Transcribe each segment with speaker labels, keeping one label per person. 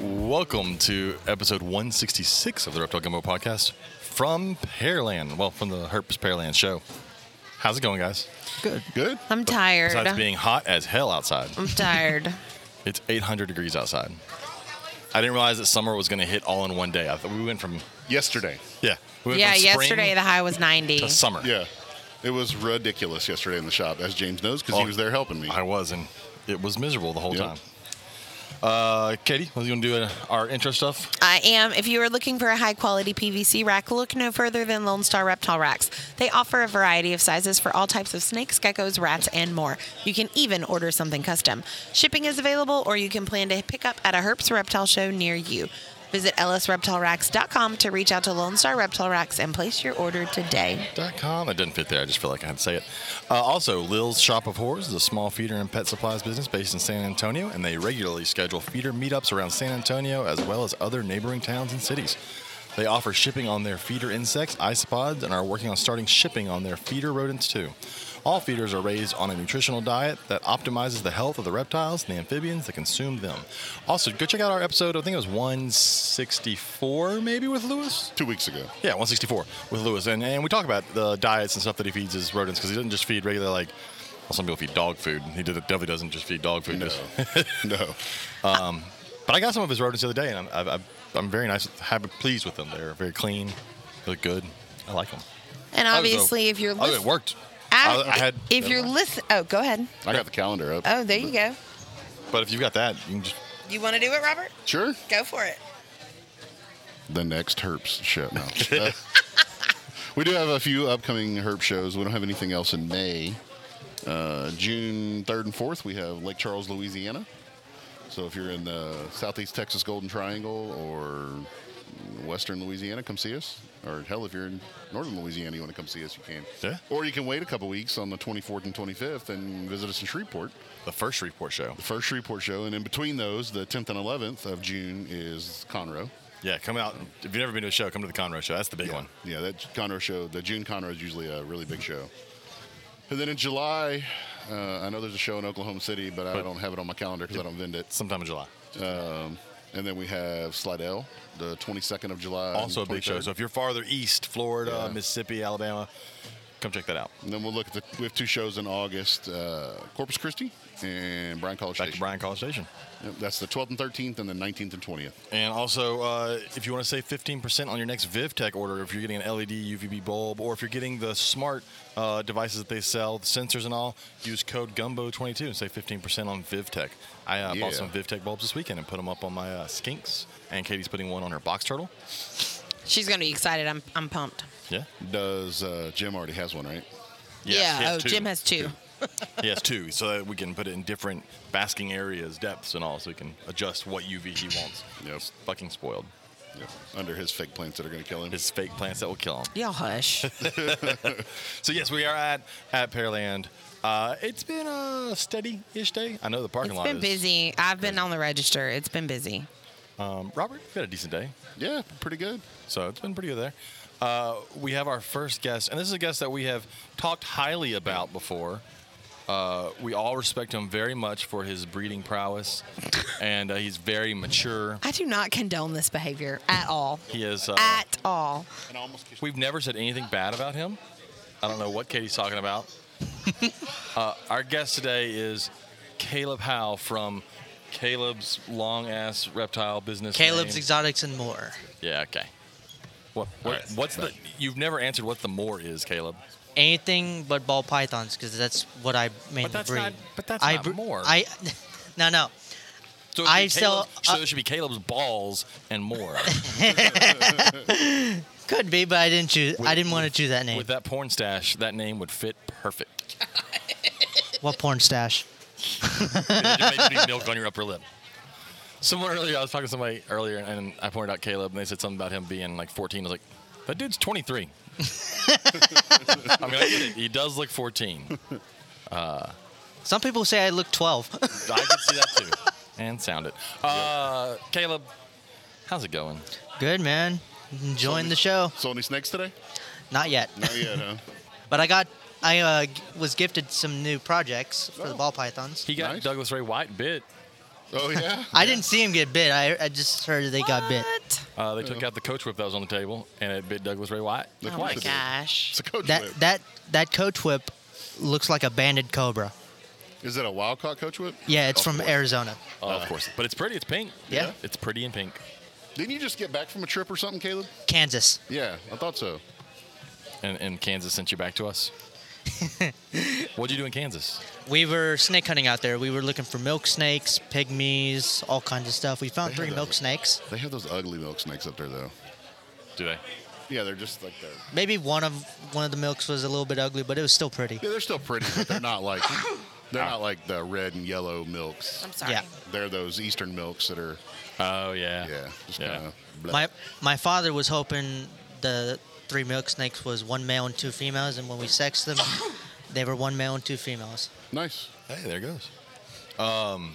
Speaker 1: Welcome to episode 166 of the Reptile Gumbo podcast from Pearland. Well, from the Herps Pearland show. How's it going, guys?
Speaker 2: Good.
Speaker 1: Good.
Speaker 3: I'm tired.
Speaker 1: Besides being hot as hell outside,
Speaker 3: I'm tired.
Speaker 1: it's 800 degrees outside. I didn't realize that summer was going to hit all in one day. I thought we went from
Speaker 4: yesterday.
Speaker 1: yeah, we went
Speaker 3: yeah,
Speaker 1: from spring
Speaker 3: yesterday the high was 90.
Speaker 1: to summer.
Speaker 4: Yeah. It was ridiculous yesterday in the shop, as James knows, because
Speaker 1: Oh.
Speaker 4: he was there helping me.
Speaker 1: I was, and it was miserable the whole
Speaker 4: Yep.
Speaker 1: time. Uh, Katie, was you going to do uh, our intro stuff?
Speaker 3: I am. If you are looking for a high quality PVC rack, look no further than Lone Star Reptile Racks. They offer a variety of sizes for all types of snakes, geckos, rats, and more. You can even order something custom. Shipping is available, or you can plan to pick up at a Herps Reptile Show near you. Visit lsreptileracks.com to reach out to Lone Star Reptile Racks and place your order today.
Speaker 1: Dot com. That didn't fit there. I just feel like I had to say it. Uh, also, Lil's Shop of Horrors is a small feeder and pet supplies business based in San Antonio, and they regularly schedule feeder meetups around San Antonio as well as other neighboring towns and cities. They offer shipping on their feeder insects, isopods, and are working on starting shipping on their feeder rodents too. All feeders are raised on a nutritional diet that optimizes the health of the reptiles and the amphibians that consume them. Also, go check out our episode. I think it was 164, maybe with Lewis.
Speaker 4: Two weeks ago.
Speaker 1: Yeah, 164 with Lewis, and and we talk about the diets and stuff that he feeds his rodents because he doesn't just feed regular like. Well, some people feed dog food. He did- definitely doesn't just feed dog food.
Speaker 4: No.
Speaker 1: just-
Speaker 4: no.
Speaker 1: but I got some of his rodents the other day, and I'm I, I, I'm very nice, happy, pleased with them. They're very clean, they look good. I like them.
Speaker 3: And obviously, if you're
Speaker 1: oh, it
Speaker 3: listening,
Speaker 1: worked. I, I had
Speaker 3: if you're listening, oh, go ahead.
Speaker 4: I got the calendar up.
Speaker 3: Oh, there you go.
Speaker 1: but if you got that, you can just
Speaker 3: You want to do it, Robert?
Speaker 4: Sure.
Speaker 3: Go for it.
Speaker 4: The next Herps show. No. Uh, we do have a few upcoming Herp shows. We don't have anything else in May. Uh, June 3rd and 4th, we have Lake Charles, Louisiana. So if you're in the Southeast Texas Golden Triangle or Western Louisiana, come see us. Or hell, if you're in Northern Louisiana, you want to come see us, you can.
Speaker 1: Yeah.
Speaker 4: Or you can wait a couple weeks on the 24th and 25th and visit us in Shreveport.
Speaker 1: the first report show.
Speaker 4: The first Shreveport show, and in between those, the 10th and 11th of June is Conroe.
Speaker 1: Yeah, come out. If you've never been to a show, come to the Conroe show. That's the big one.
Speaker 4: Yeah, that Conroe show, the June Conroe is usually a really big show. And then in July, uh, I know there's a show in Oklahoma City, but, I don't have it on my calendar because I don't vend it.
Speaker 1: Sometime in July.
Speaker 4: Um, and then we have Slidell, the 22nd of July. and
Speaker 1: also a big show.
Speaker 4: 23rd.
Speaker 1: So if you're farther east, Florida,
Speaker 4: Yeah.
Speaker 1: Mississippi, Alabama, come check that out.
Speaker 4: and then we'll look at the, we have two shows in August uh, Corpus Christi and Bryan College
Speaker 1: Back to
Speaker 4: Station.
Speaker 1: Bryan College Station.
Speaker 4: Yep, That's the 12th and 13th and the 19th and 20th.
Speaker 1: And also, uh, if you want to save 15% on your next VivTech order, if you're getting an E LED UVB bulb, or if you're getting the smart uh, devices that they sell, the sensors and all, use code GUMBO22 and save 15% on VivTech. I uh,
Speaker 4: Yeah.
Speaker 1: bought some VivTech bulbs this weekend and put them up on my uh, skinks. And Katie's putting one on her box turtle.
Speaker 3: She's gonna be excited. I'm I'm pumped.
Speaker 1: Yeah.
Speaker 4: Does uh, Jim already has one, right?
Speaker 1: he
Speaker 3: yeah.
Speaker 1: has
Speaker 3: Oh,
Speaker 1: two.
Speaker 3: Jim has two.
Speaker 1: He has two, so that we can put it in different basking areas, depths, and all, so we can adjust what UV he wants.
Speaker 4: Yep.
Speaker 1: It's fucking spoiled.
Speaker 4: Yep. Under his fake plants that are going to kill him.
Speaker 1: His fake plants that will kill him.
Speaker 3: Y'all hush.
Speaker 1: So yes, we are at at Pearland. Uh, it's been a steady-ish day. I know the parking
Speaker 3: it's
Speaker 1: lot
Speaker 3: been
Speaker 1: is.
Speaker 3: busy. I've been on the register. It's been busy.
Speaker 1: Um, Robert, you've had a decent day,
Speaker 4: Yeah, pretty good.
Speaker 1: so it's been pretty good there. Uh, we have our first guest, and this is a guest that we have talked highly about before. Uh, we all respect him very much for his breeding prowess, and uh, he's very mature.
Speaker 3: I do not condone this behavior at all.
Speaker 1: He is. Uh,
Speaker 3: At all.
Speaker 4: And I almost kissed
Speaker 1: We've never said anything bad about him. I don't know what Katie's talking about. uh, our guest today is Caleb Howe from Caleb's long ass reptile business.
Speaker 2: Caleb's
Speaker 1: name.
Speaker 2: Exotics and More.
Speaker 1: yeah. Okay. What, what-
Speaker 4: right.
Speaker 1: What's the? You've never answered what the more is, Caleb.
Speaker 2: Anything but ball pythons, because that's what I mainly
Speaker 1: that's
Speaker 2: breed.
Speaker 1: not- but that's
Speaker 2: I
Speaker 1: not
Speaker 2: bre-
Speaker 1: more.
Speaker 2: I, no, no.
Speaker 1: So
Speaker 2: I uh,
Speaker 1: it'd be
Speaker 2: sell-
Speaker 1: Caleb's- so it should be Caleb's balls and more.
Speaker 2: Could be, but I didn't choose. I didn't want to choose that name.
Speaker 1: With that porn stash, that name would fit perfect.
Speaker 2: What porn stash?
Speaker 1: It made you need milk on your upper lip. Someone earlier, I was talking to somebody earlier, and I pointed out Caleb, and they said something about him being like 14. I was like, that dude's 23. I mean, I get it. He does look 14.
Speaker 2: Some people say I look 12.
Speaker 1: I can see that too. And sound it. Uh, Caleb, how's it going?
Speaker 2: Good man. Enjoying the show.
Speaker 4: So any snakes today?
Speaker 2: Not yet.
Speaker 4: Not yet, huh?
Speaker 2: But I got, I uh, g- was gifted some new projects for the
Speaker 4: Oh.
Speaker 2: ball pythons.
Speaker 5: He got
Speaker 4: Nice.
Speaker 5: Douglas Ray White bit.
Speaker 4: Oh yeah.
Speaker 2: I didn't see him get bit. I, I just heard they got bit.
Speaker 3: What?
Speaker 5: Uh, they took out the coach whip that was on the table, and it bit Douglas Ray White.
Speaker 4: The
Speaker 3: Oh my
Speaker 4: coach-
Speaker 3: gosh.
Speaker 4: It's a coach
Speaker 2: That
Speaker 4: whip.
Speaker 2: that that coach whip looks like a banded cobra.
Speaker 4: Is that a wild caught coach whip?
Speaker 2: Yeah, it's
Speaker 4: Of
Speaker 2: from
Speaker 4: course.
Speaker 2: Arizona.
Speaker 5: Uh, of course, but it's pretty. It's pink.
Speaker 2: Yeah.
Speaker 5: it's pretty and pink.
Speaker 4: Didn't you just get back from a trip or something, Caleb?
Speaker 2: Kansas.
Speaker 4: Yeah, I thought so.
Speaker 5: And, and Kansas sent you back to us. What'd you do in Kansas?
Speaker 2: We were snake hunting out there. We were looking for milk snakes, pygmies, all kinds of stuff. We found
Speaker 4: They
Speaker 2: three
Speaker 4: have
Speaker 2: milk
Speaker 4: those.
Speaker 2: snakes.
Speaker 4: They have those ugly milk snakes up there though.
Speaker 5: Do they?
Speaker 4: Yeah, they're just like they're
Speaker 2: Maybe one of one of the milks was a little bit ugly, but it was still pretty.
Speaker 4: yeah, they're still pretty, but they're not like they're not like the red and yellow milks.
Speaker 3: I'm sorry.
Speaker 2: Yeah.
Speaker 4: They're those eastern milks that are
Speaker 5: Oh yeah.
Speaker 4: yeah, just
Speaker 5: Yeah.
Speaker 4: kind of
Speaker 2: My my father was hoping the three milk snakes was one male and two females, and when we sexed them, they were one male and two females.
Speaker 4: nice.
Speaker 1: Hey, there it goes. Um,
Speaker 5: Um,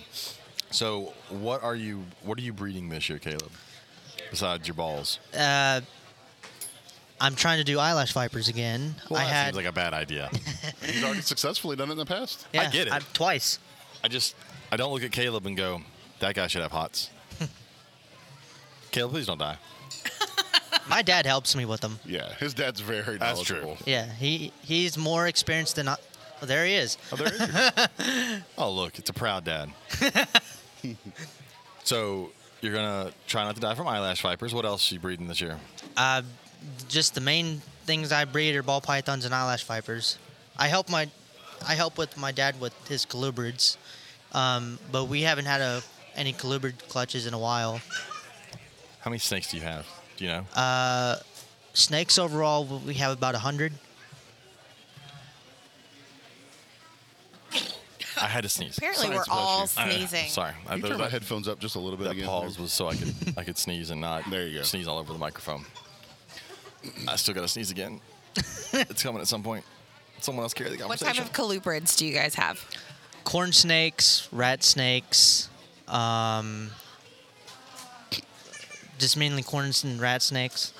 Speaker 1: so what are you what are you breeding this year, Caleb? Besides your balls,
Speaker 2: Uh, I'm trying to do eyelash vipers again. I
Speaker 1: that
Speaker 2: had
Speaker 1: seems like a bad idea.
Speaker 4: He's already successfully done it in the past.
Speaker 2: yeah,
Speaker 1: get it.
Speaker 2: I- twice.
Speaker 1: I just I don't look at Caleb and go, that guy should have hots. Caleb, please don't die.
Speaker 2: My dad helps me with them.
Speaker 4: Yeah, his dad's very
Speaker 1: That's true.
Speaker 4: knowledgeable.
Speaker 2: Yeah, he he's more experienced than I. Oh, there he is.
Speaker 1: Oh, there is your- oh look, it's a proud dad. so you're gonna try not to die from eyelash vipers. What else are you breeding this year?
Speaker 2: Uh, just the main things I breed are ball pythons and eyelash vipers. I help my, I help with my dad with his colubrids, um, but we haven't had a any colubrid clutches in a while.
Speaker 1: How many snakes do you have? Do you know?
Speaker 2: Uh, Snakes overall, we have about hundred.
Speaker 1: I had to sneeze.
Speaker 3: Apparently,
Speaker 1: Science
Speaker 3: we're
Speaker 1: bless
Speaker 3: all
Speaker 1: I know.
Speaker 3: sneezing.
Speaker 1: sorry, I,
Speaker 4: You turn my
Speaker 1: that,
Speaker 4: headphones up just a little bit
Speaker 1: that
Speaker 4: again.
Speaker 1: pause was so I could I could sneeze and not
Speaker 4: There you go.
Speaker 1: sneeze all over the microphone. I still gotta sneeze again. it's coming at some point. Someone else carry the
Speaker 3: What
Speaker 1: conversation.
Speaker 3: type of colubrids do you guys have?
Speaker 2: Corn snakes, rat snakes, um, just mainly corns and rat snakes.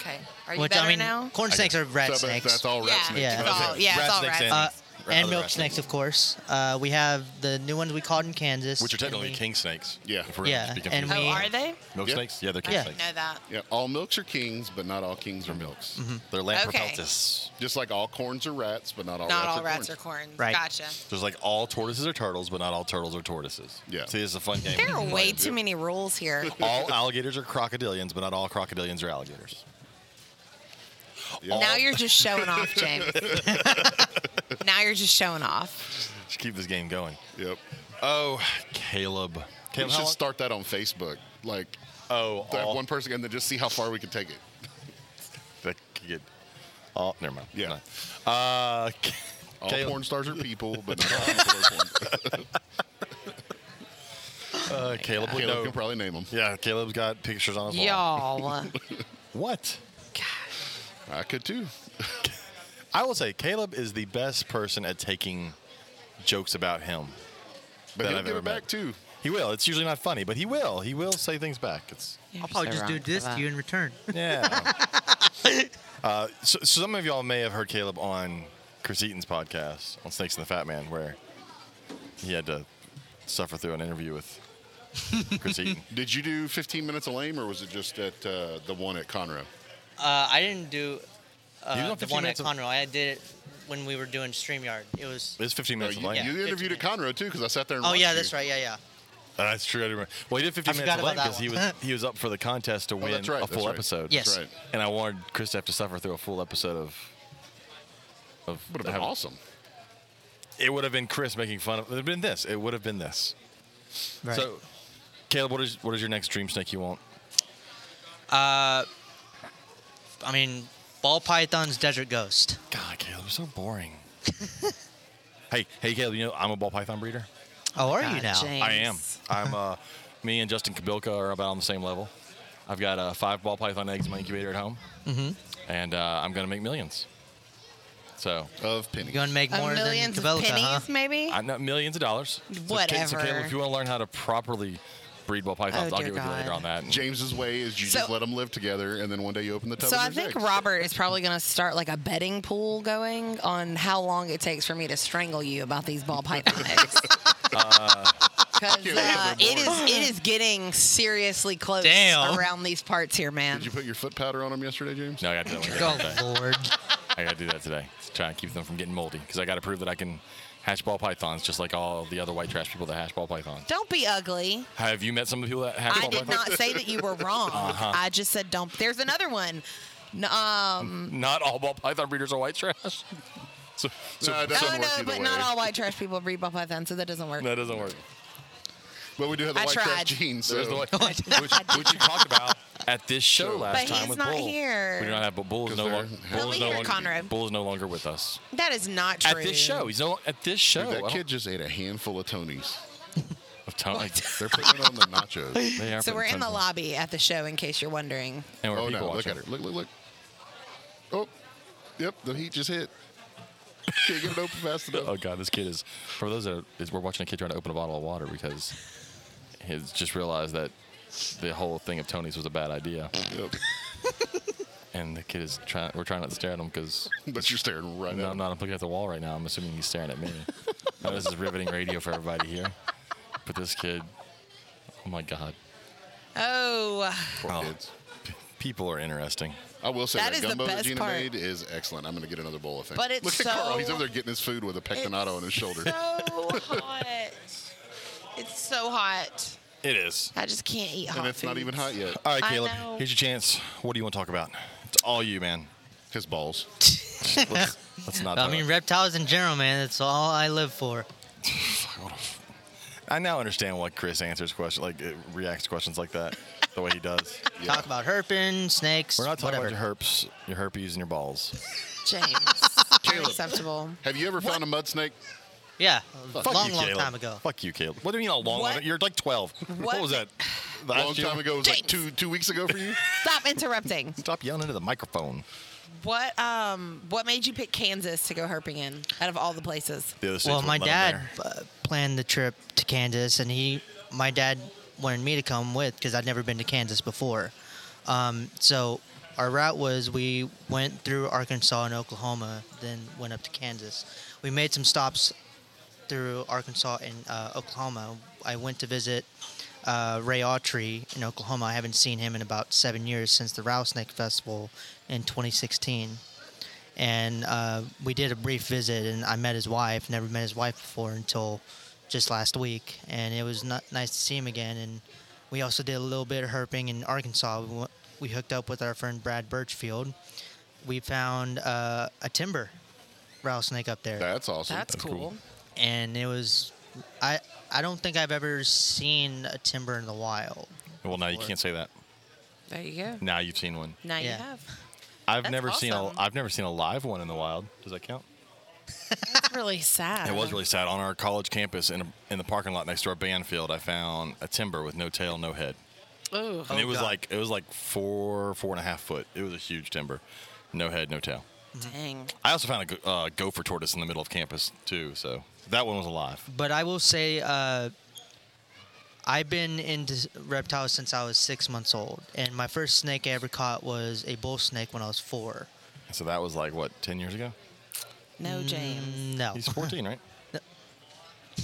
Speaker 3: Okay. Are you
Speaker 2: which
Speaker 3: better
Speaker 2: I mean,
Speaker 3: now?
Speaker 2: corn snakes are rat
Speaker 4: That's-
Speaker 2: snakes.
Speaker 4: That's all rat
Speaker 3: yeah,
Speaker 4: snakes.
Speaker 2: Yeah.
Speaker 3: It's all, yeah,
Speaker 1: Rat
Speaker 3: it's all
Speaker 1: snakes
Speaker 3: rat
Speaker 1: and-
Speaker 2: Uh,
Speaker 3: snakes.
Speaker 1: Or
Speaker 2: and
Speaker 1: other
Speaker 2: milk
Speaker 1: rat
Speaker 2: snakes,
Speaker 1: snakes.
Speaker 2: of course. Uh, we have the new ones we caught in Kansas.
Speaker 1: Which are
Speaker 2: and
Speaker 1: technically
Speaker 2: we-
Speaker 1: king snakes.
Speaker 4: Yeah.
Speaker 1: if we're gonna
Speaker 2: Yeah,
Speaker 1: just be
Speaker 2: and
Speaker 1: confused.
Speaker 2: we-
Speaker 3: Oh, are they?
Speaker 1: milk
Speaker 4: Yeah.
Speaker 1: snakes. Yeah, they're king
Speaker 2: Yeah.
Speaker 1: snakes.
Speaker 3: Know that.
Speaker 4: Yeah, all milks are kings, but not all kings are milks.
Speaker 1: Mm-hmm. They're lamp
Speaker 3: Okay.
Speaker 4: Just like all corns are rats, but not all
Speaker 3: Not
Speaker 4: rats
Speaker 3: all
Speaker 4: are
Speaker 3: rats
Speaker 4: corns.
Speaker 3: are corns.
Speaker 2: Right.
Speaker 3: Gotcha.
Speaker 1: There's like all tortoises are turtles, but not all turtles are tortoises.
Speaker 4: Yeah.
Speaker 1: See, this is a fun game.
Speaker 3: There are way too many rules here.
Speaker 1: all alligators are crocodilians, but not all crocodilians are alligators.
Speaker 4: Yeah.
Speaker 3: Now you're just showing off, James. now you're just showing off.
Speaker 1: Just keep this game going.
Speaker 4: Yep.
Speaker 1: Oh, Caleb.
Speaker 4: We
Speaker 1: Caleb, how
Speaker 4: should
Speaker 1: long-
Speaker 4: start that on Facebook. Like,
Speaker 1: Oh,
Speaker 4: that
Speaker 1: all-
Speaker 4: one person, and then just see how far we can take it.
Speaker 1: That could get. Oh, never mind.
Speaker 4: Yeah.
Speaker 1: No. Uh, Ca-
Speaker 4: All
Speaker 1: Caleb,
Speaker 4: porn stars are people, but not all people are corns.
Speaker 1: uh, Caleb would
Speaker 4: Caleb
Speaker 1: know.
Speaker 4: can probably name them.
Speaker 1: yeah, Caleb's got pictures on his wall.
Speaker 3: Y'all.
Speaker 1: What?
Speaker 4: I could too.
Speaker 1: I will say, Caleb is the best person at taking jokes about him.
Speaker 4: But
Speaker 1: That
Speaker 4: he'll
Speaker 1: I've
Speaker 4: give
Speaker 1: ever
Speaker 4: it back
Speaker 1: met.
Speaker 4: too.
Speaker 1: He will. It's usually not funny, but he will. He will say things back. It's
Speaker 2: I'll probably just do this to you in return.
Speaker 1: yeah. uh, so, so some of y'all may have heard Caleb on Chris Eaton's podcast on Snakes and the Fat Man, where he had to suffer through an interview with Chris Eaton.
Speaker 4: Did you do 15 minutes of lame, or was it just at uh, the one at Conroe?
Speaker 2: Uh, I didn't do
Speaker 1: You
Speaker 2: uh,
Speaker 1: don't
Speaker 2: the
Speaker 1: fifteen
Speaker 2: one at
Speaker 1: minutes of-
Speaker 2: Conroe. I did it when we were doing StreamYard. It was.
Speaker 1: It's 15
Speaker 4: No,
Speaker 1: minutes of
Speaker 4: you,
Speaker 1: lame.
Speaker 4: you
Speaker 2: 15
Speaker 4: interviewed at Conroe too, because I sat there. and
Speaker 2: Oh yeah,
Speaker 4: watched
Speaker 2: that's
Speaker 4: you.
Speaker 2: right. Yeah, yeah.
Speaker 1: Uh, That's true. I do remember. Well, he did 15
Speaker 2: I
Speaker 1: minutes
Speaker 2: forgot
Speaker 1: of lame
Speaker 2: about
Speaker 1: because
Speaker 2: that
Speaker 1: he
Speaker 2: one.
Speaker 1: was he was up for the contest to win
Speaker 4: Oh, that's right,
Speaker 1: a full
Speaker 4: that's right.
Speaker 1: episode.
Speaker 2: Yes.
Speaker 4: That's right.
Speaker 1: And I wanted Chris to have to suffer through a full episode of. Of
Speaker 4: Would have been
Speaker 1: having-
Speaker 4: awesome.
Speaker 1: It would have been Chris making fun of. It would have been this. It would have been this.
Speaker 2: Right.
Speaker 1: So, Caleb, what is what is your next dream snake you want?
Speaker 2: Uh, I mean, ball python's desert ghost.
Speaker 1: God, Caleb, you're so boring. hey, hey, Caleb, you know I'm a ball python breeder.
Speaker 2: Oh, are you
Speaker 3: God,
Speaker 2: now?
Speaker 3: James.
Speaker 1: I am. I'm. Uh, me and Justin Kabilka are about on the same level. I've got uh, five ball python eggs in my incubator at home, mm-hmm. and uh, I'm gonna make millions. So
Speaker 4: Of pennies.
Speaker 2: You gonna make
Speaker 3: Of
Speaker 2: more than
Speaker 3: millions of
Speaker 2: Kavelka,
Speaker 3: pennies,
Speaker 2: huh?
Speaker 3: maybe?
Speaker 1: I know millions of dollars. So Ca- So,
Speaker 3: Whatever.
Speaker 1: Caleb, if you want to learn how to properly breed ball pythons.
Speaker 3: Oh,
Speaker 1: I'll
Speaker 3: dear
Speaker 1: get with you later
Speaker 3: God.
Speaker 1: on that.
Speaker 4: James's way is you just
Speaker 3: So-
Speaker 4: let them live together, and then one day you open the tub.
Speaker 3: So
Speaker 4: and
Speaker 3: I
Speaker 4: there's
Speaker 3: think
Speaker 4: eggs.
Speaker 3: Robert is probably going to start like a betting pool going on how long it takes for me to strangle you about these ball python eggs. Because
Speaker 4: can't wait
Speaker 3: uh,
Speaker 4: for
Speaker 3: it
Speaker 4: more.
Speaker 3: is it is getting seriously close
Speaker 2: Damn.
Speaker 3: around these parts here, man.
Speaker 4: Did you put your foot powder on them yesterday, James?
Speaker 1: No, I got to do that
Speaker 2: Oh
Speaker 1: one today.
Speaker 2: Lord.
Speaker 1: I got to do that today. To try and keep them from getting moldy because I got to prove that I can hatch ball pythons just like all the other white trash people that hatch ball pythons.
Speaker 3: Don't be ugly.
Speaker 1: Have Uh-huh. you met some of the people that hatch
Speaker 3: I
Speaker 1: ball
Speaker 3: did
Speaker 1: pythons?
Speaker 3: not say that you were wrong. I just said don't. There's another one. N- Um,
Speaker 1: Not all ball python breeders are white trash. So, so
Speaker 4: No, it
Speaker 3: no,
Speaker 4: doesn't work
Speaker 3: no,
Speaker 4: either
Speaker 3: but
Speaker 4: way.
Speaker 3: not all white trash people breed ball python, so that doesn't work.
Speaker 1: that doesn't work.
Speaker 4: But we do have the
Speaker 3: I
Speaker 4: white
Speaker 3: tried.
Speaker 4: trash jeans. So.
Speaker 1: There's the white, which, which you talked about at this show last
Speaker 3: But
Speaker 1: time
Speaker 3: he's
Speaker 1: with
Speaker 3: not
Speaker 1: Bull.
Speaker 3: here.
Speaker 1: We do not have, but Bull is
Speaker 4: 'Cause
Speaker 1: no
Speaker 4: they're-
Speaker 1: longer.
Speaker 4: He'll
Speaker 1: Bull is
Speaker 3: be
Speaker 1: no
Speaker 3: here,
Speaker 1: longer.
Speaker 3: Conrad.
Speaker 1: Bull is no longer with us.
Speaker 3: That is not true.
Speaker 1: At this show, he's no at this show.
Speaker 4: Dude,
Speaker 1: I
Speaker 4: that
Speaker 1: don't-
Speaker 4: kid just ate a handful of Tony's.
Speaker 1: of time.
Speaker 4: They're putting on the nachos.
Speaker 1: They are
Speaker 3: So
Speaker 1: putting
Speaker 3: we're in
Speaker 1: tons
Speaker 3: the
Speaker 1: on.
Speaker 3: lobby at the show, in case you're wondering.
Speaker 1: And we're
Speaker 4: oh
Speaker 1: people
Speaker 4: no! Look
Speaker 1: watching.
Speaker 4: at her. Look! Look! Look! Oh, yep. The heat just hit. Can't get it open fast enough.
Speaker 1: Oh god, this kid is. For those that is, we're watching a kid trying to open a bottle of water because he's just realized that the whole thing of Tony's was a bad idea,
Speaker 4: Yep.
Speaker 1: and the kid is trying. We're trying not to stare at him because
Speaker 4: But you're staring right
Speaker 1: no,
Speaker 4: at
Speaker 1: I'm
Speaker 4: him.
Speaker 1: not. I'm looking at the wall right now. I'm assuming he's staring at me. I know this is riveting radio for everybody here, but this kid. Oh my god,
Speaker 3: Oh,
Speaker 4: Poor
Speaker 1: Oh.
Speaker 4: kids.
Speaker 1: people are interesting.
Speaker 4: I will say
Speaker 3: That
Speaker 4: that,
Speaker 3: is the
Speaker 4: gumbo
Speaker 3: best
Speaker 4: that Gina
Speaker 3: part.
Speaker 4: made is excellent. I'm going to get another bowl of things.
Speaker 3: But it's
Speaker 4: Look at Carl.
Speaker 3: so-
Speaker 4: He's over there getting his food with a pectinado on his shoulder.
Speaker 3: so hot. It's so hot.
Speaker 1: It is.
Speaker 3: I just can't eat hot.
Speaker 4: and it's not
Speaker 3: foods.
Speaker 4: even hot yet.
Speaker 1: All right,
Speaker 3: I
Speaker 1: Caleb.
Speaker 3: know.
Speaker 1: Here's your chance. What do you want to talk about? It's all you, man.
Speaker 4: His balls.
Speaker 1: Let's, let's not.
Speaker 2: I
Speaker 1: talk-
Speaker 2: mean reptiles in general, man. That's all I live for.
Speaker 1: I now understand why Chris answers questions like uh, reacts to questions like that the way he does.
Speaker 2: Talk about herping, snakes,
Speaker 1: We're not talking
Speaker 2: whatever.
Speaker 1: about your herpes, your herpes, and your balls.
Speaker 3: James. Unacceptable.
Speaker 4: Have you ever found a mud snake?
Speaker 2: Yeah, a
Speaker 1: Fuck
Speaker 2: long,
Speaker 1: you,
Speaker 2: long
Speaker 1: Caleb.
Speaker 2: time ago.
Speaker 1: Fuck you, Caleb. What do you mean a long?
Speaker 3: What?
Speaker 1: long- You're like 12. What,
Speaker 3: What?
Speaker 1: was that?
Speaker 4: A
Speaker 1: Last
Speaker 4: long
Speaker 1: year?
Speaker 4: time ago. It was like
Speaker 3: James.
Speaker 4: two two weeks ago for you.
Speaker 3: Stop interrupting.
Speaker 1: Stop yelling into the microphone.
Speaker 3: What um what made you pick Kansas to go herping in out of all the places?
Speaker 1: The other
Speaker 2: Well,
Speaker 1: states
Speaker 2: my
Speaker 1: won't let
Speaker 2: dad
Speaker 1: 'em there.
Speaker 2: uh, planned the trip to Kansas, and he, my dad, wanted me to come with because I'd never been to Kansas before. Um, so our route was we went through Arkansas and Oklahoma, then went up to Kansas. We made some stops through Arkansas and uh, Oklahoma. I went to visit uh, Ray Autry in Oklahoma. I haven't seen him in about seven years since the Rattlesnake Festival in 2016 and uh, we did a brief visit and i met his wife never met his wife before until just last week and it was not nice to see him again and we also did a little bit of herping in arkansas we, went, we hooked up with our friend brad birchfield we found uh, a timber rattlesnake up there
Speaker 4: That's awesome.
Speaker 3: That's, cool.
Speaker 2: and it was i i don't think i've ever seen a timber in the wild
Speaker 1: Well, now you can't say that.
Speaker 3: There you go.
Speaker 1: Now you've seen one.
Speaker 3: Oh. Now you
Speaker 2: Yeah.
Speaker 3: have.
Speaker 1: I've
Speaker 3: That's
Speaker 1: never seen a.
Speaker 3: awesome.
Speaker 1: I've never seen a live one in the wild. Does that count?
Speaker 3: That's really sad.
Speaker 1: It was really sad. On our college campus, in, a, in the parking lot next to our band field, I found a timber with no tail, no head,
Speaker 3: Ooh.
Speaker 1: and it was
Speaker 2: Oh, God.
Speaker 1: like it was like four, four and a half foot. It was a huge timber, no head, no tail.
Speaker 3: Dang.
Speaker 1: I also found a go- uh, gopher tortoise in the middle of campus too, so that one was alive.
Speaker 2: But I will say, uh, I've been into reptiles since I was six months old, and my first snake I ever caught was a bull snake when I was four. Mm,
Speaker 1: So that was like what ten years ago.
Speaker 3: No, James.
Speaker 2: No,
Speaker 1: He's fourteen, right?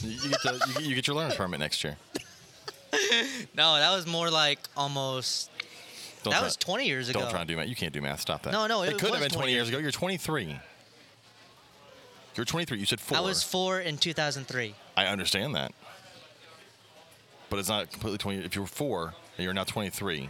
Speaker 1: you, you get to, you, get- you get your learner's permit next year.
Speaker 2: no, that was more like almost.
Speaker 1: Don't
Speaker 2: that
Speaker 1: try-
Speaker 2: was 20 years ago.
Speaker 1: Don't try and do math. You can't do math. Stop that.
Speaker 2: No, no,
Speaker 1: it,
Speaker 2: it
Speaker 1: couldn't
Speaker 2: was 20
Speaker 1: have been twenty years
Speaker 2: years
Speaker 1: ago. You're 23. You're 23. You said four.
Speaker 2: I was four in 2003.
Speaker 1: I understand that, but it's not completely 20. If you were four and you're now 23,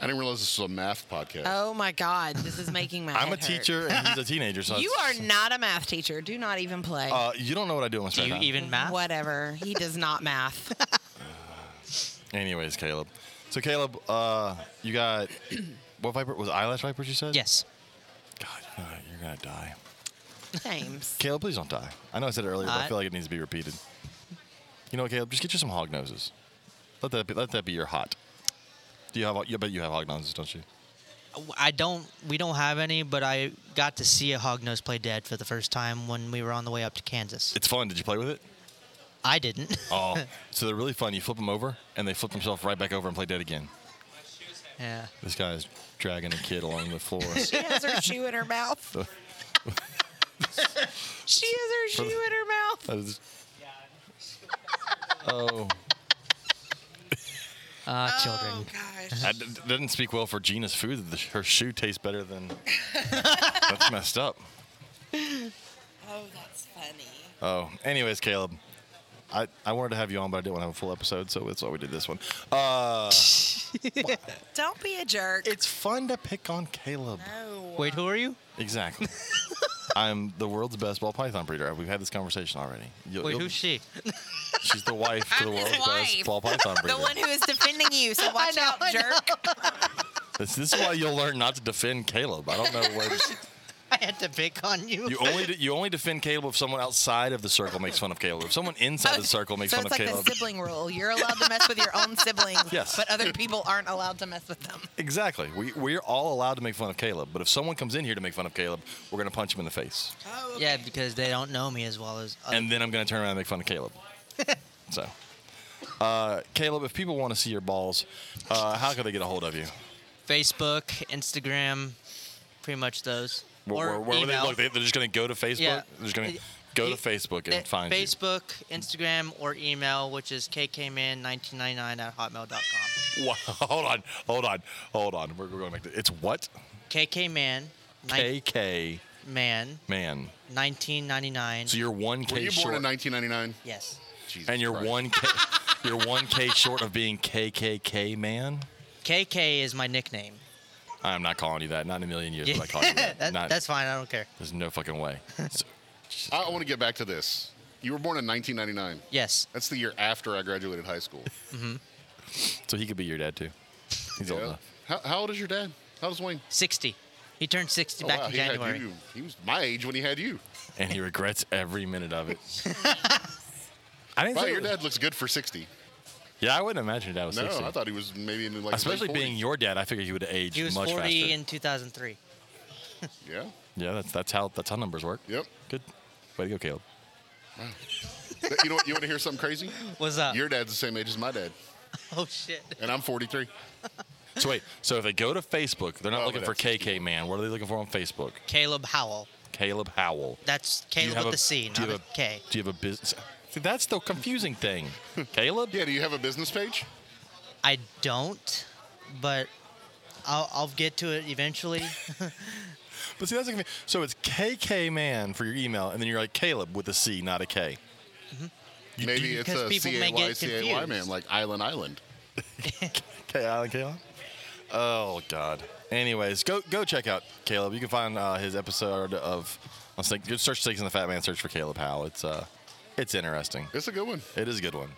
Speaker 4: I didn't realize this was a math podcast.
Speaker 3: Oh my God. This is making Oh, my
Speaker 1: I'm a
Speaker 3: head hurt.
Speaker 1: teacher and he's a teenager. So
Speaker 3: You are
Speaker 1: it's-
Speaker 3: not a math teacher. Do not even play.
Speaker 1: Uh, you don't know what I do in my
Speaker 2: Do
Speaker 1: spare
Speaker 2: you
Speaker 1: time.
Speaker 2: even math?
Speaker 3: Whatever. He does not math.
Speaker 1: Anyways, Caleb. So Caleb, uh, you got what viper was it eyelash vipers? You said
Speaker 2: Yes.
Speaker 1: God, you're gonna- you're gonna die.
Speaker 3: James.
Speaker 1: Caleb, please don't die. I know I said it earlier, but I
Speaker 2: I-
Speaker 1: feel like it needs to be repeated. You know what, Caleb? Just get you some hog noses. Let that be, let that be your hot. Do you have? I bet you have hog noses, don't you?
Speaker 2: I don't. We don't have any, but I got to see a hognose play dead for the first time when we were on the way up to Kansas.
Speaker 1: It's fun. Did you play with it?
Speaker 2: I didn't.
Speaker 6: Oh,
Speaker 1: So they're really fun. You flip them over, and they flip themselves right back over and play dead again.
Speaker 2: yeah.
Speaker 1: This guy is dragging a kid along the floor.
Speaker 3: She has her shoe in her mouth. she has her shoe in her mouth.
Speaker 1: That is- oh,
Speaker 2: Uh,
Speaker 3: Oh,
Speaker 2: children.
Speaker 1: I d- doesn't speak well for Gina's food. The, her shoe tastes better than. That's messed up.
Speaker 3: Oh, that's funny.
Speaker 1: Oh, anyways, Caleb, I, I wanted to have you on, but I didn't want to have a full episode, so that's why we did this one. Uh,
Speaker 3: Don't be a jerk.
Speaker 1: it's fun to pick on Caleb.
Speaker 3: no.
Speaker 2: Wait, who are you?
Speaker 1: Exactly. I'm the world's best ball python breeder. We've had this conversation already. You'll-
Speaker 2: Wait,
Speaker 1: you'll-
Speaker 2: who's she?
Speaker 1: She's the wife to the
Speaker 3: I'm his
Speaker 1: world's
Speaker 3: wife.
Speaker 1: best ball python breeder.
Speaker 3: The one who is defending you, so watch out, jerk.
Speaker 1: This, this is why you'll learn not to defend Caleb. I don't know where
Speaker 2: I had to pick on you.
Speaker 1: you only de- you only defend Caleb if someone outside of the circle makes fun of Caleb. If someone inside the circle makes
Speaker 3: Oh, so
Speaker 1: fun
Speaker 3: it's
Speaker 1: of
Speaker 3: like
Speaker 1: Caleb,
Speaker 3: the sibling rule. You're allowed to mess with your own siblings,
Speaker 1: Yes.
Speaker 3: but other people aren't allowed to mess with them.
Speaker 1: exactly. We we're all allowed to make fun of Caleb, but if someone comes in here to make fun of Caleb, we're gonna punch him in the face,
Speaker 3: Oh,
Speaker 2: yeah, because they don't know me as well as. Other
Speaker 1: and then I'm gonna turn around and make fun of Caleb. so, uh, Caleb, if people want to see your balls, uh, how can they get a hold of you?
Speaker 2: Facebook, Instagram, pretty much those. or
Speaker 1: where, where would they
Speaker 2: email.
Speaker 1: look? They, are just gonna go to Facebook.
Speaker 2: Yeah.
Speaker 1: They're just gonna
Speaker 2: Uh,
Speaker 1: go
Speaker 2: y-
Speaker 1: to Facebook and
Speaker 2: Uh,
Speaker 1: find you.
Speaker 2: Facebook, Instagram, or email, which is kkman1999 at hotmail.com.
Speaker 1: Wha- hold on, hold on, hold on. We're, we're going back to it's what
Speaker 2: kkman, nine-
Speaker 1: KK
Speaker 2: man,
Speaker 1: man.
Speaker 2: 1999.
Speaker 1: So you're one
Speaker 4: Were
Speaker 1: K
Speaker 4: you born
Speaker 1: short,
Speaker 4: in 1999?
Speaker 2: yes.
Speaker 4: Jesus
Speaker 1: and you're
Speaker 4: Christ.
Speaker 1: one K, you're one K short of being KKK man.
Speaker 2: KK is my nickname.
Speaker 1: I'm not calling you that. Not in a million years would I call you that.
Speaker 2: that,
Speaker 1: Not-
Speaker 2: that's fine. I don't care.
Speaker 1: there's no fucking way. So,
Speaker 4: I, I want to get back to this. You were born in 1999.
Speaker 2: Yes.
Speaker 4: That's the year after I graduated high school.
Speaker 2: Mm-hmm.
Speaker 1: so he could be your dad too. He's old
Speaker 4: yeah.
Speaker 1: enough.
Speaker 4: how, how old is your dad? How old is Wayne?
Speaker 2: 60. He turned 60
Speaker 4: Oh,
Speaker 2: back
Speaker 4: wow,
Speaker 2: in
Speaker 4: he had
Speaker 2: January.
Speaker 4: you. He was my age when he had you.
Speaker 1: and he regrets every minute of it. I didn't
Speaker 4: Wow, your
Speaker 1: think it was-
Speaker 4: dad looks good for 60.
Speaker 1: Yeah, I wouldn't imagine your dad was
Speaker 4: No,
Speaker 1: 60.
Speaker 4: I thought he was maybe in like his
Speaker 1: Especially
Speaker 4: late 40s.
Speaker 1: being your dad, I figured he would age
Speaker 2: He was
Speaker 1: much
Speaker 2: 40
Speaker 1: faster.
Speaker 2: in 2003.
Speaker 4: Yeah.
Speaker 1: yeah, that's that's how that's how numbers work.
Speaker 4: Yep.
Speaker 1: Good. Way to go, Caleb.
Speaker 4: But you know what? You want to hear something crazy?
Speaker 2: What's up?
Speaker 4: Your dad's the same age as my dad,
Speaker 2: oh, shit.
Speaker 4: and I'm 43.
Speaker 1: So wait, so if they go to Facebook, they're not
Speaker 4: Oh,
Speaker 1: looking
Speaker 4: but
Speaker 1: for
Speaker 4: that's
Speaker 1: KK man. What are they looking for on Facebook?
Speaker 2: Caleb Howell.
Speaker 1: Caleb Howell.
Speaker 2: That's
Speaker 1: Do you
Speaker 2: Caleb
Speaker 1: have
Speaker 2: with
Speaker 1: a-
Speaker 2: the C,
Speaker 1: do you
Speaker 2: not a
Speaker 1: have a-
Speaker 2: K.
Speaker 1: Do you have a business? See, that's the confusing thing. Caleb?
Speaker 4: Yeah. Do you have a business page?
Speaker 2: I don't, but I'll, I'll get to it eventually.
Speaker 1: But see, that's the confu- so it's KK man for your email, and then you're like Caleb with a C, not a K.
Speaker 2: Mm-hmm.
Speaker 4: Maybe it's
Speaker 2: because
Speaker 4: a
Speaker 2: people may
Speaker 4: C-A-Y,
Speaker 2: get
Speaker 4: C-A-Y
Speaker 2: confused.
Speaker 4: man, like Island Island.
Speaker 1: K Island Caleb. Oh God. Anyways, go go check out Caleb. You can find uh, his episode of on Snake. Just search Snakes and the Fat Man. Search for Caleb Howell. It's uh, it's interesting.
Speaker 4: It's a good one.
Speaker 1: It is a good one.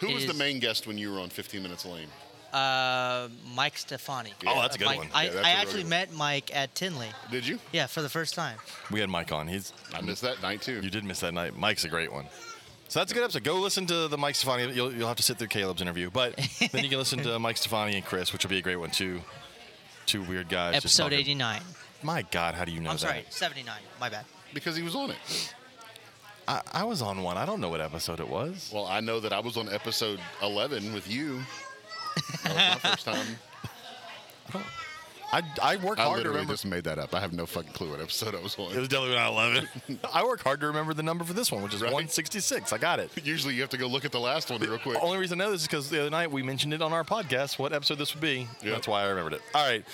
Speaker 4: Who was the
Speaker 2: Is-
Speaker 4: main guest when you were on 15 Minutes Lane?
Speaker 2: Uh, Mike Stefani.
Speaker 1: Oh, that's a good
Speaker 2: Mike,
Speaker 1: one.
Speaker 2: I,
Speaker 4: Yeah, that's
Speaker 2: I
Speaker 4: a really
Speaker 2: actually
Speaker 4: good
Speaker 2: met Mike at Tinley.
Speaker 4: Did you?
Speaker 2: Yeah, for the first time.
Speaker 1: We had Mike on. He's
Speaker 4: I missed that night too.
Speaker 1: You did miss that night. Mike's a great one. So that's a good episode. Go listen to the Mike Stefani. You'll, you'll have to sit through Caleb's interview, but then you can listen to Mike Stefani and Chris, which will be a great one too. Two weird guys. just
Speaker 2: Episode
Speaker 1: talking.
Speaker 2: 89.
Speaker 1: My God, how do you know
Speaker 2: I'm
Speaker 1: that?
Speaker 2: sorry, 79. My bad.
Speaker 4: Because he was on it.
Speaker 1: I, I was on one. I don't know what episode it was.
Speaker 4: Well, I know that I was on episode 11 with you. That was my first time.
Speaker 1: I, I work
Speaker 4: I
Speaker 1: hard to
Speaker 4: literally
Speaker 1: remember.
Speaker 4: just made that up. I have no fucking clue what episode I was
Speaker 1: It was
Speaker 4: on.
Speaker 1: definitely when I eleven. I work hard to remember the number for this one, which is
Speaker 4: Right.
Speaker 1: 166. I got it.
Speaker 4: Usually you have to go look at the last one real quick.
Speaker 1: Only reason I know this is because the other night we mentioned it on our podcast, what episode this would be.
Speaker 4: Yeah.
Speaker 1: That's why I remembered it. All right.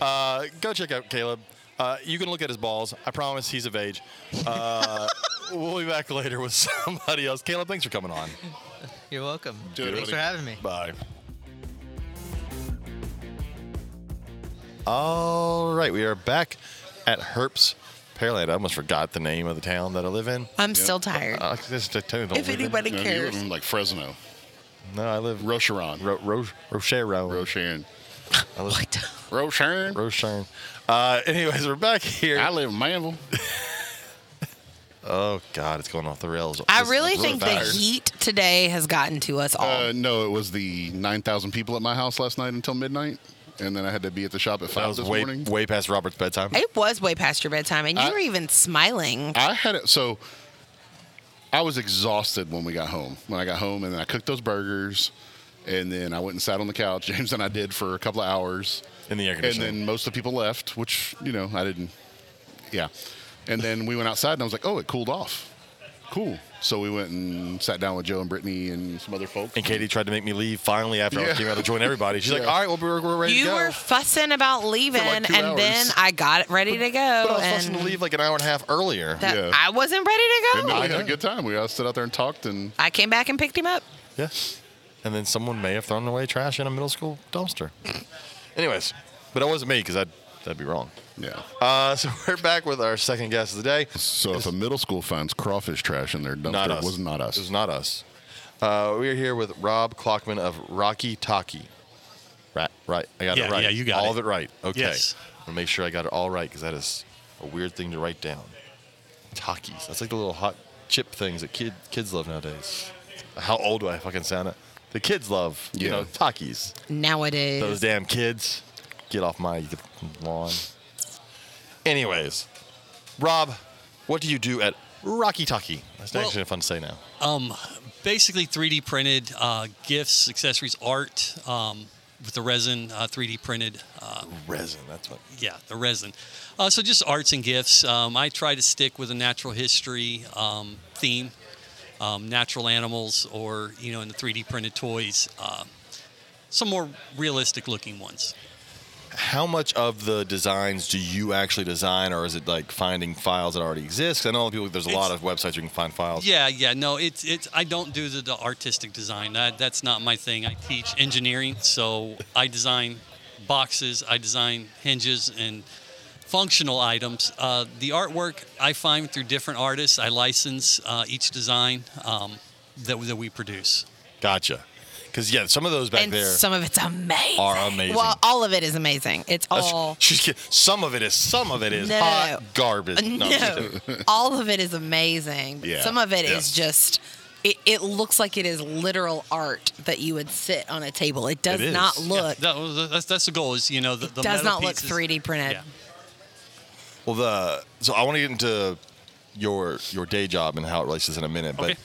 Speaker 1: Uh, go check out Caleb. Uh, you can look at his balls. I promise he's of age. Uh, we'll be back later with somebody else. Caleb, thanks for coming on.
Speaker 2: You're welcome.
Speaker 4: Do it,
Speaker 2: Thanks
Speaker 4: buddy.
Speaker 2: for having me.
Speaker 1: Bye. All right. We are back at Herps Pearland. I almost forgot the name of the town that I live in.
Speaker 3: I'm still tired.
Speaker 1: Uh, this- I tell you, I don't
Speaker 3: if
Speaker 1: live in-
Speaker 3: anybody
Speaker 4: No, you live
Speaker 3: cares.
Speaker 4: in like Fresno,
Speaker 1: No, I live Ro-
Speaker 4: Rocheron,
Speaker 1: Ro- Ro- Rochero.
Speaker 4: Roshan,
Speaker 1: I live-
Speaker 4: Roshan.
Speaker 1: Roshan. Uh, anyways, we're back here.
Speaker 4: I live in Manville.
Speaker 1: oh God, it's going off the rails.
Speaker 3: I
Speaker 1: This-
Speaker 3: really
Speaker 1: this is
Speaker 3: think the
Speaker 1: bad.
Speaker 3: heat today has gotten to us all.
Speaker 4: Uh, no, it was the 9,000 people at my house last night until midnight, and then I had to be at the shop at
Speaker 1: That
Speaker 4: five
Speaker 1: was
Speaker 4: this
Speaker 1: way
Speaker 4: morning.
Speaker 1: way past Robert's bedtime.
Speaker 3: it was way past your bedtime, and you
Speaker 4: I-
Speaker 3: were even smiling.
Speaker 4: I had it so I was exhausted when we got home. When I got home, and then I cooked those burgers, and then I went and sat on the couch. James and I did for a couple of hours,
Speaker 1: In the air
Speaker 4: and
Speaker 1: conditioning.
Speaker 4: then most of the people left, which you know I didn't. Yeah, and then we went outside, and I was like, oh, it cooled off. Cool. So we went and sat down with Joe and Brittany and some other folks.
Speaker 1: and Katie tried to make me leave finally after
Speaker 4: Yeah.
Speaker 1: I came out to join everybody. She's like,
Speaker 4: Yeah.
Speaker 1: all right, well, we're, we're ready to
Speaker 3: You
Speaker 1: go.
Speaker 3: were fussing about leaving,
Speaker 4: like two
Speaker 3: and
Speaker 4: hours.
Speaker 3: then I got it ready to go.
Speaker 1: but I was
Speaker 3: and
Speaker 1: supposed to leave like an hour and a half earlier.
Speaker 3: that-
Speaker 4: yeah.
Speaker 3: I wasn't ready to
Speaker 4: And
Speaker 3: go.
Speaker 4: we had a good time. We all stood out there and talked, and
Speaker 3: I came back and picked him up.
Speaker 1: Yeah. And then someone may have thrown away trash in a middle school dumpster. Anyways, but it wasn't me because I'd, that'd be wrong.
Speaker 4: yeah.
Speaker 1: Uh, so we're back with our second guest of the day.
Speaker 4: So if a middle school finds crawfish trash in their dumpster,
Speaker 1: Not us.
Speaker 4: it was not us.
Speaker 1: It was not us. Uh, we are here with Rob Clockman of Rocky Talkie. Right, right. I got
Speaker 7: Yeah,
Speaker 1: it right.
Speaker 7: yeah, you got
Speaker 1: all
Speaker 7: it.
Speaker 1: of it right. Okay.
Speaker 7: Yes.
Speaker 1: I'm gonna make sure I got it all right because that is a weird thing to write down. Takis. That's like the little hot chip things that kid kids love nowadays. How old do I fucking sound? It. The kids love, you
Speaker 4: Yeah.
Speaker 1: know, Takis.
Speaker 3: Nowadays,
Speaker 1: Those damn kids. Get off my lawn. Anyways, Rob, what do you do at Rocky Talkie? That's
Speaker 7: Well-
Speaker 1: actually fun to say now.
Speaker 7: Um, basically, 3D printed uh, gifts, accessories, art um, with the resin, uh, 3D printed. Uh,
Speaker 1: Resin, that's what.
Speaker 7: yeah, the resin. Uh, so just arts and gifts. Um, I try to stick with a natural history um, theme, um, natural animals, or you know, in the 3D printed toys, uh, some more realistic looking ones.
Speaker 1: How much of the designs do you actually design, or is it like finding files that already exist? 'Cause I know a lot of people. There's a lot of
Speaker 7: It's-
Speaker 1: websites you can find files.
Speaker 7: Yeah, yeah. No, it's it's. I don't do the, the artistic design. That that's not my thing. I teach engineering, so I design boxes. I design hinges and functional items. Uh, the artwork I find through different artists. I license uh, each design um, that that we produce.
Speaker 1: Gotcha. Because yeah, some of those back
Speaker 3: and
Speaker 1: there
Speaker 3: some of it's amazing.
Speaker 1: are amazing.
Speaker 3: Well, all of it is amazing. It's
Speaker 1: That's-
Speaker 3: all.
Speaker 1: she's kidding. Some of it is. Some of it is
Speaker 3: No.
Speaker 1: hot garbage. No, I'm just
Speaker 3: no,
Speaker 1: kidding.
Speaker 3: all of it is amazing. but
Speaker 4: Yeah.
Speaker 3: Some of it is
Speaker 1: Yeah.
Speaker 3: just. It, it looks like it is literal art that you would sit on a table. It does
Speaker 1: It
Speaker 3: not
Speaker 1: is.
Speaker 3: look.
Speaker 7: That was- that's that's the goal. Is you know the, the
Speaker 3: does
Speaker 7: metal
Speaker 3: not look
Speaker 7: pieces-
Speaker 3: 3D printed.
Speaker 7: Yeah.
Speaker 1: Well, the so I want to get into your your day job and how it relates to this in a minute, but
Speaker 7: Okay.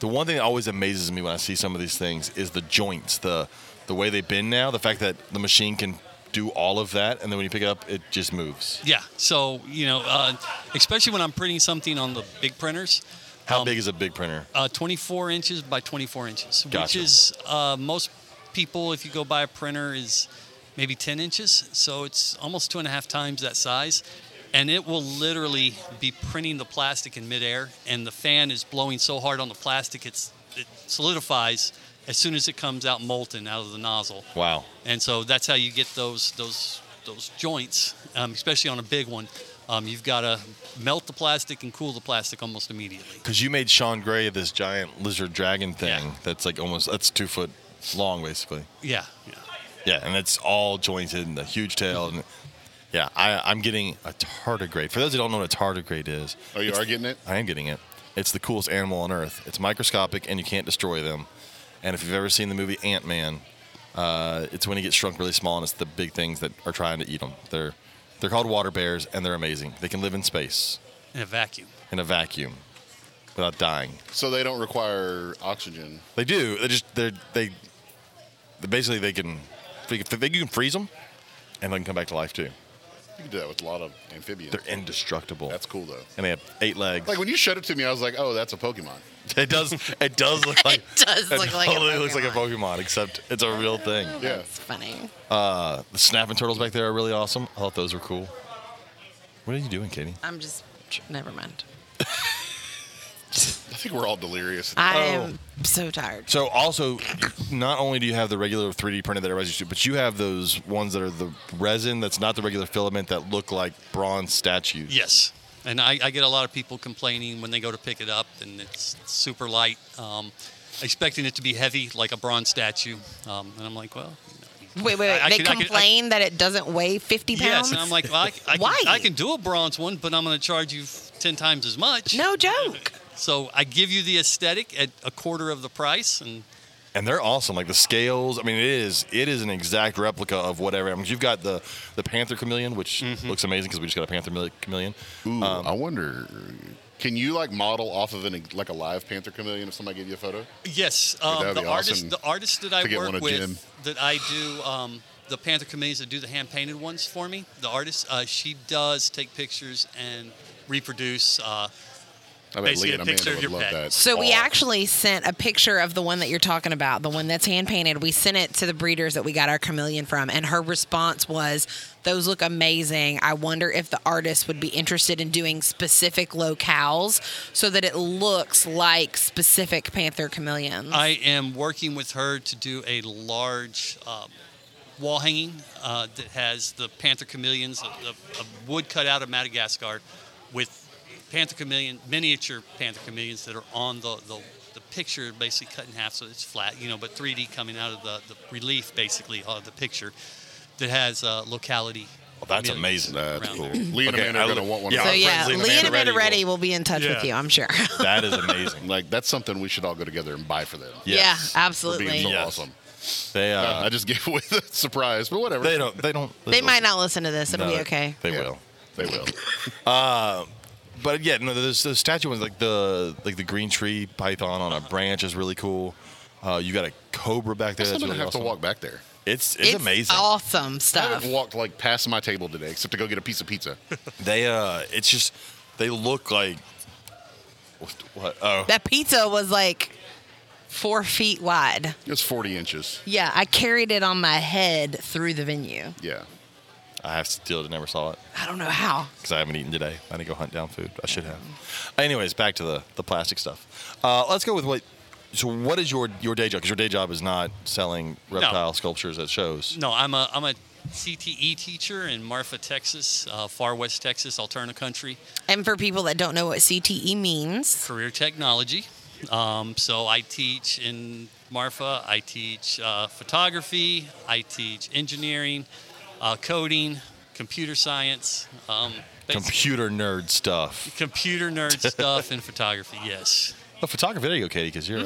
Speaker 1: the one thing that always amazes me when I see some of these things is the joints, the the way they bend now, the fact that the machine can do all of that, and then when you pick it up, it just moves.
Speaker 7: Yeah. So you know, uh, especially when I'm printing something on the big printers.
Speaker 1: How
Speaker 7: um,
Speaker 1: big is a big printer?
Speaker 7: Uh, 24 inches by 24 inches,
Speaker 1: Gotcha.
Speaker 7: which is uh, most people, if you go buy a printer, is maybe 10 inches. So it's almost two and a half times that size. And it will literally be printing the plastic in midair, and the fan is blowing so hard on the plastic, it's, it solidifies as soon as it comes out molten out of the nozzle.
Speaker 1: Wow.
Speaker 7: And so that's how you get those those those joints, um, especially on a big one. Um, you've got to melt the plastic and cool the plastic almost immediately.
Speaker 1: Because you made Sean Gray this giant lizard dragon thing
Speaker 7: Yeah.
Speaker 1: that's like almost that's two foot long basically.
Speaker 7: Yeah. yeah.
Speaker 1: Yeah, and it's all jointed and a huge tail and yeah, I, I'm getting a tardigrade. For those who don't know what a tardigrade is,
Speaker 4: oh, you are getting it?
Speaker 1: I am getting it. It's the coolest animal on earth. It's microscopic and you can't destroy them. And if you've ever seen the movie Ant Man, uh, it's when he gets shrunk really small and it's the big things that are trying to eat him. They're they're called water bears and they're amazing. They can live in space
Speaker 7: in a vacuum.
Speaker 1: in a vacuum without dying.
Speaker 4: So they don't require oxygen.
Speaker 1: They do. They just they're, they they basically they can they, can- they can freeze them and they can come back to life too.
Speaker 4: You can do that with a lot of amphibians.
Speaker 1: They're indestructible.
Speaker 4: That's cool, though.
Speaker 1: And they have eight legs.
Speaker 4: Like when you showed it to me, I was like, oh, that's a Pokemon.
Speaker 1: it does it does look like
Speaker 3: It does look like a
Speaker 1: totally looks like a
Speaker 3: Pokemon.
Speaker 1: Pokemon, except it's a real thing. Uh,
Speaker 4: Yeah.
Speaker 3: It's Oh, funny.
Speaker 1: The snapping turtles back there are really awesome. I thought those were cool. What are you doing, Katie?
Speaker 3: I'm just. Never mind.
Speaker 4: I think we're all delirious.
Speaker 3: I
Speaker 1: Oh.
Speaker 3: am so tired.
Speaker 1: So also, not only do you have the regular 3D printer that everybody's used to, but you have those ones that are the resin that's not the regular filament that look like bronze statues.
Speaker 7: Yes. And I, I get a lot of people complaining when they go to pick it up and it's super light, um, expecting it to be heavy like a bronze statue. Um, and I'm like, well,
Speaker 3: Wait, wait, wait.
Speaker 7: I- I
Speaker 3: they
Speaker 7: could- I could- I-
Speaker 3: complain that it doesn't weigh 50 pounds?
Speaker 7: yes. And I'm like, well, I, I,
Speaker 3: Why?
Speaker 7: Can, I can do a bronze one, but I'm going to charge you 10 times as much.
Speaker 3: No joke.
Speaker 7: So I give you the aesthetic at a quarter of the price. And
Speaker 1: and they're awesome. Like the scales, I mean, it is it is an exact replica of whatever. I mean, you've got the Um, the panther chameleon, which looks amazing because we just got a panther mil- chameleon.
Speaker 4: Ooh, I wonder, Can you like model off of an like a live panther chameleon if somebody gave you a photo?
Speaker 7: Yes, um,
Speaker 4: that'd
Speaker 7: the
Speaker 4: be awesome
Speaker 7: artist the artist that I
Speaker 4: to get one
Speaker 7: work
Speaker 4: of
Speaker 7: with
Speaker 4: Jim.
Speaker 7: that I do um, the Panther committees that do the hand painted ones for me. The artist uh, she does take pictures and reproduce. Uh,
Speaker 4: I bet
Speaker 7: Basically
Speaker 4: Lee
Speaker 7: a
Speaker 4: and
Speaker 7: picture
Speaker 4: Amanda
Speaker 7: of
Speaker 4: would
Speaker 7: your
Speaker 4: love
Speaker 7: pet.
Speaker 4: that.
Speaker 3: So we
Speaker 4: all.
Speaker 3: actually sent a picture of the one that you're talking about, the one that's hand painted. We sent it to the breeders that we got our chameleon from, and her response was, "Those look amazing. I wonder if the artist would be interested in doing specific locales so that it looks like specific panther chameleons."
Speaker 7: I am working with her to do a large um, wall hanging uh, that has the panther chameleons, a, a, a wood cut out of Madagascar, with panther chameleon miniature panther chameleons that are on the, the the picture basically cut in half so it's flat, you know, but 3D coming out of the, the relief basically of the picture that has uh, locality.
Speaker 1: Well, Oh, that's
Speaker 7: chameleons
Speaker 1: amazing.
Speaker 4: That's
Speaker 7: around
Speaker 4: cool.
Speaker 7: there.
Speaker 4: Lee and
Speaker 1: Okay,
Speaker 4: Amanda
Speaker 1: I
Speaker 4: are gonna
Speaker 1: look-
Speaker 4: want one.
Speaker 1: yeah,
Speaker 4: of
Speaker 3: so
Speaker 1: our
Speaker 4: those.
Speaker 3: yeah,
Speaker 1: friends, Lee and
Speaker 3: Lee and
Speaker 1: Amanda
Speaker 3: Amanda
Speaker 1: Reddy
Speaker 3: Reddy will be in touch with
Speaker 7: Yeah.
Speaker 3: you, I'm sure.
Speaker 1: That is amazing.
Speaker 4: Like that's something we should all go together and buy for them.
Speaker 1: Yes.
Speaker 3: Yeah,
Speaker 4: For being so
Speaker 3: absolutely.
Speaker 1: Yes.
Speaker 4: awesome.
Speaker 1: They uh,
Speaker 4: I just gave away the surprise, but whatever.
Speaker 1: they don't they don't
Speaker 3: They might not listen to this. It'll
Speaker 1: No,
Speaker 3: be okay.
Speaker 1: They
Speaker 4: Yeah,
Speaker 1: will. Uh,
Speaker 4: They will.
Speaker 1: But yeah, no, there's those statue ones like the like the green tree python on a branch is really cool. Uh, you got a cobra back there.
Speaker 4: I'm
Speaker 1: That's
Speaker 4: gonna
Speaker 1: really
Speaker 4: have
Speaker 1: awesome.
Speaker 4: to walk back there.
Speaker 1: It's, it's amazing.
Speaker 3: Awesome
Speaker 4: I
Speaker 3: stuff.
Speaker 4: haven't walked like past my table today, except to go get a piece of pizza.
Speaker 1: They uh, it's just they look like what? Oh,
Speaker 3: That pizza was like four feet wide.
Speaker 4: It's 40 inches.
Speaker 3: Yeah, I carried it on my head through the venue.
Speaker 4: Yeah.
Speaker 1: I have still never saw it
Speaker 3: I don't know how.
Speaker 1: because I haven't eaten today. I need to go hunt down food. I should have. Anyways, back to the the plastic stuff. Uh, let's go with what. So, what is your your day job? Because your day job is not selling reptile sculptures at shows.
Speaker 7: No, I'm a I'm a CTE teacher in Marfa, Texas, uh, far west Texas, Alterna country.
Speaker 3: And for people that don't know what CTE means,
Speaker 7: career technology. Um, so I teach in Marfa. I teach uh, photography. I teach engineering, uh, coding, computer science, um, basic
Speaker 1: Computer nerd stuff.
Speaker 7: computer nerd stuff, and photography. Yes.
Speaker 1: Oh, photography. There you go, Katie, because you're a,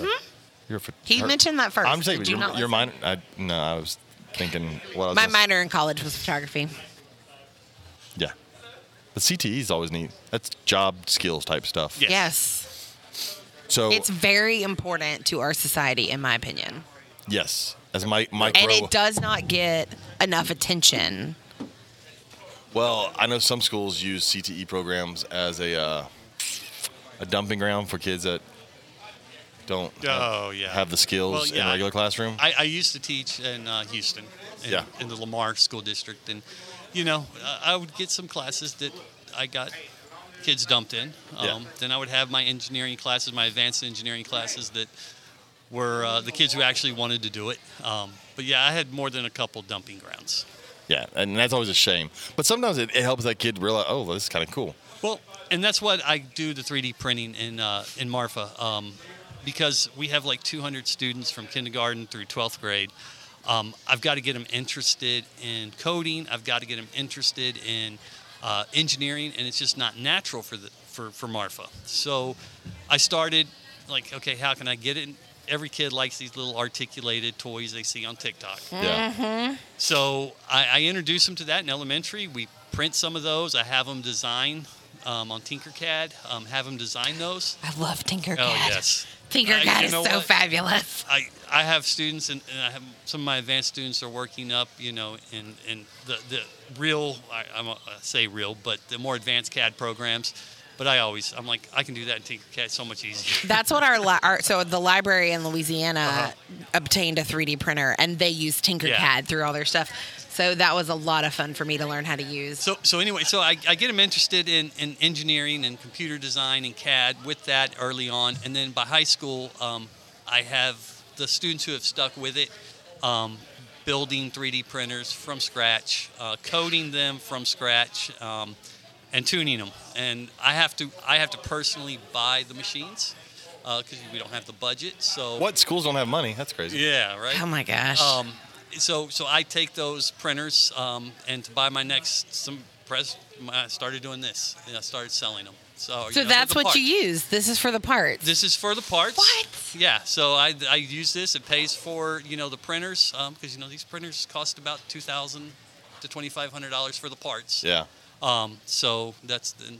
Speaker 1: you're a phot-
Speaker 3: Mm-hmm. he
Speaker 1: her-
Speaker 3: mentioned that first.
Speaker 1: I'm saying
Speaker 3: Did you
Speaker 1: your,
Speaker 3: not
Speaker 1: your
Speaker 3: listen?
Speaker 1: minor. I, no, I was thinking what I was
Speaker 3: My
Speaker 1: gonna-
Speaker 3: minor in college was photography.
Speaker 1: Yeah, the CTE E is always neat. That's job skills type stuff.
Speaker 7: Yeah.
Speaker 3: Yes.
Speaker 1: So
Speaker 3: It's very important to our society, in my opinion.
Speaker 1: yes, as Mike Mike
Speaker 3: And
Speaker 1: Rowe-
Speaker 3: it does not get enough attention.
Speaker 1: Well, I know some schools use CTE programs as a uh, a dumping ground for kids that don't
Speaker 7: Oh,
Speaker 1: have,
Speaker 7: yeah.
Speaker 1: have the skills
Speaker 7: Well,
Speaker 1: in
Speaker 7: yeah,
Speaker 1: a regular classroom.
Speaker 7: I, I used to teach in uh, Houston, in,
Speaker 1: Yeah.
Speaker 7: in the Lamar School District, and you know, I I would get some classes that I got kids dumped in. Um,
Speaker 1: Yeah.
Speaker 7: Then I would have my engineering classes, my advanced engineering classes that were uh, the kids who actually wanted to do it. Um, but yeah, I had more than a couple dumping grounds.
Speaker 1: yeah, and that's always a shame. But sometimes it, it helps that kid realize, oh, this is kind of cool.
Speaker 7: Well, and that's what I do the 3D printing in uh, in Marfa, um, because we have like 200 students from kindergarten through 12th grade. Um, I've got to get them interested in coding. I've got to get them interested in uh, engineering, and it's just not natural for the for for Marfa. So, I started like, okay, how can I get it? Every kid likes these little articulated toys they see on TikTok.
Speaker 1: Yeah.
Speaker 7: So I, I introduce them to that in elementary. We print some of those. I have them design um, on Tinkercad. Um, have them design those.
Speaker 3: I love Tinkercad.
Speaker 7: Oh yes.
Speaker 3: Tinkercad
Speaker 7: Uh, you
Speaker 3: is so
Speaker 7: know what?
Speaker 3: fabulous.
Speaker 7: I, I have students and, and I have some of my advanced students are working up, you know, in, in the, the real, I, I'm a, I say real, but the more advanced CAD programs. But I always, I'm like, I can do that in Tinkercad so much easier.
Speaker 3: That's what our, li- our so the library in Louisiana obtained a 3D printer and they used Tinkercad
Speaker 7: Yeah.
Speaker 3: through all their stuff. So that was a lot of fun for me to learn how to use.
Speaker 7: So, so anyway, so I, I get them interested in, in engineering and computer design and CAD with that early on, and then by high school, um, I have the students who have stuck with it, um, building 3D printers from scratch, uh, coding them from scratch, um, and tuning them. And I have to I have to personally buy the machines because we don't have the budget. So
Speaker 1: What schools don't have money? That's crazy.
Speaker 7: Yeah, right.
Speaker 3: oh my gosh.
Speaker 7: Um, so so I take those printers um, and to buy my next some press. My, I started doing this. And I started selling them. So Oh, you
Speaker 3: so
Speaker 7: know, for
Speaker 3: that's
Speaker 7: the
Speaker 3: what
Speaker 7: parts.
Speaker 3: you use. This is for the parts.
Speaker 7: This is for the parts.
Speaker 3: What?
Speaker 7: Yeah. So I, I use this. It pays for you know the printers because you know these printers cost about two thousand to twenty five hundred dollars for the parts.
Speaker 1: Yeah.
Speaker 7: Um, so that's the, th-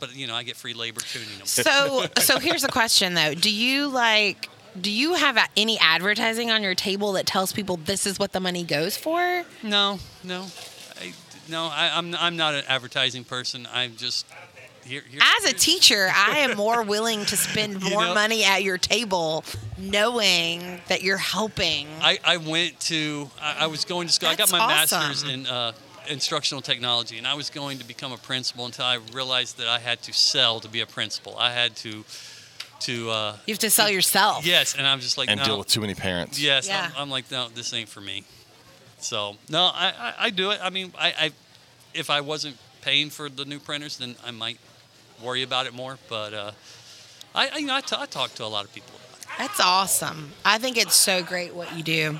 Speaker 7: but you know, I get free labor tuning them.
Speaker 3: So, so here's a question though. Do you like? Do you have a- any advertising on your table that tells people this is what the money goes for?
Speaker 7: No, no, I, no. I, I'm I'm not an advertising person. I'm just here. here
Speaker 3: As a teacher, I am more willing to spend more
Speaker 7: know-
Speaker 3: money at your table, knowing that you're helping.
Speaker 7: I, I went to I, I was going to school.
Speaker 3: That's
Speaker 7: I got my
Speaker 3: awesome.
Speaker 7: master's in uh, instructional technology, and I was going to become a principal until I realized that I had to sell to be a principal. I had to to uh,
Speaker 3: You have to sell yourself.
Speaker 7: yes, and I'm just like
Speaker 1: and
Speaker 7: no,
Speaker 1: deal with too many parents.
Speaker 7: Yes, I'm,
Speaker 3: Yeah.
Speaker 7: I'm like, no, this ain't for me. So no, I, I, I do it. I mean, I, I if I wasn't paying for the new printers, then I might worry about it more. But uh, I, I, you know, I, t- I talk to a lot of people. about it.
Speaker 3: That's awesome. I think it's so great what you do.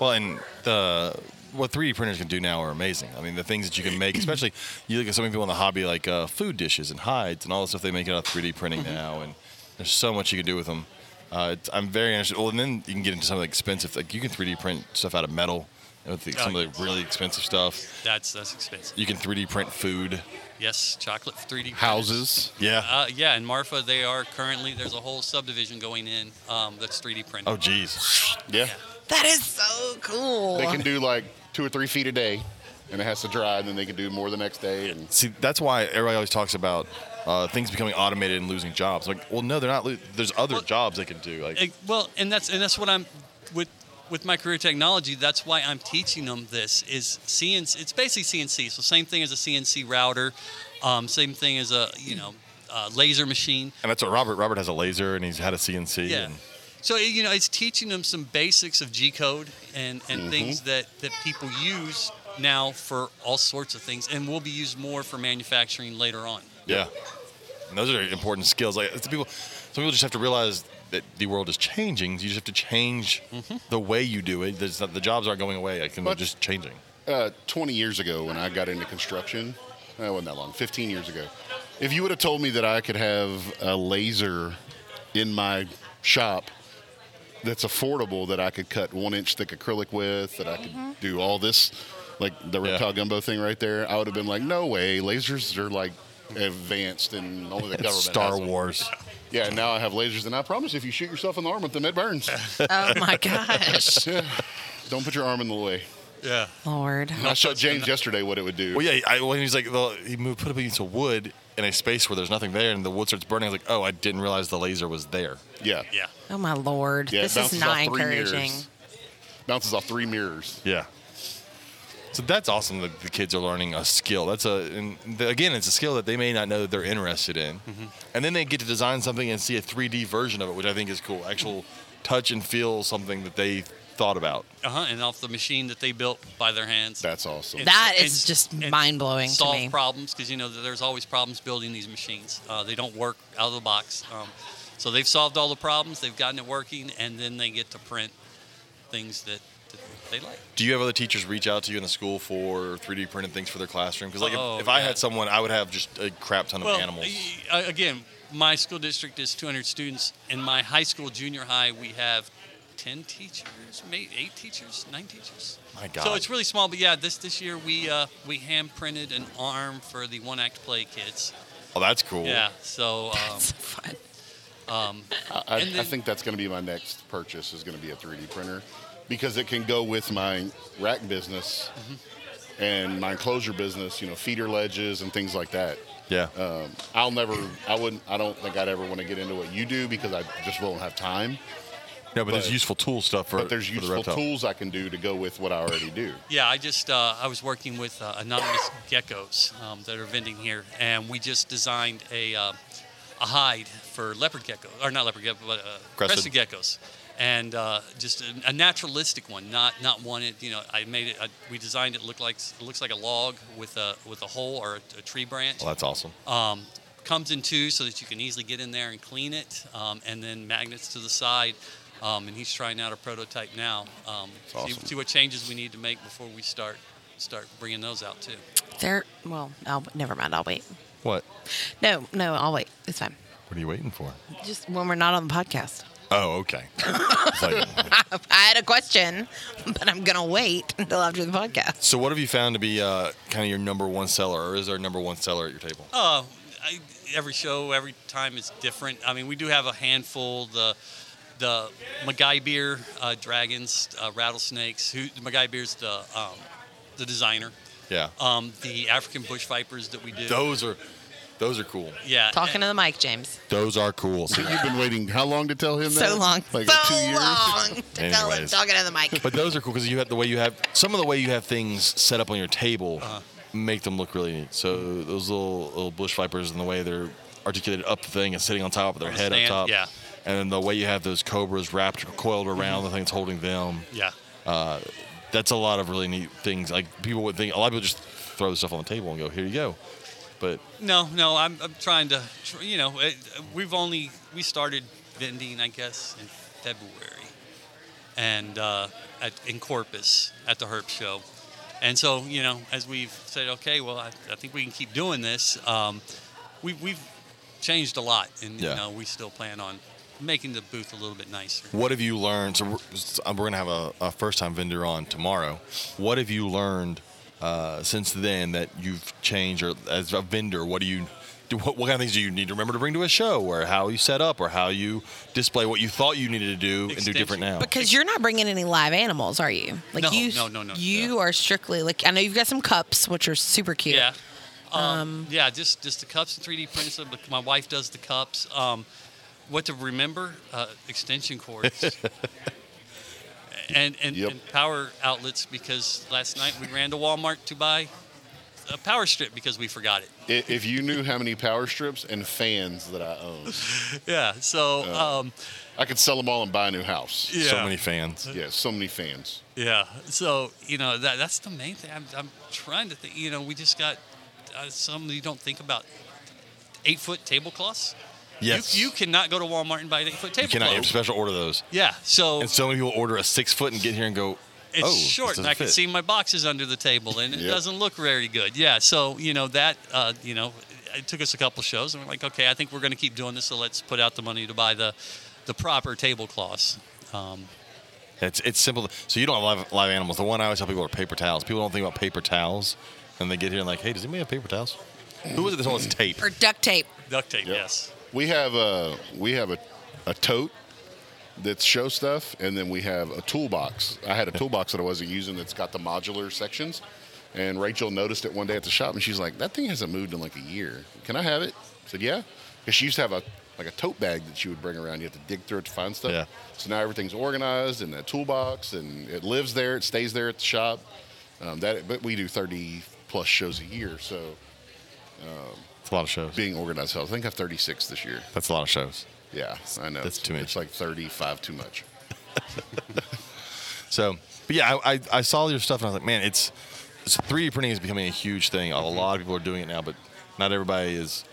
Speaker 1: Well, and the what 3D printers can do now are amazing. I mean, the things that you can make, especially you look at so many people in the hobby, like uh, food dishes and hides and all the stuff they make out of 3D printing
Speaker 7: Mm-hmm.
Speaker 1: now, and there's so much you can do with them. Uh, it's, I'm very interested. Well, and then you can get into some of the expensive, like you can 3D print stuff out of metal, you know, with the, some of the really expensive stuff.
Speaker 7: Oh, That's that's expensive.
Speaker 1: You can 3D print food.
Speaker 7: Yes, chocolate 3D
Speaker 4: Houses.
Speaker 1: Yeah.
Speaker 7: Uh, yeah, in Marfa, they are currently there's a whole subdivision going in um, that's 3D printed.
Speaker 1: oh, jeez.
Speaker 4: Yeah.
Speaker 3: That is so cool.
Speaker 4: They can do like two or three feet a day, and it has to dry, and then they can do more the next day. And
Speaker 1: See, that's why everybody always talks about uh, things becoming automated and losing jobs. Like, well, no, they're not. Lo- there's other jobs they can do. Like,
Speaker 7: Ex- Eh, well and that's and that's what i'm with with my career technology that's why i'm teaching them this is cnc it's basically cnc so same thing as a cnc router um, same thing as a you know uh, laser machine
Speaker 1: And that's what Robert. Robert has a laser, and he's had a CNC.
Speaker 7: yeah
Speaker 1: And
Speaker 7: so you know it's teaching them some basics of g code and and
Speaker 4: Mm-hmm.
Speaker 7: things that that people use now for all sorts of things and will be used more for manufacturing later on
Speaker 1: yeah. And those are important skills. Like it's people, some people just have to realize that the world is changing. You just have to change the way you do it. There's not, the jobs aren't going away. Like, they're
Speaker 4: But-
Speaker 1: just changing.
Speaker 4: uh, 20 years ago, when I got into construction, uh, it wasn't that long, 15 years ago, if you would have told me that I could have a laser in my shop that's affordable, that I could cut one inch thick acrylic with, that I could
Speaker 3: Mm-hmm.
Speaker 4: do all this, like the
Speaker 1: Yeah.
Speaker 4: reptile gumbo thing right there, I would have been like, no way, lasers are like advanced and only the government. has
Speaker 1: Star
Speaker 4: them."
Speaker 1: Wars.
Speaker 4: Yeah, now I have lasers, and I promise if you shoot yourself in the arm with them, it burns.
Speaker 3: oh my gosh,
Speaker 4: Yeah. Don't put your arm in the way.
Speaker 7: yeah
Speaker 3: Lord.
Speaker 4: I showed James yesterday what it would do.
Speaker 1: Well, yeah. I, when he's like, the, he moved, put a piece of wood in a space where there's nothing there, and the wood starts burning. I was like, oh, I didn't realize the laser was there.
Speaker 4: yeah.
Speaker 7: yeah
Speaker 3: Oh my lord.
Speaker 4: Yeah, it
Speaker 3: this is
Speaker 4: bounces
Speaker 3: not
Speaker 4: off three
Speaker 3: encouraging.
Speaker 4: mirrors. Bounces off three mirrors.
Speaker 1: Yeah. So that's awesome that the kids are learning a skill. That's a and the, again, it's a skill that they may not know that they're interested in,
Speaker 4: Mm-hmm.
Speaker 1: and then they get to design something and see a 3D version of it, which I think is cool. Actual touch and feel something that they thought about.
Speaker 7: uh-huh and off the machine that they built by their hands
Speaker 4: That's awesome.
Speaker 7: and-
Speaker 3: That
Speaker 7: and-
Speaker 3: is just
Speaker 7: and
Speaker 3: mind-blowing to
Speaker 7: solve
Speaker 3: me.
Speaker 7: problems because you know that there's always problems building these machines. Uh, they don't work out of the box. Um, so they've solved all the problems. They've gotten it working, and then they get to print things that, that they like.
Speaker 1: Do you have other teachers reach out to you in the school for 3D printed things for their classroom? Because like
Speaker 7: Oh,
Speaker 1: if, if I
Speaker 7: yeah.
Speaker 1: had someone, I would have just a crap ton of
Speaker 7: well,
Speaker 1: animals.
Speaker 7: y- y- again, my school district is 200 students. In my high school, junior high, we have 10 teachers, maybe eight teachers, nine teachers.
Speaker 1: My
Speaker 7: So
Speaker 1: God.
Speaker 7: it's really small, but yeah, this this year we uh, we hand printed an arm for the one act play kids.
Speaker 1: Oh, that's cool.
Speaker 7: Yeah, so um,
Speaker 3: It's fun.
Speaker 4: I, I,
Speaker 7: and
Speaker 4: I
Speaker 7: then-
Speaker 4: think that's going to be my next purchase is going to be a 3D printer because it can go with my rack business
Speaker 1: Mm-hmm.
Speaker 4: and my enclosure business, you know, feeder ledges and things like that.
Speaker 1: Yeah.
Speaker 4: Um, I'll never, I wouldn't, I don't think I'd ever want to get into what you do because I just won't have time.
Speaker 1: no, but, there's
Speaker 4: but-
Speaker 1: useful tool stuff for.
Speaker 4: But there's
Speaker 1: for
Speaker 4: useful
Speaker 1: the reptile.
Speaker 4: tools I can do to go with what I already do.
Speaker 7: Yeah, I just uh, I was working with uh, anonymous geckos um, that are vending here, and we just designed a uh, a hide for leopard gecko, or not leopard gecko, but uh, crested.
Speaker 1: Crested.
Speaker 7: geckos, and uh, just a, a naturalistic one, not not one. It, you know, I made it. I, we designed it look like it looks like a log with a with a hole or a, a tree branch.
Speaker 1: Oh, that's awesome.
Speaker 7: Um, comes in two so that you can easily get in there and clean it, um, and then magnets to the side. Um, and he's trying out a prototype now. Um,
Speaker 1: awesome.
Speaker 7: see, see what changes we need to make before we start start bringing those out too.
Speaker 3: There. Well, I'll, never mind. I'll wait.
Speaker 1: What?
Speaker 3: No, no, I'll wait. It's fine.
Speaker 1: What are you waiting for?
Speaker 3: Just when we're not on the podcast.
Speaker 1: Oh, okay. It's like-
Speaker 3: I had a question, but I'm gonna wait until after the podcast.
Speaker 1: So, what have you found to be uh, kind of your number one seller, or is there a number one seller at your table?
Speaker 7: Uh, I, every show, every time is different. I mean, we do have a handful. The the MacGyver uh, dragons, uh, rattlesnakes. Who MacGyver's the um, the designer.
Speaker 1: Yeah.
Speaker 7: Um, the African bush vipers that we do.
Speaker 1: those are those are cool.
Speaker 7: Yeah.
Speaker 3: Talking to the mic, James.
Speaker 1: Those are cool. So-
Speaker 4: You've been waiting how long to tell him that?
Speaker 3: So long.
Speaker 4: Like
Speaker 3: so
Speaker 4: two years?
Speaker 3: long to tell him
Speaker 1: Anyways.
Speaker 3: talking to the mic.
Speaker 1: but those are cool because you have the way you have some of the way you have things set up on your table
Speaker 7: Uh-huh.
Speaker 1: make them look really neat. So those little little bush vipers and the way they're articulated up the thing and sitting on top of their
Speaker 7: On the
Speaker 1: head
Speaker 7: stand,
Speaker 1: up top.
Speaker 7: yeah.
Speaker 1: And then the way you have those cobras wrapped coiled around the thing that's holding them.
Speaker 7: Yeah.
Speaker 1: Uh, that's a lot of really neat things. Like people would think a lot of people just throw stuff on the table and go, "Here you go." But
Speaker 7: No, no, I'm, I'm trying to, tr- you know, it, we've only, we started vending, I guess, in February and uh, at, in Corpus at the Herb Show. And so, you know, as we've said, okay, well, I, I think we can keep doing this, um, we, we've changed a lot. And,
Speaker 1: Yeah.
Speaker 7: you know, we still plan on making the booth a little bit nicer.
Speaker 1: What have you learned? So we're, so we're gonna have a, a first-time vendor on tomorrow. What have you learned uh, since then that you've changed, or as a vendor, what do you do? What, what kind of things do you need to remember to bring to a show, or how you set up, or how you display what you thought you needed to do and do different
Speaker 7: Extension.
Speaker 1: now?
Speaker 3: Because you're not bringing any live animals, are you? Like
Speaker 7: No,
Speaker 3: you,
Speaker 7: no, no, no,
Speaker 3: You are strictly like I know you've got some cups, which are super cute.
Speaker 7: Yeah. Um, yeah, just just the cups and 3D prints. them, But my wife does the cups. Um, what to remember? Uh, extension cords. and and,
Speaker 4: Yep.
Speaker 7: and power outlets because last night we ran to Walmart to buy a power strip because we forgot it.
Speaker 4: I- If you knew how many power strips and fans that I own, Uh,
Speaker 7: Yeah. So um,
Speaker 4: I could sell them all and buy a new house.
Speaker 7: yeah.
Speaker 1: So many fans.
Speaker 4: Yeah, so many fans.
Speaker 7: Yeah. So you know that that's the main thing. I'm, I'm trying to think. You know, we just got uh, some you don't think about. Eight foot tablecloths.
Speaker 1: Yes.
Speaker 7: You, you cannot go to Walmart and buy an eight foot
Speaker 1: You cannot
Speaker 7: tablecloth.
Speaker 1: you have to special order those.
Speaker 7: Yeah, so
Speaker 1: And so many people order a six foot and get here and go,
Speaker 7: it's
Speaker 1: "Oh, this
Speaker 7: short, and
Speaker 1: doesn't
Speaker 7: I can
Speaker 1: fit."
Speaker 7: see my boxes under the table, and it
Speaker 4: Yep.
Speaker 7: doesn't look very good. Yeah, so you know that uh, you know it took us a couple shows, and we're like, okay, I think we're going to keep doing this, so let's put out the money to buy the the proper tablecloths. Um,
Speaker 1: It's it's simple. So you don't have live, live animals. The one I always tell people are paper towels. People don't think about paper towels, and they get here and like, hey, does anybody have paper towels? Who was it? This one was tape.
Speaker 3: Or duct tape.
Speaker 7: duct tape,
Speaker 4: Yep.
Speaker 7: yes.
Speaker 4: We have a we have a, a tote that's show stuff, and then we have a toolbox. I had a toolbox that I wasn't using that's got the modular sections. And Rachel noticed it one day at the shop, and she's like, "That thing hasn't moved in like a year. Can I have it?" I said, "Yeah," because she used to have a like a tote bag that she would bring around. You have to dig through it to find stuff.
Speaker 1: Yeah.
Speaker 4: So now everything's organized in that toolbox, and it lives there. It stays there at the shop. Um, that, but we do 30 plus shows a year, so um,
Speaker 1: That's a lot of shows.
Speaker 4: being organized helps. I think I have 36 this year.
Speaker 1: That's a lot of shows.
Speaker 4: Yeah, I know. It's-
Speaker 1: That's too much.
Speaker 4: It's like 35 too much.
Speaker 1: So, but yeah, I, I, I saw your stuff and I was like, man, it's, it's 3D printing is becoming a huge thing. A lot of people are doing it now, but not everybody is.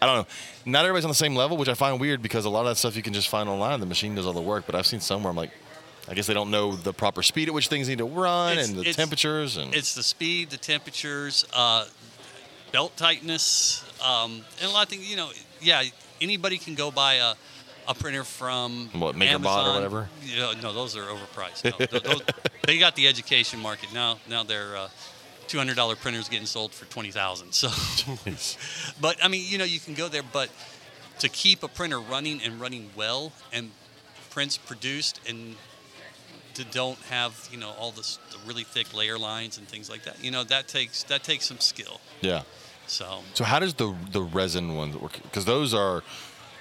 Speaker 1: I don't know. Not everybody's on the same level, which I find weird because a lot of that stuff you can just find online. The machine does all the work, but I've seen somewhere I'm like, I guess they don't know the proper speed at which things need to run
Speaker 7: It's-
Speaker 1: and the
Speaker 7: it's-
Speaker 1: temperatures and
Speaker 7: It's the speed, the temperatures, uh, belt tightness, um, and a lot of things. You know, yeah, anybody can go buy a, a printer from
Speaker 1: What, MakerBot or
Speaker 7: Amazon.
Speaker 1: whatever?
Speaker 7: You know, no, those are overpriced. No, th- those- they got the education market now. Now they're. Uh, Two hundred dollar printers getting sold for twenty thousand. So, but I mean, you know, you can go there, but to keep a printer running and running well, and prints produced and to don't have you know all this, the really thick layer lines and things like that. You know that takes that takes some skill.
Speaker 1: yeah.
Speaker 7: So
Speaker 1: So how does the the resin ones work? Because those are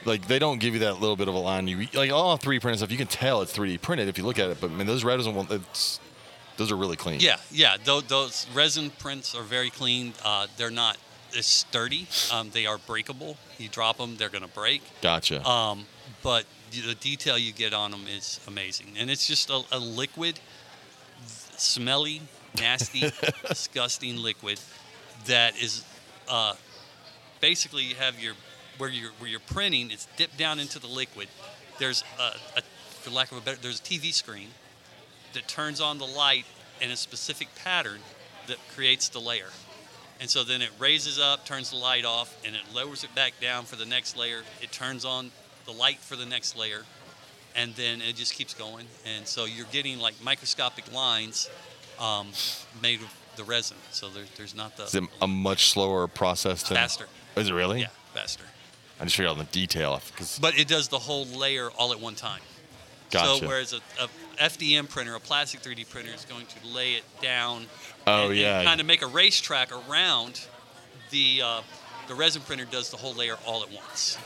Speaker 1: like they don't give you that little bit of a line. You like all 3D printed stuff. You can tell it's 3D printed if you look at it. But man, those resin ones, it's, those are really clean.
Speaker 7: yeah, yeah, those, those resin prints are very clean. Uh, they're not as sturdy. Um, they are breakable. You drop them, they're gonna break.
Speaker 1: Gotcha.
Speaker 7: Um, but the detail you get on them is amazing, and it's just a, a liquid, smelly, nasty, disgusting liquid that is uh, basically you have your where you're where you're printing. It's dipped down into the liquid. There's a, a for lack of a better, there's a TV screen that turns on the light in a specific pattern that creates the layer. And so then it raises up, turns the light off, and it lowers it back down for the next layer. It turns on the light for the next layer, and then it just keeps going. And so you're getting like microscopic lines um, made of the resin. So there, there's not the
Speaker 1: Is it a much slower process than
Speaker 7: Faster.
Speaker 1: Is it really?
Speaker 7: Yeah. faster.
Speaker 1: I just figured out the detail because
Speaker 7: But it does the whole layer all at one time.
Speaker 1: Gotcha.
Speaker 7: So whereas a, a FDM printer, a plastic 3D printer, is going to lay it down.
Speaker 1: Oh,
Speaker 7: and,
Speaker 1: yeah.
Speaker 7: And kind of make a racetrack around the uh, the resin printer does the whole layer all at once.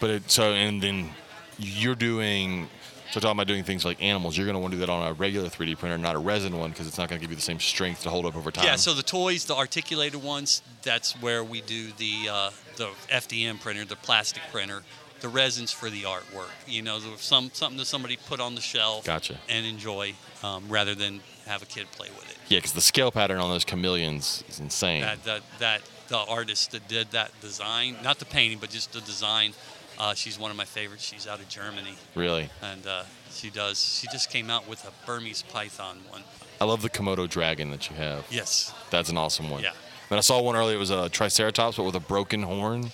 Speaker 1: But it, so and then you're doing so talking about doing things like animals. You're going to want to do that on a regular 3D printer, not a resin one, because it's not going to give you the same strength to hold up over time.
Speaker 7: Yeah. So the toys, the articulated ones, that's where we do the uh, the FDM printer, the plastic printer. The resins for the artwork, you know, the- some something that somebody put on the shelf
Speaker 1: Gotcha.
Speaker 7: and enjoy, um, rather than have a kid play with it.
Speaker 1: yeah, because the scale pattern on those chameleons is insane.
Speaker 7: that that that the artist that did that design, not the painting, but just the design. Uh, she's one of my favorites. She's out of Germany,
Speaker 1: really,
Speaker 7: and uh, she does. She just came out with a Burmese python one.
Speaker 1: I love the Komodo dragon that you have.
Speaker 7: Yes.
Speaker 1: That's an awesome one.
Speaker 7: Yeah.
Speaker 1: And I saw one earlier. It was a triceratops, but with a broken horn.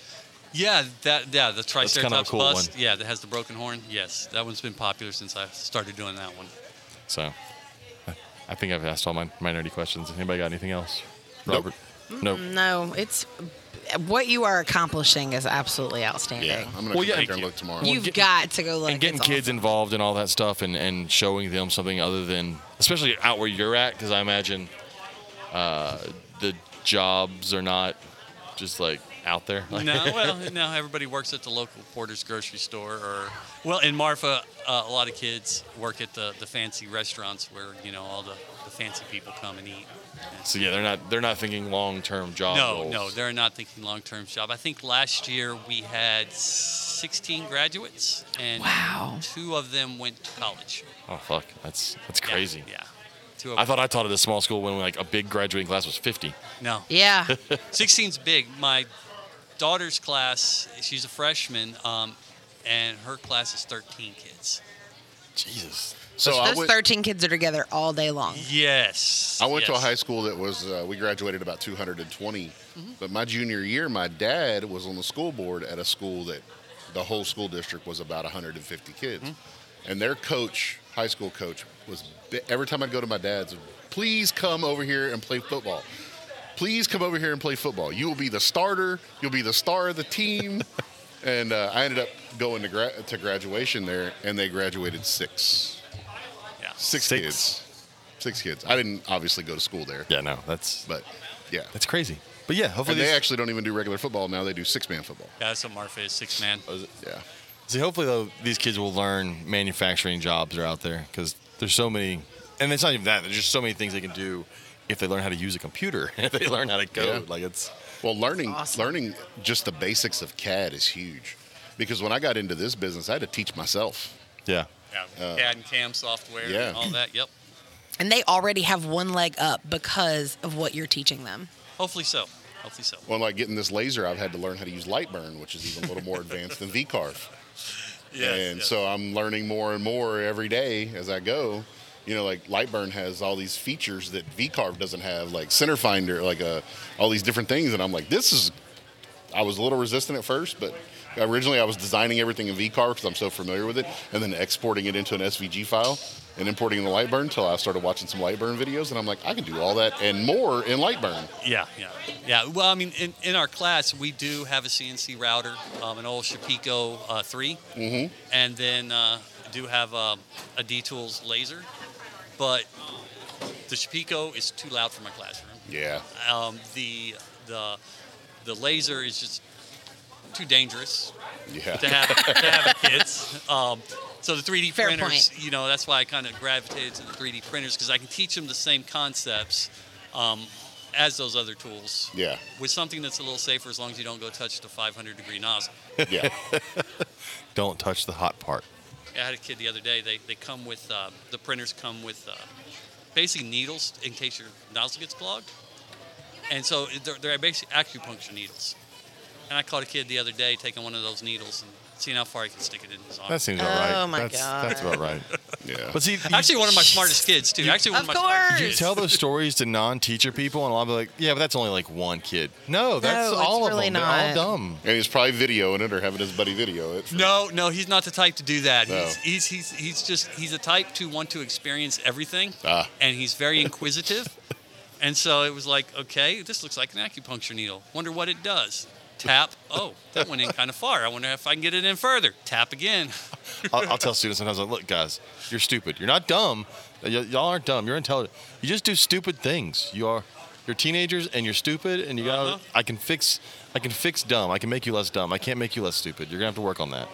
Speaker 7: Yeah, that yeah the
Speaker 1: kind of a
Speaker 7: Triceratops
Speaker 1: cool
Speaker 7: bust.
Speaker 1: one.
Speaker 7: Yeah, that has the broken horn. Yes, that one's been popular since I started doing that one.
Speaker 1: So, I think I've asked all my, my nerdy questions. Anybody got anything else? Robert? No.
Speaker 3: Mm, No, it's what you are accomplishing is absolutely outstanding.
Speaker 4: Yeah, I'm gonna
Speaker 1: Well,
Speaker 4: well,
Speaker 1: yeah,
Speaker 4: yeah, and
Speaker 1: thank
Speaker 4: look tomorrow.
Speaker 3: You've
Speaker 1: get-
Speaker 3: got to go look.
Speaker 1: and getting
Speaker 3: It's
Speaker 1: kids involved in all that stuff and, and showing them something other than especially out where you're at because i imagine uh, the jobs are not just like out there like,
Speaker 7: no, well, no. Everybody works at the local Porter's grocery store, or well, in Marfa, uh, a lot of kids work at the, the fancy restaurants where you know all the, the fancy people come and eat.
Speaker 1: so yeah they're not they're not thinking long-term job
Speaker 7: No,
Speaker 1: roles.
Speaker 7: no, they're not thinking long term job. I think last year we had 16 graduates, and
Speaker 3: Wow.
Speaker 7: two of them went to college.
Speaker 1: oh fuck that's that's
Speaker 7: Yeah,
Speaker 1: crazy
Speaker 7: Yeah. Two of
Speaker 1: i thought i taught at a small school when like a big graduating class was 50
Speaker 7: No.
Speaker 3: Yeah.
Speaker 7: 16's big. My daughter's class, she's a freshman, um, and her class is 13 kids.
Speaker 1: jesus
Speaker 4: so I
Speaker 3: Those
Speaker 4: went,
Speaker 3: 13 kids are together all day long.
Speaker 7: Yes.
Speaker 4: I went to a
Speaker 7: yes.
Speaker 4: high school that was uh, we graduated about 220, but my junior year, my dad was on the school board at a school that the whole school district was about 150 kids, and their coach, high school coach, was bi- every time I'd go to my dad's, please come over here and play football. Please come over here and play football. You will be the starter. You'll be the star of the team. and uh, I ended up going to gra- to graduation there, and they graduated six.
Speaker 7: Yeah.
Speaker 4: Six,
Speaker 1: Six.
Speaker 4: kids. Six kids. I didn't obviously go to school there,
Speaker 1: yeah no that's
Speaker 4: but yeah.
Speaker 1: that's crazy but yeah hopefully
Speaker 4: And they
Speaker 1: these-
Speaker 4: actually don't even do regular football now. They do six man football.
Speaker 7: Yeah, that's what Marfa is, six man.
Speaker 4: Yeah.
Speaker 1: See, hopefully though, these kids will learn manufacturing jobs are out there because there's so many, and it's not even that. There's just so many things they can do if they learn how to use a computer, if they learn how to code.
Speaker 4: Yeah.
Speaker 1: Like it's
Speaker 4: Well, learning
Speaker 3: awesome.
Speaker 4: learning just the basics of CAD is huge, because when I got into this business, I had to teach myself.
Speaker 1: yeah,
Speaker 7: Yeah.
Speaker 1: Uh,
Speaker 7: CAD and CAM software
Speaker 4: yeah.
Speaker 7: and all that. Yep.
Speaker 3: And they already have one leg up because of what you're teaching them.
Speaker 7: Hopefully so. Hopefully so.
Speaker 4: Well, like getting this laser, I've had to learn how to use Lightburn, which is even a little more advanced than VCarve.
Speaker 7: Yes,
Speaker 4: and
Speaker 7: yes.
Speaker 4: so I'm learning more and more every day as I go. You know, like Lightburn has all these features that VCarve doesn't have, like Center Finder, like uh, all these different things. And I'm like, this is. I was a little resistant at first, but originally I was designing everything in VCarve because I'm so familiar with it, and then exporting it into an SVG file and importing it in Lightburn until I started watching some Lightburn videos, and I'm like, I can do all that and more in Lightburn.
Speaker 7: Yeah, yeah, yeah. Well, I mean, in, in our class, we do have a CNC router, um, an old Shapico uh, 3 mm-hmm. and then uh, do have um, a D Tools laser, but the Shapico is too loud for my classroom.
Speaker 4: Yeah.
Speaker 7: Um, the the the laser is just too dangerous
Speaker 4: Yeah.
Speaker 7: to have to have kids. Um, so the 3D
Speaker 3: Fair
Speaker 7: printers,
Speaker 3: point.
Speaker 7: you know, that's why I kind of gravitated to the 3D printers because I can teach them the same concepts um, as those other tools.
Speaker 4: Yeah.
Speaker 7: With something that's a little safer, as long as you don't go touch the 500 degree nozzle.
Speaker 4: Yeah.
Speaker 1: don't touch the hot part.
Speaker 7: I had a kid the other day. They they come with uh, the printers come with uh, basically needles in case your nozzle gets clogged, and so they're, they're basically acupuncture needles. And I caught a kid the other day taking one of those needles and seeing how far he could stick it in his arm.
Speaker 1: That seems about right.
Speaker 3: Oh, my
Speaker 1: that's,
Speaker 3: God.
Speaker 1: that's about right.
Speaker 4: Yeah.
Speaker 1: But see,
Speaker 7: Actually, one of my smartest kids too. Actually, one
Speaker 3: Of
Speaker 7: of, my smartest
Speaker 3: course.
Speaker 1: you
Speaker 7: kids.
Speaker 1: tell those stories to non-teacher people, and I'll be like, "Yeah, but that's only like one kid." No, that's
Speaker 3: No, it's
Speaker 1: all
Speaker 3: really
Speaker 1: of them. They're
Speaker 3: not.
Speaker 1: all dumb.
Speaker 4: And he's probably videoing it or having his buddy video it.
Speaker 7: No, no, he's not the type to do that.
Speaker 4: No.
Speaker 7: He's, he's he's he's just he's a type to want to experience everything,
Speaker 4: Ah.
Speaker 7: and he's very inquisitive. and so it was like, okay, this looks like an acupuncture needle. Wonder what it does. tap. Oh, that went in kind of far. I wonder if I can get it in further. Tap again.
Speaker 1: I'll, I'll tell students sometimes, like, look, guys, you're stupid. You're not dumb. Y- y'all aren't dumb. You're intelligent. You just do stupid things. You are. You're teenagers and you're stupid, and you gotta.
Speaker 7: Uh-huh.
Speaker 1: I can fix. I can fix dumb. I can make you less dumb. I can't make you less stupid. You're gonna have to work on that.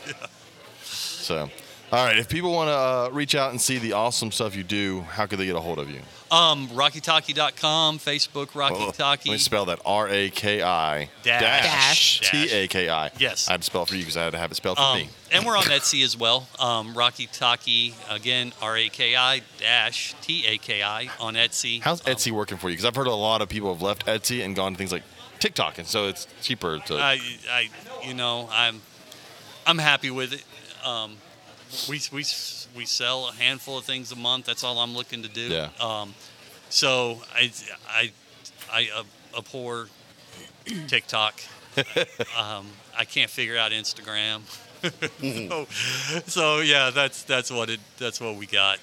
Speaker 1: So, all right. If people want to uh, reach out and see the awesome stuff you do, how could they get a hold of you?
Speaker 7: Um, RockyTalkie.com, Facebook, Rocky
Speaker 1: Oh, Let me
Speaker 7: Talkie.
Speaker 1: spell that. R A K I
Speaker 7: Dash.
Speaker 3: Dash.
Speaker 1: T A K I.
Speaker 7: Yes.
Speaker 1: I had to spell it for you because I had to have it spelled for
Speaker 7: Um,
Speaker 1: me.
Speaker 7: and we're on Etsy as well. Um, Rocky Taki, again, R A K I dash T A K I on Etsy.
Speaker 1: How's
Speaker 7: Um,
Speaker 1: Etsy working for you? Because I've heard a lot of people have left Etsy and gone to things like TikTok, and so it's cheaper to.
Speaker 7: I, I, you know, I'm, I'm happy with it. Um, we, we, we sell a handful of things a month. That's all I'm looking to do.
Speaker 1: Yeah.
Speaker 7: Um, so I, I, I ab- abhor TikTok. um, I can't figure out Instagram.
Speaker 1: Mm-hmm.
Speaker 7: so, so yeah, that's that's what it that's what we got.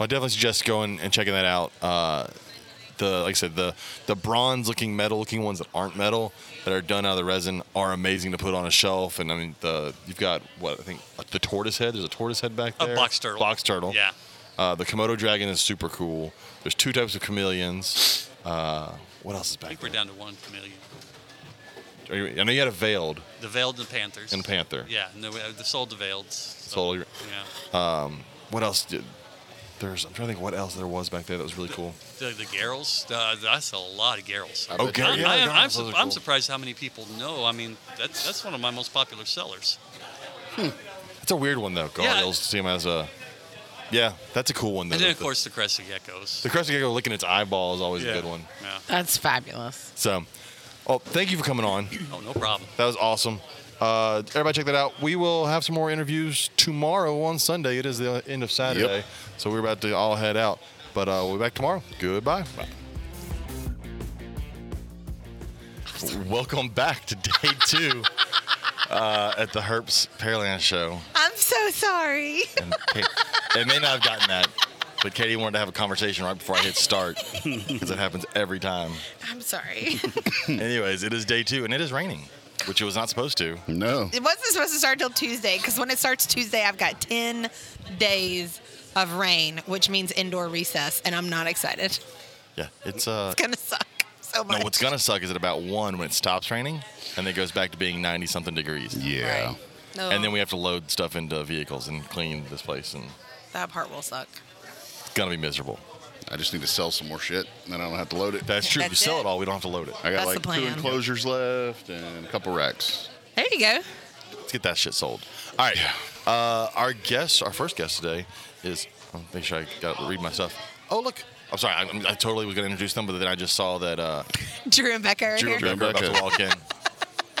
Speaker 1: I definitely suggest going and checking that out. Uh, the like I said, the the bronze looking metal looking ones that aren't metal that are done out of the resin are amazing to put on a shelf. And I mean, the you've got what I think uh, the tortoise head. There's a tortoise head back
Speaker 7: A
Speaker 1: there.
Speaker 7: box turtle.
Speaker 1: Box turtle.
Speaker 7: Yeah.
Speaker 1: Uh, the Komodo dragon is super cool. There's two types of chameleons. Uh, what else is
Speaker 7: I
Speaker 1: back
Speaker 7: think we're
Speaker 1: there?
Speaker 7: down to one chameleon.
Speaker 1: Are you- I know you had a veiled
Speaker 7: The veiled and panthers.
Speaker 1: and panther.
Speaker 7: Yeah, and the, the sold the veiled. So,
Speaker 1: So you're-
Speaker 7: yeah.
Speaker 1: Um, what else did there's I'm trying to think what else there was back there that was really cool.
Speaker 7: The, the Garrels, uh, I sell a lot of Garrels.
Speaker 4: I bet
Speaker 1: Okay.
Speaker 4: you-
Speaker 7: I'm,
Speaker 1: Oh, yeah,
Speaker 7: I am,
Speaker 1: Garrels,
Speaker 7: I'm,
Speaker 1: those
Speaker 7: su-
Speaker 1: are
Speaker 7: I'm
Speaker 1: cool.
Speaker 7: surprised how many people know. I mean, that's that's one of my most popular sellers.
Speaker 1: That's a weird one though.
Speaker 7: Yeah, I-
Speaker 1: Gargoyles see him as a Yeah, that's a cool one though.
Speaker 7: And then, of
Speaker 1: The-
Speaker 7: course, the Crested Geckos.
Speaker 1: The crested gecko licking its eyeball is always
Speaker 7: Yeah,
Speaker 1: a good one.
Speaker 7: Yeah.
Speaker 3: That's fabulous.
Speaker 1: So, well, thank you for coming on.
Speaker 7: Oh, no problem.
Speaker 1: That was awesome. Uh, everybody, check that out. We will have some more interviews tomorrow on Sunday. It is the end of Saturday,
Speaker 4: Yep.
Speaker 1: so we're about to all head out. But uh, we'll be back tomorrow. Goodbye. Welcome back to day two uh, at the Herps Pearland Show.
Speaker 3: I'm so sorry.
Speaker 1: And Kate, they may not have gotten that, but Katie wanted to have a conversation right before I hit start because it happens every time.
Speaker 3: I'm sorry.
Speaker 1: Anyways, it is day two, and it is raining, which it was not supposed to.
Speaker 4: No.
Speaker 3: it wasn't supposed to start till Tuesday because when it starts Tuesday, I've got 10 days of rain, which means indoor recess, and I'm not excited.
Speaker 1: Yeah, it's uh.
Speaker 3: It's going to suck so much.
Speaker 1: No, what's gonna suck is at about one when it stops raining, and then it goes back to being ninety something degrees.
Speaker 4: Yeah.
Speaker 3: Right. No,
Speaker 1: And then we have to load stuff into vehicles and clean this place, and
Speaker 3: that part will suck.
Speaker 1: it's gonna be miserable.
Speaker 4: I just need to sell some more shit, and then I don't have to load it.
Speaker 1: That's true. if you
Speaker 3: That's
Speaker 1: sell it.
Speaker 3: it.
Speaker 1: all, we don't have to load it.
Speaker 4: I
Speaker 3: That's
Speaker 4: got
Speaker 3: the
Speaker 4: like two
Speaker 3: plan.
Speaker 4: enclosures left and a couple racks.
Speaker 3: There you go.
Speaker 1: Let's get that shit sold. All right. Uh, our guest, our first guest today is. I'll make sure I got to read my stuff. Oh look. I'm sorry. I, I'm- I totally was gonna introduce them, but then I just saw that uh,
Speaker 3: Drew and Becca are
Speaker 1: Drew
Speaker 3: here.
Speaker 1: and Becca are about to
Speaker 4: Becca.
Speaker 1: walk in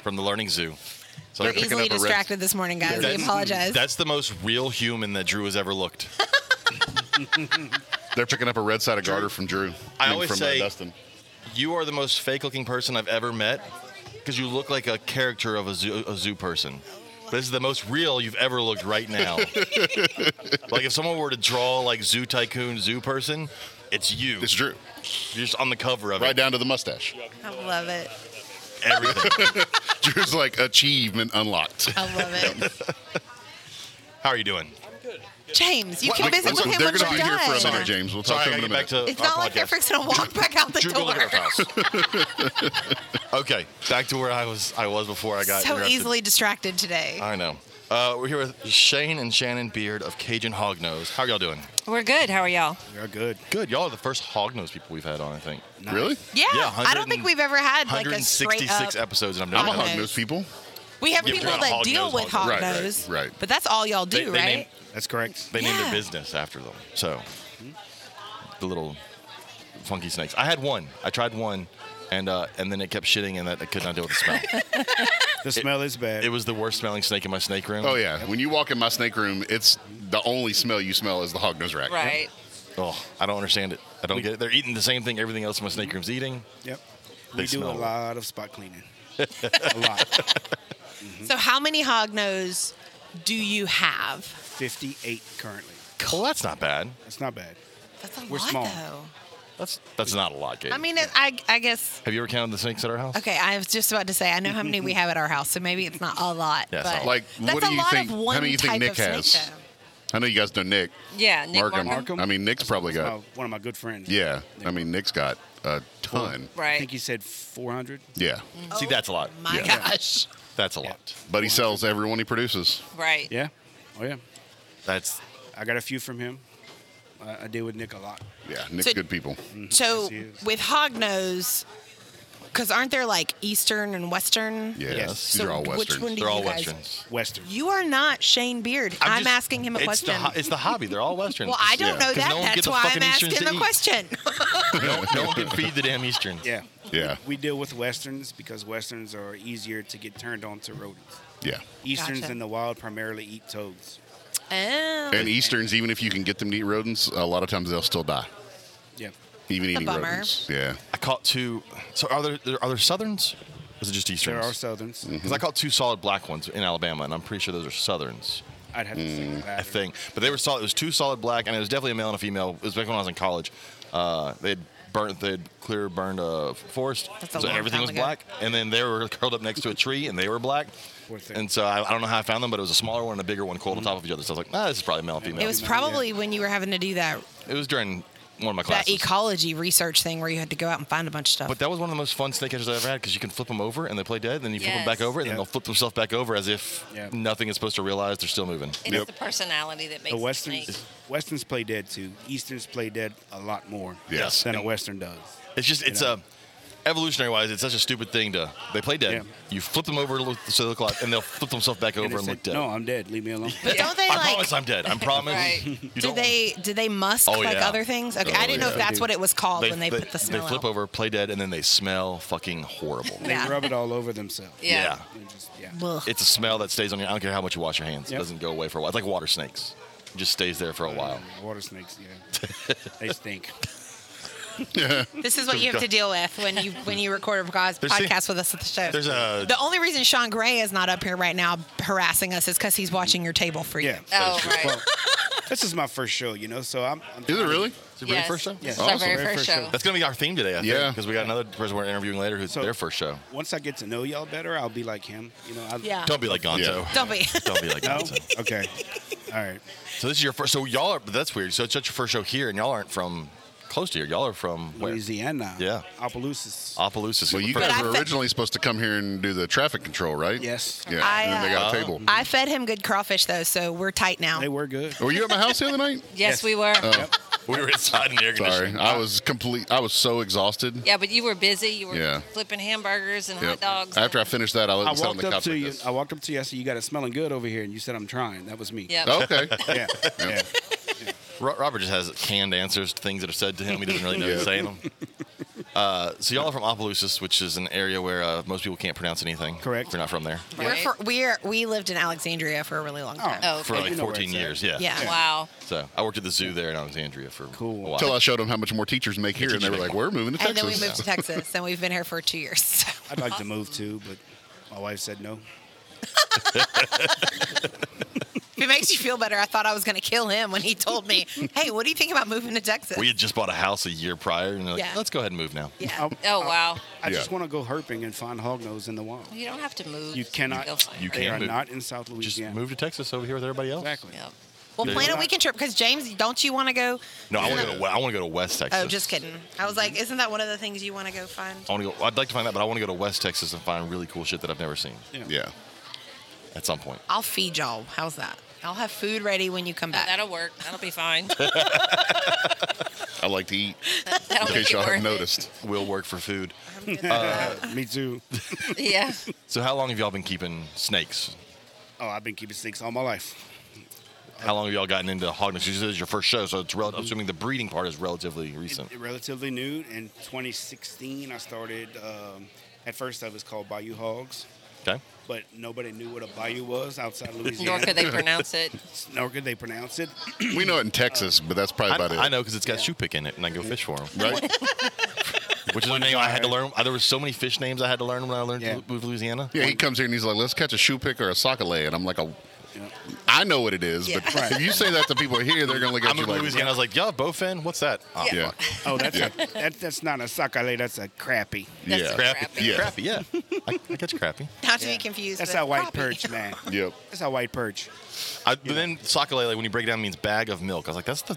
Speaker 1: from the Learning Zoo. So
Speaker 3: We're
Speaker 1: they're picking
Speaker 3: easily
Speaker 1: up a red-
Speaker 3: distracted this morning, guys. We
Speaker 1: That's-
Speaker 3: apologize.
Speaker 1: That's the most real human that Drew has ever looked.
Speaker 4: They're picking up a red side of garter from Drew.
Speaker 1: I
Speaker 4: mean,
Speaker 1: always
Speaker 4: from uh,
Speaker 1: say-
Speaker 4: Dustin.
Speaker 1: You are the most fake-looking person I've ever met because you look like a character of a zoo, a zoo person. But this is the most real you've ever looked right now. like if someone were to draw like zoo tycoon, zoo person, it's you.
Speaker 4: It's Drew,
Speaker 1: You're just on the cover of
Speaker 4: right
Speaker 1: it.
Speaker 4: down to the mustache.
Speaker 3: I love it.
Speaker 1: Everything.
Speaker 4: Drew's like achievement unlocked.
Speaker 3: I love it.
Speaker 1: How are you doing?
Speaker 3: James, you
Speaker 4: What-
Speaker 3: can
Speaker 4: wait,
Speaker 3: visit
Speaker 4: wait,
Speaker 3: with him
Speaker 4: they're
Speaker 3: when
Speaker 4: gonna
Speaker 3: you're
Speaker 4: be here for a
Speaker 3: done.
Speaker 4: minute, James. We'll talk
Speaker 1: Sorry,
Speaker 4: to
Speaker 1: I
Speaker 4: him
Speaker 1: gotta
Speaker 4: in
Speaker 1: get
Speaker 4: a
Speaker 1: back
Speaker 4: minute.
Speaker 1: to
Speaker 3: It's
Speaker 1: our
Speaker 3: not like they're
Speaker 1: podcast.
Speaker 3: fixing to walk back out the
Speaker 1: Drew, go
Speaker 3: door.
Speaker 1: look at our house. okay, back to where I was. I was before I got
Speaker 3: so
Speaker 1: interrupted.
Speaker 3: easily distracted today.
Speaker 1: I know. Uh, we're here with Shane and Shannon Beard of Cajun Hognose. How are y'all doing?
Speaker 8: We're good. How are y'all?
Speaker 9: You're good.
Speaker 1: Good. Y'all are the first Hognose people we've had on, I think.
Speaker 4: Really?
Speaker 3: yeah,
Speaker 1: Yeah,
Speaker 3: I don't
Speaker 1: 100
Speaker 3: think we've ever had like a straight
Speaker 1: 166
Speaker 3: up.
Speaker 1: episodes, and I've
Speaker 4: I'm
Speaker 1: never
Speaker 3: Okay.
Speaker 4: a
Speaker 1: had
Speaker 4: hog nose people.
Speaker 3: we have
Speaker 1: Yeah,
Speaker 3: people
Speaker 1: we're not
Speaker 3: that
Speaker 1: hog
Speaker 3: deal
Speaker 1: nose,
Speaker 3: with hog
Speaker 1: hog
Speaker 4: nose. Right, right,
Speaker 3: nose,
Speaker 4: right.
Speaker 3: But that's all y'all do,
Speaker 1: They- they
Speaker 3: right?
Speaker 1: name-
Speaker 9: That's correct.
Speaker 1: They named
Speaker 3: Yeah.
Speaker 1: their business after them. So, the little funky snakes. I had one. I tried one, and uh, and then it kept shitting, and that I could not deal with the smell.
Speaker 9: The smell is bad.
Speaker 1: it was the worst smelling snake in my snake room.
Speaker 4: Oh yeah. When you walk in my snake room, it's the only smell you smell is the hog nose rack.
Speaker 8: Right.
Speaker 1: Oh, I don't understand it. I don't get it. They're eating the same thing everything else in my snake room's eating.
Speaker 9: yep.
Speaker 1: They
Speaker 9: We do a
Speaker 1: smell.
Speaker 9: lot of spot cleaning. a lot.
Speaker 3: So how many hog nose do you have?
Speaker 9: Fifty-eight currently.
Speaker 1: Well, that's not bad.
Speaker 9: That's not bad.
Speaker 3: That's a
Speaker 9: We're
Speaker 3: lot
Speaker 9: small.
Speaker 3: though.
Speaker 1: That's that's not a lot, Katie.
Speaker 3: I mean, it, I, I guess.
Speaker 1: have you ever counted the snakes at our house?
Speaker 3: Okay, I was just about to say I know how many we have at our house, so maybe it's not a lot.
Speaker 1: Yeah, it's
Speaker 3: but
Speaker 1: not a lot.
Speaker 4: Like,
Speaker 3: that's
Speaker 4: what
Speaker 3: a
Speaker 4: do you
Speaker 3: lot
Speaker 4: think?
Speaker 3: of one
Speaker 4: How many you
Speaker 3: type
Speaker 4: think Nick
Speaker 3: of snake,
Speaker 4: has?
Speaker 3: though.
Speaker 4: I know you guys know Nick.
Speaker 8: Yeah, Nick Markham.
Speaker 4: Markham.
Speaker 9: Markham.
Speaker 4: I mean, Nick's probably
Speaker 9: That's
Speaker 4: got.
Speaker 9: my- one of my good friends.
Speaker 4: Yeah, I mean, Nick's got a ton.
Speaker 9: I
Speaker 8: Right.
Speaker 9: think he said 400.
Speaker 4: Yeah,
Speaker 1: See, that's a lot.
Speaker 3: Mm-hmm. Oh My
Speaker 4: Yeah.
Speaker 3: gosh.
Speaker 1: That's a lot.
Speaker 4: but he sells everyone he produces.
Speaker 8: right.
Speaker 9: Yeah. Oh, yeah.
Speaker 1: That's
Speaker 9: I got a few from him. I, I deal with Nick a lot.
Speaker 4: Yeah, Nick's
Speaker 3: So-
Speaker 4: good people.
Speaker 3: Mm-hmm. So
Speaker 1: Mm-hmm.
Speaker 9: Yes, he is.
Speaker 3: with hognose, because aren't there like Eastern and Western?
Speaker 4: Yeah,
Speaker 1: Yes.
Speaker 4: these
Speaker 3: So
Speaker 4: are all
Speaker 3: which
Speaker 4: Western.
Speaker 3: one do
Speaker 1: they're all
Speaker 3: you guys-
Speaker 1: westerns.
Speaker 9: Western.
Speaker 3: You are not Shane Beard. I'm,
Speaker 1: just-
Speaker 3: asking him a
Speaker 1: it's
Speaker 3: question.
Speaker 1: The, ho- it's the hobby. They're all westerns.
Speaker 3: well, I don't
Speaker 4: yeah,
Speaker 3: know
Speaker 1: 'cause
Speaker 3: that.
Speaker 1: no one
Speaker 3: That's
Speaker 1: gets a
Speaker 3: why I'm
Speaker 1: fucking Easterns
Speaker 3: asking
Speaker 1: to
Speaker 3: the
Speaker 1: eat.
Speaker 3: question.
Speaker 1: no one can feed the damn easterns.
Speaker 9: Yeah.
Speaker 4: Yeah.
Speaker 9: We deal with Westerns because Westerns are easier to get turned on to rodents.
Speaker 4: yeah,
Speaker 9: Easterns
Speaker 3: Gotcha.
Speaker 9: in the wild primarily eat toads.
Speaker 3: Oh,
Speaker 4: and Easterns, even if you can get them to eat rodents, a lot of times they'll still die,
Speaker 9: Yeah.
Speaker 4: even
Speaker 3: a
Speaker 4: eating
Speaker 3: bummer.
Speaker 4: rodents. Yeah,
Speaker 1: I caught two. So are there there- are there southerns? Or is it just
Speaker 9: There are
Speaker 1: easterns?
Speaker 9: Southerns.
Speaker 1: Because I caught two solid black ones in Alabama, and I'm pretty sure those are southerns. Mm,
Speaker 9: I'd have to say that.
Speaker 1: I think, but they were solid. It was two solid black, and it was definitely a male and a female. It was back when I was in college. Uh, they'd burnt, they'd clear burned a forest,
Speaker 3: That's a
Speaker 1: so
Speaker 3: long
Speaker 1: everything
Speaker 3: time
Speaker 1: was
Speaker 3: ago.
Speaker 1: black. And then they were curled up next to a tree, and they were black.
Speaker 9: Poor thing. Mm-hmm.
Speaker 1: And so I, I don't know how I found them, but it was a smaller one and a bigger one coiled on top of each other. So I was like, nah, this is probably male and female.
Speaker 3: It was probably when you were having to do that
Speaker 1: It was during one of my
Speaker 3: that
Speaker 1: classes.
Speaker 3: ecology research thing where you had to go out and find a bunch of stuff.
Speaker 1: But that was one of the most fun snake catchers I ever had because you can flip them over and they play dead, and then you flip them back
Speaker 8: Yes.
Speaker 1: over, and then
Speaker 9: Yeah.
Speaker 1: they'll flip themselves back over as if
Speaker 9: Yeah.
Speaker 1: nothing is supposed to realize they're still moving.
Speaker 8: It's
Speaker 4: Yep.
Speaker 8: the personality that makes
Speaker 9: The
Speaker 8: the
Speaker 9: Westerns,
Speaker 8: snake.
Speaker 9: Westerns play dead too. Easterns play dead a lot more
Speaker 4: Yes.
Speaker 9: than a Western does.
Speaker 1: It's just it's
Speaker 9: know?
Speaker 1: a evolutionary wise, it's such a stupid thing to they play dead.
Speaker 9: Yeah.
Speaker 1: You flip them over to look, so they look like, and they'll flip themselves back over
Speaker 9: they
Speaker 1: and,
Speaker 9: said,
Speaker 1: look dead.
Speaker 9: No, I'm dead. Leave me alone.
Speaker 3: But don't they
Speaker 1: I
Speaker 3: like?
Speaker 1: promise I'm dead. I promise.
Speaker 8: Right.
Speaker 1: You
Speaker 3: do
Speaker 1: don't-
Speaker 3: they do they musk
Speaker 1: Oh,
Speaker 3: like
Speaker 1: yeah.
Speaker 3: other things? Okay,
Speaker 4: Oh,
Speaker 3: I didn't know if
Speaker 4: yeah.
Speaker 3: that's
Speaker 9: They
Speaker 3: what it was called when they,
Speaker 1: they,
Speaker 3: put the smell
Speaker 1: they flip
Speaker 3: out.
Speaker 1: over, play dead, and then they smell fucking horrible.
Speaker 9: They
Speaker 3: Yeah.
Speaker 9: rub it all over themselves.
Speaker 8: Yeah.
Speaker 9: And just- yeah.
Speaker 3: Ugh.
Speaker 1: It's a smell that stays on your. I don't care how much you wash your hands.
Speaker 9: Yep.
Speaker 1: It doesn't go away for a while. It's like water snakes. It just stays there for a while.
Speaker 9: Water snakes, yeah. they stink.
Speaker 3: This is what you have to deal with when you when you record a guys
Speaker 1: There's the-
Speaker 3: podcast with us at the show.
Speaker 1: There's a
Speaker 3: the only reason Sean Gray is not up here right now harassing us is because he's watching your table for you.
Speaker 9: Yeah.
Speaker 8: Oh, right.
Speaker 9: Well, this is my first show, you know, so I'm. I'm
Speaker 4: is it really?
Speaker 1: Is it your
Speaker 8: Yes.
Speaker 1: first show?
Speaker 9: Yeah.
Speaker 8: It's our
Speaker 4: Awesome.
Speaker 8: very first show.
Speaker 1: That's gonna be our theme today. I
Speaker 4: Yeah.
Speaker 1: because we got another person we're interviewing later who's
Speaker 9: So-
Speaker 1: their first show.
Speaker 9: Once I get to know y'all better, I'll be like him. You know, I,
Speaker 3: Yeah.
Speaker 1: Don't be like Gonzo.
Speaker 4: Yeah.
Speaker 3: Don't be.
Speaker 1: Don't be like
Speaker 9: No?
Speaker 1: Gonzo.
Speaker 9: okay. All right.
Speaker 1: So this is your first. So y'all are. That's weird. So it's just your first show here, and y'all aren't from close to here. Y'all are from where?
Speaker 9: Louisiana.
Speaker 1: Yeah.
Speaker 9: Appaloosis.
Speaker 1: Opelousas.
Speaker 4: Well, you
Speaker 1: First-
Speaker 4: guys
Speaker 3: I
Speaker 4: were
Speaker 3: fe-
Speaker 4: originally supposed to come here and do the traffic control, right?
Speaker 9: Yes.
Speaker 4: Yeah,
Speaker 3: I,
Speaker 4: and then they got a
Speaker 1: uh,
Speaker 4: table.
Speaker 3: I fed him good crawfish though, so we're tight now.
Speaker 9: They were good.
Speaker 4: were you at my house the other night?
Speaker 8: Yes, we were.
Speaker 4: Oh.
Speaker 1: we were inside in the air
Speaker 4: Sorry,
Speaker 1: conditioning.
Speaker 4: I was complete. I was so exhausted.
Speaker 8: yeah, but you were busy. You were
Speaker 4: Yeah.
Speaker 8: flipping hamburgers and hot
Speaker 4: Yep.
Speaker 8: dogs.
Speaker 4: After I
Speaker 8: and-
Speaker 4: finished that, I,
Speaker 9: I
Speaker 4: was sat on
Speaker 9: walked
Speaker 4: the
Speaker 9: up
Speaker 4: couch
Speaker 9: to
Speaker 4: like
Speaker 9: you.
Speaker 4: this.
Speaker 9: I walked up to you. I said, "You got it smelling good over here," and you said, "I'm trying." That was me.
Speaker 8: Yep.
Speaker 4: Oh, okay.
Speaker 9: Yeah. yeah.
Speaker 1: Ro- Robert just has canned answers to things that are said to him. He doesn't really know who's saying them. Uh, so y'all are from Opelousas, which is an area where uh, most people can't pronounce anything.
Speaker 9: Correct.
Speaker 1: If you're not from there.
Speaker 3: We're
Speaker 8: Right.
Speaker 3: for, we're we lived in Alexandria for a really long time.
Speaker 8: Oh,
Speaker 1: For
Speaker 8: okay.
Speaker 1: like
Speaker 9: You know where
Speaker 1: 14
Speaker 9: it's at.
Speaker 1: years. Yeah.
Speaker 3: Yeah.
Speaker 8: Wow.
Speaker 1: So I worked at the zoo there in Alexandria for
Speaker 9: Cool.
Speaker 1: a while.
Speaker 4: Until I showed them how much more teachers make here, and they were like, "We're moving
Speaker 3: And
Speaker 4: to Texas."
Speaker 3: then we moved to Texas, and we've been here for two years.
Speaker 9: I'd like to move too, but my wife said no.
Speaker 3: if it makes you feel better, I thought I was going to kill him when he told me, "Hey, what do you think about moving to Texas?"
Speaker 1: we had just bought a house a year prior, and they're like,
Speaker 3: Yeah.
Speaker 1: let's go ahead and move now.
Speaker 3: yeah.
Speaker 8: Oh, wow.
Speaker 9: I
Speaker 4: Yeah.
Speaker 9: just want to go herping and find hognose in the wild.
Speaker 8: You don't have to move.
Speaker 9: You cannot.
Speaker 8: You'll find
Speaker 1: You
Speaker 8: them.
Speaker 9: They
Speaker 1: can
Speaker 9: are
Speaker 1: move.
Speaker 9: not in South
Speaker 1: Just
Speaker 9: Louisiana.
Speaker 1: move to Texas over here with everybody else.
Speaker 9: Exactly.
Speaker 8: Yep.
Speaker 3: Well, plan a
Speaker 9: Yeah.
Speaker 3: weekend trip because James, don't you want to go?
Speaker 1: No, I want to
Speaker 4: Yeah.
Speaker 1: go. To, I want to go to West Texas.
Speaker 3: Oh, just kidding. I was like, isn't that one of the things you want to go find?
Speaker 1: I want to go. I'd like to find that, but I want to go to West Texas and find really cool shit that I've never seen
Speaker 4: yeah.
Speaker 1: at some point.
Speaker 3: I'll feed y'all. How's that? I'll have food ready when you come
Speaker 8: Uh,
Speaker 3: back.
Speaker 8: That'll work. That'll be fine.
Speaker 4: I like to eat,
Speaker 8: That'll be
Speaker 4: in case y'all
Speaker 8: worth
Speaker 4: have
Speaker 8: it.
Speaker 4: noticed.
Speaker 1: We'll work for food.
Speaker 9: Uh, Me too.
Speaker 8: Yeah.
Speaker 1: So, how long have y'all been keeping snakes?
Speaker 9: Oh, I've been keeping snakes all my life.
Speaker 1: How long have y'all gotten into hognose? This is your first show, so it's rel- assuming the breeding part is relatively recent.
Speaker 9: Relatively new. In 2016, I started. Um, at first, I was called Bayou Hogs,
Speaker 1: Okay.
Speaker 9: but nobody knew what a bayou was outside of Louisiana.
Speaker 8: Nor could they pronounce it.
Speaker 9: Nor could they pronounce it.
Speaker 4: We know it in Texas, but that's probably
Speaker 1: I,
Speaker 4: about it.
Speaker 1: I know because it's got shoe pick in it, and I go fish for them.
Speaker 4: right?
Speaker 1: which is a name I had to learn. There were so many fish names I had to learn when I learned
Speaker 9: Yeah.
Speaker 1: to move to Louisiana.
Speaker 4: Yeah, he comes here and he's like, "Let's catch a shoe pick or a sockeye," and I'm like, "Oh, I know what it is, but
Speaker 8: Yeah.
Speaker 4: if you say that to people here, they're gonna look at
Speaker 1: I'm
Speaker 4: you
Speaker 1: in
Speaker 4: like,
Speaker 1: Louisiana. I was like, "Y'all have bowfin? What's that?" Oh,
Speaker 4: yeah,
Speaker 9: Oh, that's a, that, that's not a sakale. That's a crappy.
Speaker 8: That's
Speaker 4: yeah,
Speaker 8: a
Speaker 1: crappy.
Speaker 8: crappy.
Speaker 4: Yeah.
Speaker 1: Crappy. Yeah, I, I catch crappy.
Speaker 3: Not to be confused.
Speaker 9: That's
Speaker 3: with
Speaker 9: how white
Speaker 3: crappie.
Speaker 9: perch, man.
Speaker 4: yep."
Speaker 9: That's how white perch.
Speaker 1: I, but then Sokolele, when you break it down, means bag of milk. I was like, "That's the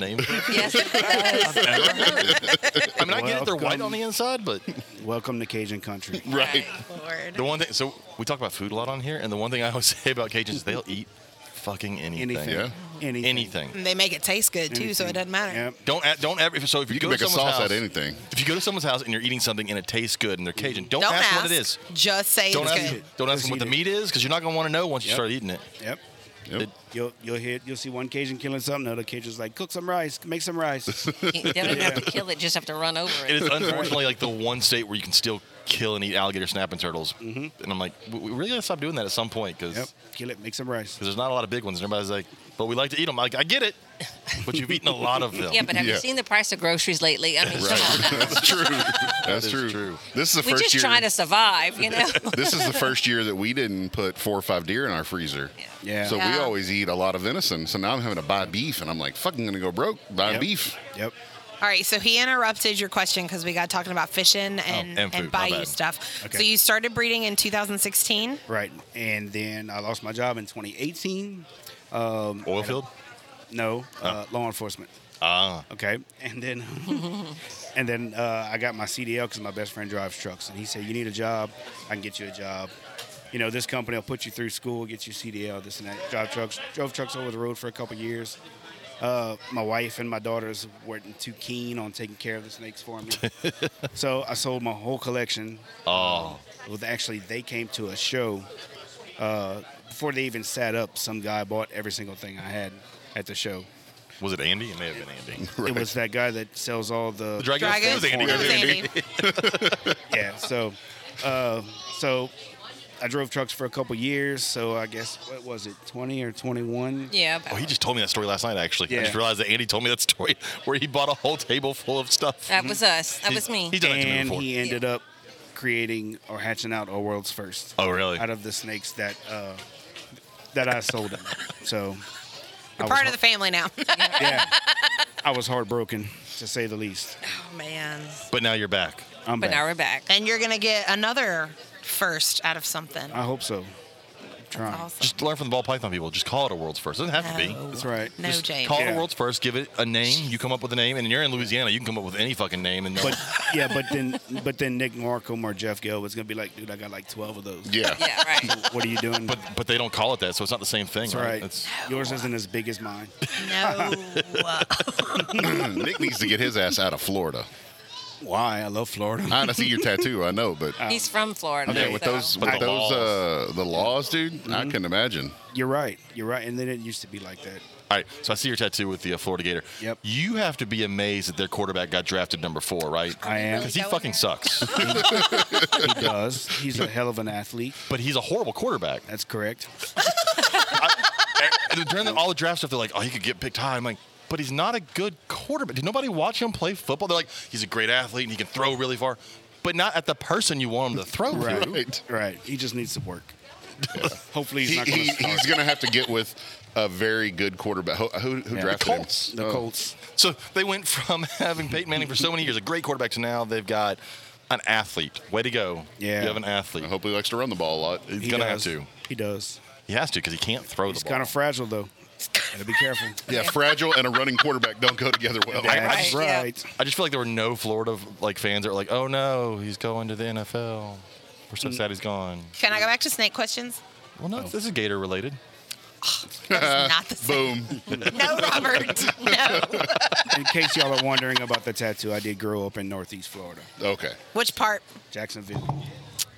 Speaker 1: name."
Speaker 8: Yes, it does.
Speaker 1: I mean, I get it. They're white
Speaker 9: Welcome.
Speaker 1: on the inside, but
Speaker 9: Welcome to Cajun country.
Speaker 4: Right.
Speaker 3: Lord.
Speaker 1: the one thing. So we talk about food a lot on here, and the one thing I always say about Cajuns is they'll eat fucking anything.
Speaker 9: Anything.
Speaker 4: Yeah.
Speaker 9: Anything.
Speaker 1: Anything.
Speaker 3: And they make it taste good too, so it doesn't matter.
Speaker 9: Yep.
Speaker 1: Don't add, don't ever. if- So if you,
Speaker 4: You
Speaker 1: go
Speaker 4: can make
Speaker 1: to
Speaker 4: a
Speaker 1: someone's
Speaker 4: sauce
Speaker 1: house,
Speaker 4: out of anything.
Speaker 1: If you go to someone's house and you're eating something and it tastes good and they're Cajun, don't,
Speaker 3: Don't
Speaker 1: ask,
Speaker 3: ask
Speaker 1: what it is.
Speaker 3: Just say
Speaker 1: Don't
Speaker 3: it's
Speaker 1: ask.
Speaker 3: good.
Speaker 1: Don't ask
Speaker 9: Just
Speaker 1: them what
Speaker 9: eat
Speaker 1: the
Speaker 9: it.
Speaker 1: meat is because you're not gonna want to know once you
Speaker 9: Yep.
Speaker 1: start eating it.
Speaker 9: Yep.
Speaker 4: Yep.
Speaker 9: You'll you'll hear you'll see one Cajun killing something. Another Cajun's like, cook some rice, make some rice.
Speaker 8: You don't even have to kill it; just have to run over
Speaker 1: It
Speaker 8: it.
Speaker 1: is unfortunately like the one state where you can still kill and eat alligator snapping turtles. And I'm like, we we really gotta stop doing that at some point because
Speaker 9: Mm-hmm. yep. Kill it, make some rice.
Speaker 1: there's not a lot of big ones. And everybody's like, but we like to eat them. Like, I get it, but you've eaten a lot of them.
Speaker 8: Yeah, but have
Speaker 4: Yeah.
Speaker 8: you seen the price of groceries lately? I mean, come on. now.
Speaker 4: That's true. That's
Speaker 1: is
Speaker 4: true.
Speaker 1: true.
Speaker 4: This is the
Speaker 8: We're
Speaker 4: first
Speaker 8: just
Speaker 4: year.
Speaker 8: trying to survive, you know.
Speaker 4: this is the first year that we didn't put four or five deer in our freezer.
Speaker 9: Yeah.
Speaker 4: So we
Speaker 3: Yeah.
Speaker 4: always eat a lot of venison. So now I'm having to buy beef, and I'm like, fucking gonna go broke buying
Speaker 9: Yep.
Speaker 4: beef.
Speaker 9: Yep.
Speaker 3: All right, so he interrupted your question because we got talking about fishing and,
Speaker 1: Oh, and
Speaker 3: and,
Speaker 1: food, my
Speaker 3: bayou
Speaker 1: bad.
Speaker 3: stuff.
Speaker 9: Okay.
Speaker 3: So you started breeding in 2016.
Speaker 9: Right. And then I lost my job in 2018. Um,
Speaker 1: Oil field? Oh.
Speaker 9: no, uh, law enforcement.
Speaker 1: Ah.
Speaker 9: Okay. And then and then uh, I got my CDL because my best friend drives trucks, and he said, "You need a job? I can get you a job." You know, this company will put you through school, get you CDL, this and that. Drive trucks, drove trucks over the road for a couple years. Uh, my wife and my daughters weren't too keen on taking care of the snakes for me, so I sold my whole collection.
Speaker 1: Oh.
Speaker 9: Well, they- actually, they came to a show uh, before they even sat up. Some guy bought every single thing I had at the show.
Speaker 1: Was it Andy? It may have been Andy.
Speaker 9: It was that guy that sells all the,
Speaker 1: The dragon.
Speaker 3: Dragon.
Speaker 1: It was Andy.
Speaker 3: It was Andy.
Speaker 9: yeah. So, uh, so I drove trucks for a couple years. So I guess what was it, twenty or twenty-one?
Speaker 8: yeah.
Speaker 1: Oh, he just told me that story last night. Actually, I
Speaker 9: Yeah.
Speaker 1: just realized that Andy told me that story where he bought a whole table full of stuff.
Speaker 8: that was us. That
Speaker 1: Mm-hmm. He-
Speaker 8: was me.
Speaker 1: He's done that to me
Speaker 9: And
Speaker 1: before.
Speaker 9: he ended up creating or hatching out our world's first
Speaker 1: oh, really?
Speaker 9: out of the snakes that uh, that I sold him. So I
Speaker 3: You're
Speaker 9: was
Speaker 3: part
Speaker 9: har-
Speaker 3: of the family now.
Speaker 9: yeah. I was heartbroken to say the least.
Speaker 3: oh, man.
Speaker 1: But now you're back.
Speaker 9: I'm
Speaker 8: But
Speaker 9: back.
Speaker 8: now we're back.
Speaker 3: And you're going to get another first out of something.
Speaker 9: I hope so. trying.
Speaker 3: Awesome.
Speaker 1: Just learn from the ball python people. Just call it a world's first. It doesn't have to be.
Speaker 3: No.
Speaker 9: That's right.
Speaker 3: No,
Speaker 1: Just
Speaker 3: James.
Speaker 1: Call it
Speaker 9: Yeah.
Speaker 1: a world's first. Give it a name. You come up with a name, and you're in Louisiana. You can come up with any fucking name. And
Speaker 9: But yeah, but then but then Nick Markham or Jeff Gill was gonna be like, dude, I got like twelve of those.
Speaker 4: Yeah.
Speaker 8: Yeah, right.
Speaker 9: What are you doing?
Speaker 1: but but they don't call it that, so it's not the same thing,
Speaker 9: That's
Speaker 1: right?
Speaker 9: right.
Speaker 1: It's-
Speaker 9: Yours isn't as big as mine.
Speaker 3: No.
Speaker 4: Nick needs to get his ass out of Florida.
Speaker 9: Why? I love Florida.
Speaker 4: I don't see your tattoo. I know, but
Speaker 8: He's from Florida.
Speaker 4: yeah, Um, with
Speaker 8: so-
Speaker 4: those,
Speaker 1: But
Speaker 4: with
Speaker 1: the
Speaker 4: those,
Speaker 1: laws. Mm-hmm.
Speaker 4: uh, the laws, dude. I can imagine.
Speaker 9: You're right. You're right. And then it used to be like that.
Speaker 1: All right. So I see your tattoo with the uh, Florida Gator.
Speaker 9: Yep.
Speaker 1: You have to be amazed that their quarterback got drafted number four, right?
Speaker 9: I am.
Speaker 1: Because he fucking sucks.
Speaker 9: He does. He's a hell of an athlete.
Speaker 1: but he's a horrible quarterback.
Speaker 9: That's correct.
Speaker 1: And during the, all the draft stuff, they're like, oh, he could get picked high. I'm like, but he's not a good quarterback. Did nobody watch him play football? They're like, he's a great athlete and he can throw really far, but not at the person you want him to throw to.
Speaker 4: Right.
Speaker 9: Right. He just needs to work. Hopefully he's
Speaker 4: He,
Speaker 9: not gonna
Speaker 4: he,
Speaker 9: start.
Speaker 4: he's gonna have to get with a very good quarterback. Who, who, who
Speaker 9: Yeah.
Speaker 4: drafted
Speaker 1: The Colts.
Speaker 4: him?
Speaker 9: the
Speaker 4: Oh.
Speaker 9: Colts.
Speaker 1: So they went from having Peyton Manning for so many years, a great quarterback, to now they've got an athlete. Way to go.
Speaker 9: Yeah.
Speaker 1: You have an athlete.
Speaker 4: I hope he likes to run the ball a lot.
Speaker 1: He's
Speaker 9: He
Speaker 1: going to have
Speaker 9: does.
Speaker 1: to.
Speaker 9: He does.
Speaker 1: He has to because he can't throw
Speaker 9: He's
Speaker 1: the ball.
Speaker 9: kind of fragile though. Gotta be careful.
Speaker 4: Yeah, fragile and a running quarterback don't go together well.
Speaker 9: That's
Speaker 8: Right, yeah.
Speaker 9: right.
Speaker 1: I just feel like there were no Florida like fans that were like, oh no, he's going to the NFL. We're
Speaker 3: Mm.
Speaker 1: so sad he's gone.
Speaker 3: Can I go back to snake questions?
Speaker 1: Well,
Speaker 3: Oh.
Speaker 1: no, this is Gator related.
Speaker 3: That is not the same.
Speaker 4: Boom.
Speaker 3: No, Robert. No.
Speaker 9: In case y'all are wondering about the tattoo, I did grow up in Northeast Florida,
Speaker 4: Okay.
Speaker 3: Which part?
Speaker 9: Jacksonville.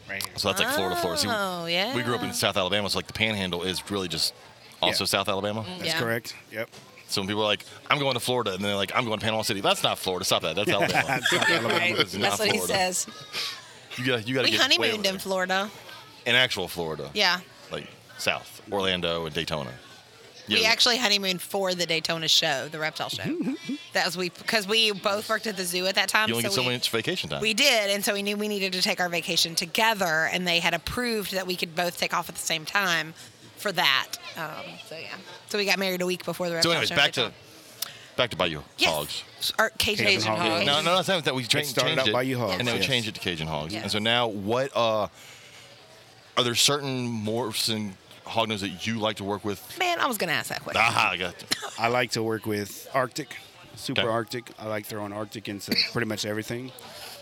Speaker 9: Right here.
Speaker 1: So that's like Florida, Florida. See,
Speaker 3: Oh, yeah.
Speaker 1: We grew up in South Alabama, so like the Panhandle is really just also
Speaker 9: Yeah.
Speaker 1: South Alabama.
Speaker 9: That's
Speaker 3: Mm, Yeah.
Speaker 9: correct. Yep.
Speaker 1: So when people are like, "I'm going to Florida," and then they're like, "I'm going to Panama City," that's not Florida. Stop that. That's Alabama.
Speaker 8: Right.
Speaker 1: It's not
Speaker 8: That's what he
Speaker 1: Florida.
Speaker 8: says.
Speaker 1: You got you got to
Speaker 3: We
Speaker 1: get way over
Speaker 3: honeymooned in
Speaker 1: there.
Speaker 3: Florida.
Speaker 1: in actual Florida.
Speaker 3: Yeah.
Speaker 1: like South Orlando and Daytona.
Speaker 3: We
Speaker 1: Yeah.
Speaker 3: actually honeymooned for the Daytona show, the reptile show. that was we because we both worked at the zoo at that time.
Speaker 1: You only
Speaker 3: Um, so
Speaker 1: get so
Speaker 3: we-
Speaker 1: much vacation time.
Speaker 3: We did, and so we knew we needed to take our vacation together, and they had approved that we could both take off at the same time for that. Um, so yeah, so we got married a week before the.
Speaker 1: so,
Speaker 3: reptile
Speaker 1: anyways,
Speaker 3: show
Speaker 1: back to
Speaker 3: Daytona.
Speaker 1: back to Bayou
Speaker 3: yes.
Speaker 1: Hogs.
Speaker 3: Or Cajun,
Speaker 9: Cajun hogs.
Speaker 8: hogs.
Speaker 1: No, no, that's not that we tra-
Speaker 9: started
Speaker 1: changed
Speaker 9: out
Speaker 1: it,
Speaker 9: Bayou Hogs,
Speaker 1: and then
Speaker 9: yes.
Speaker 1: we changed it to Cajun Hogs.
Speaker 3: Yeah.
Speaker 1: And so now, what uh, are there certain morphs and hog nose that you like to work with?
Speaker 3: Man, I was gonna ask that question.
Speaker 1: Aha, I got
Speaker 9: I like to work with Arctic, super
Speaker 1: Okay.
Speaker 9: Arctic. I like throwing Arctic into pretty much everything.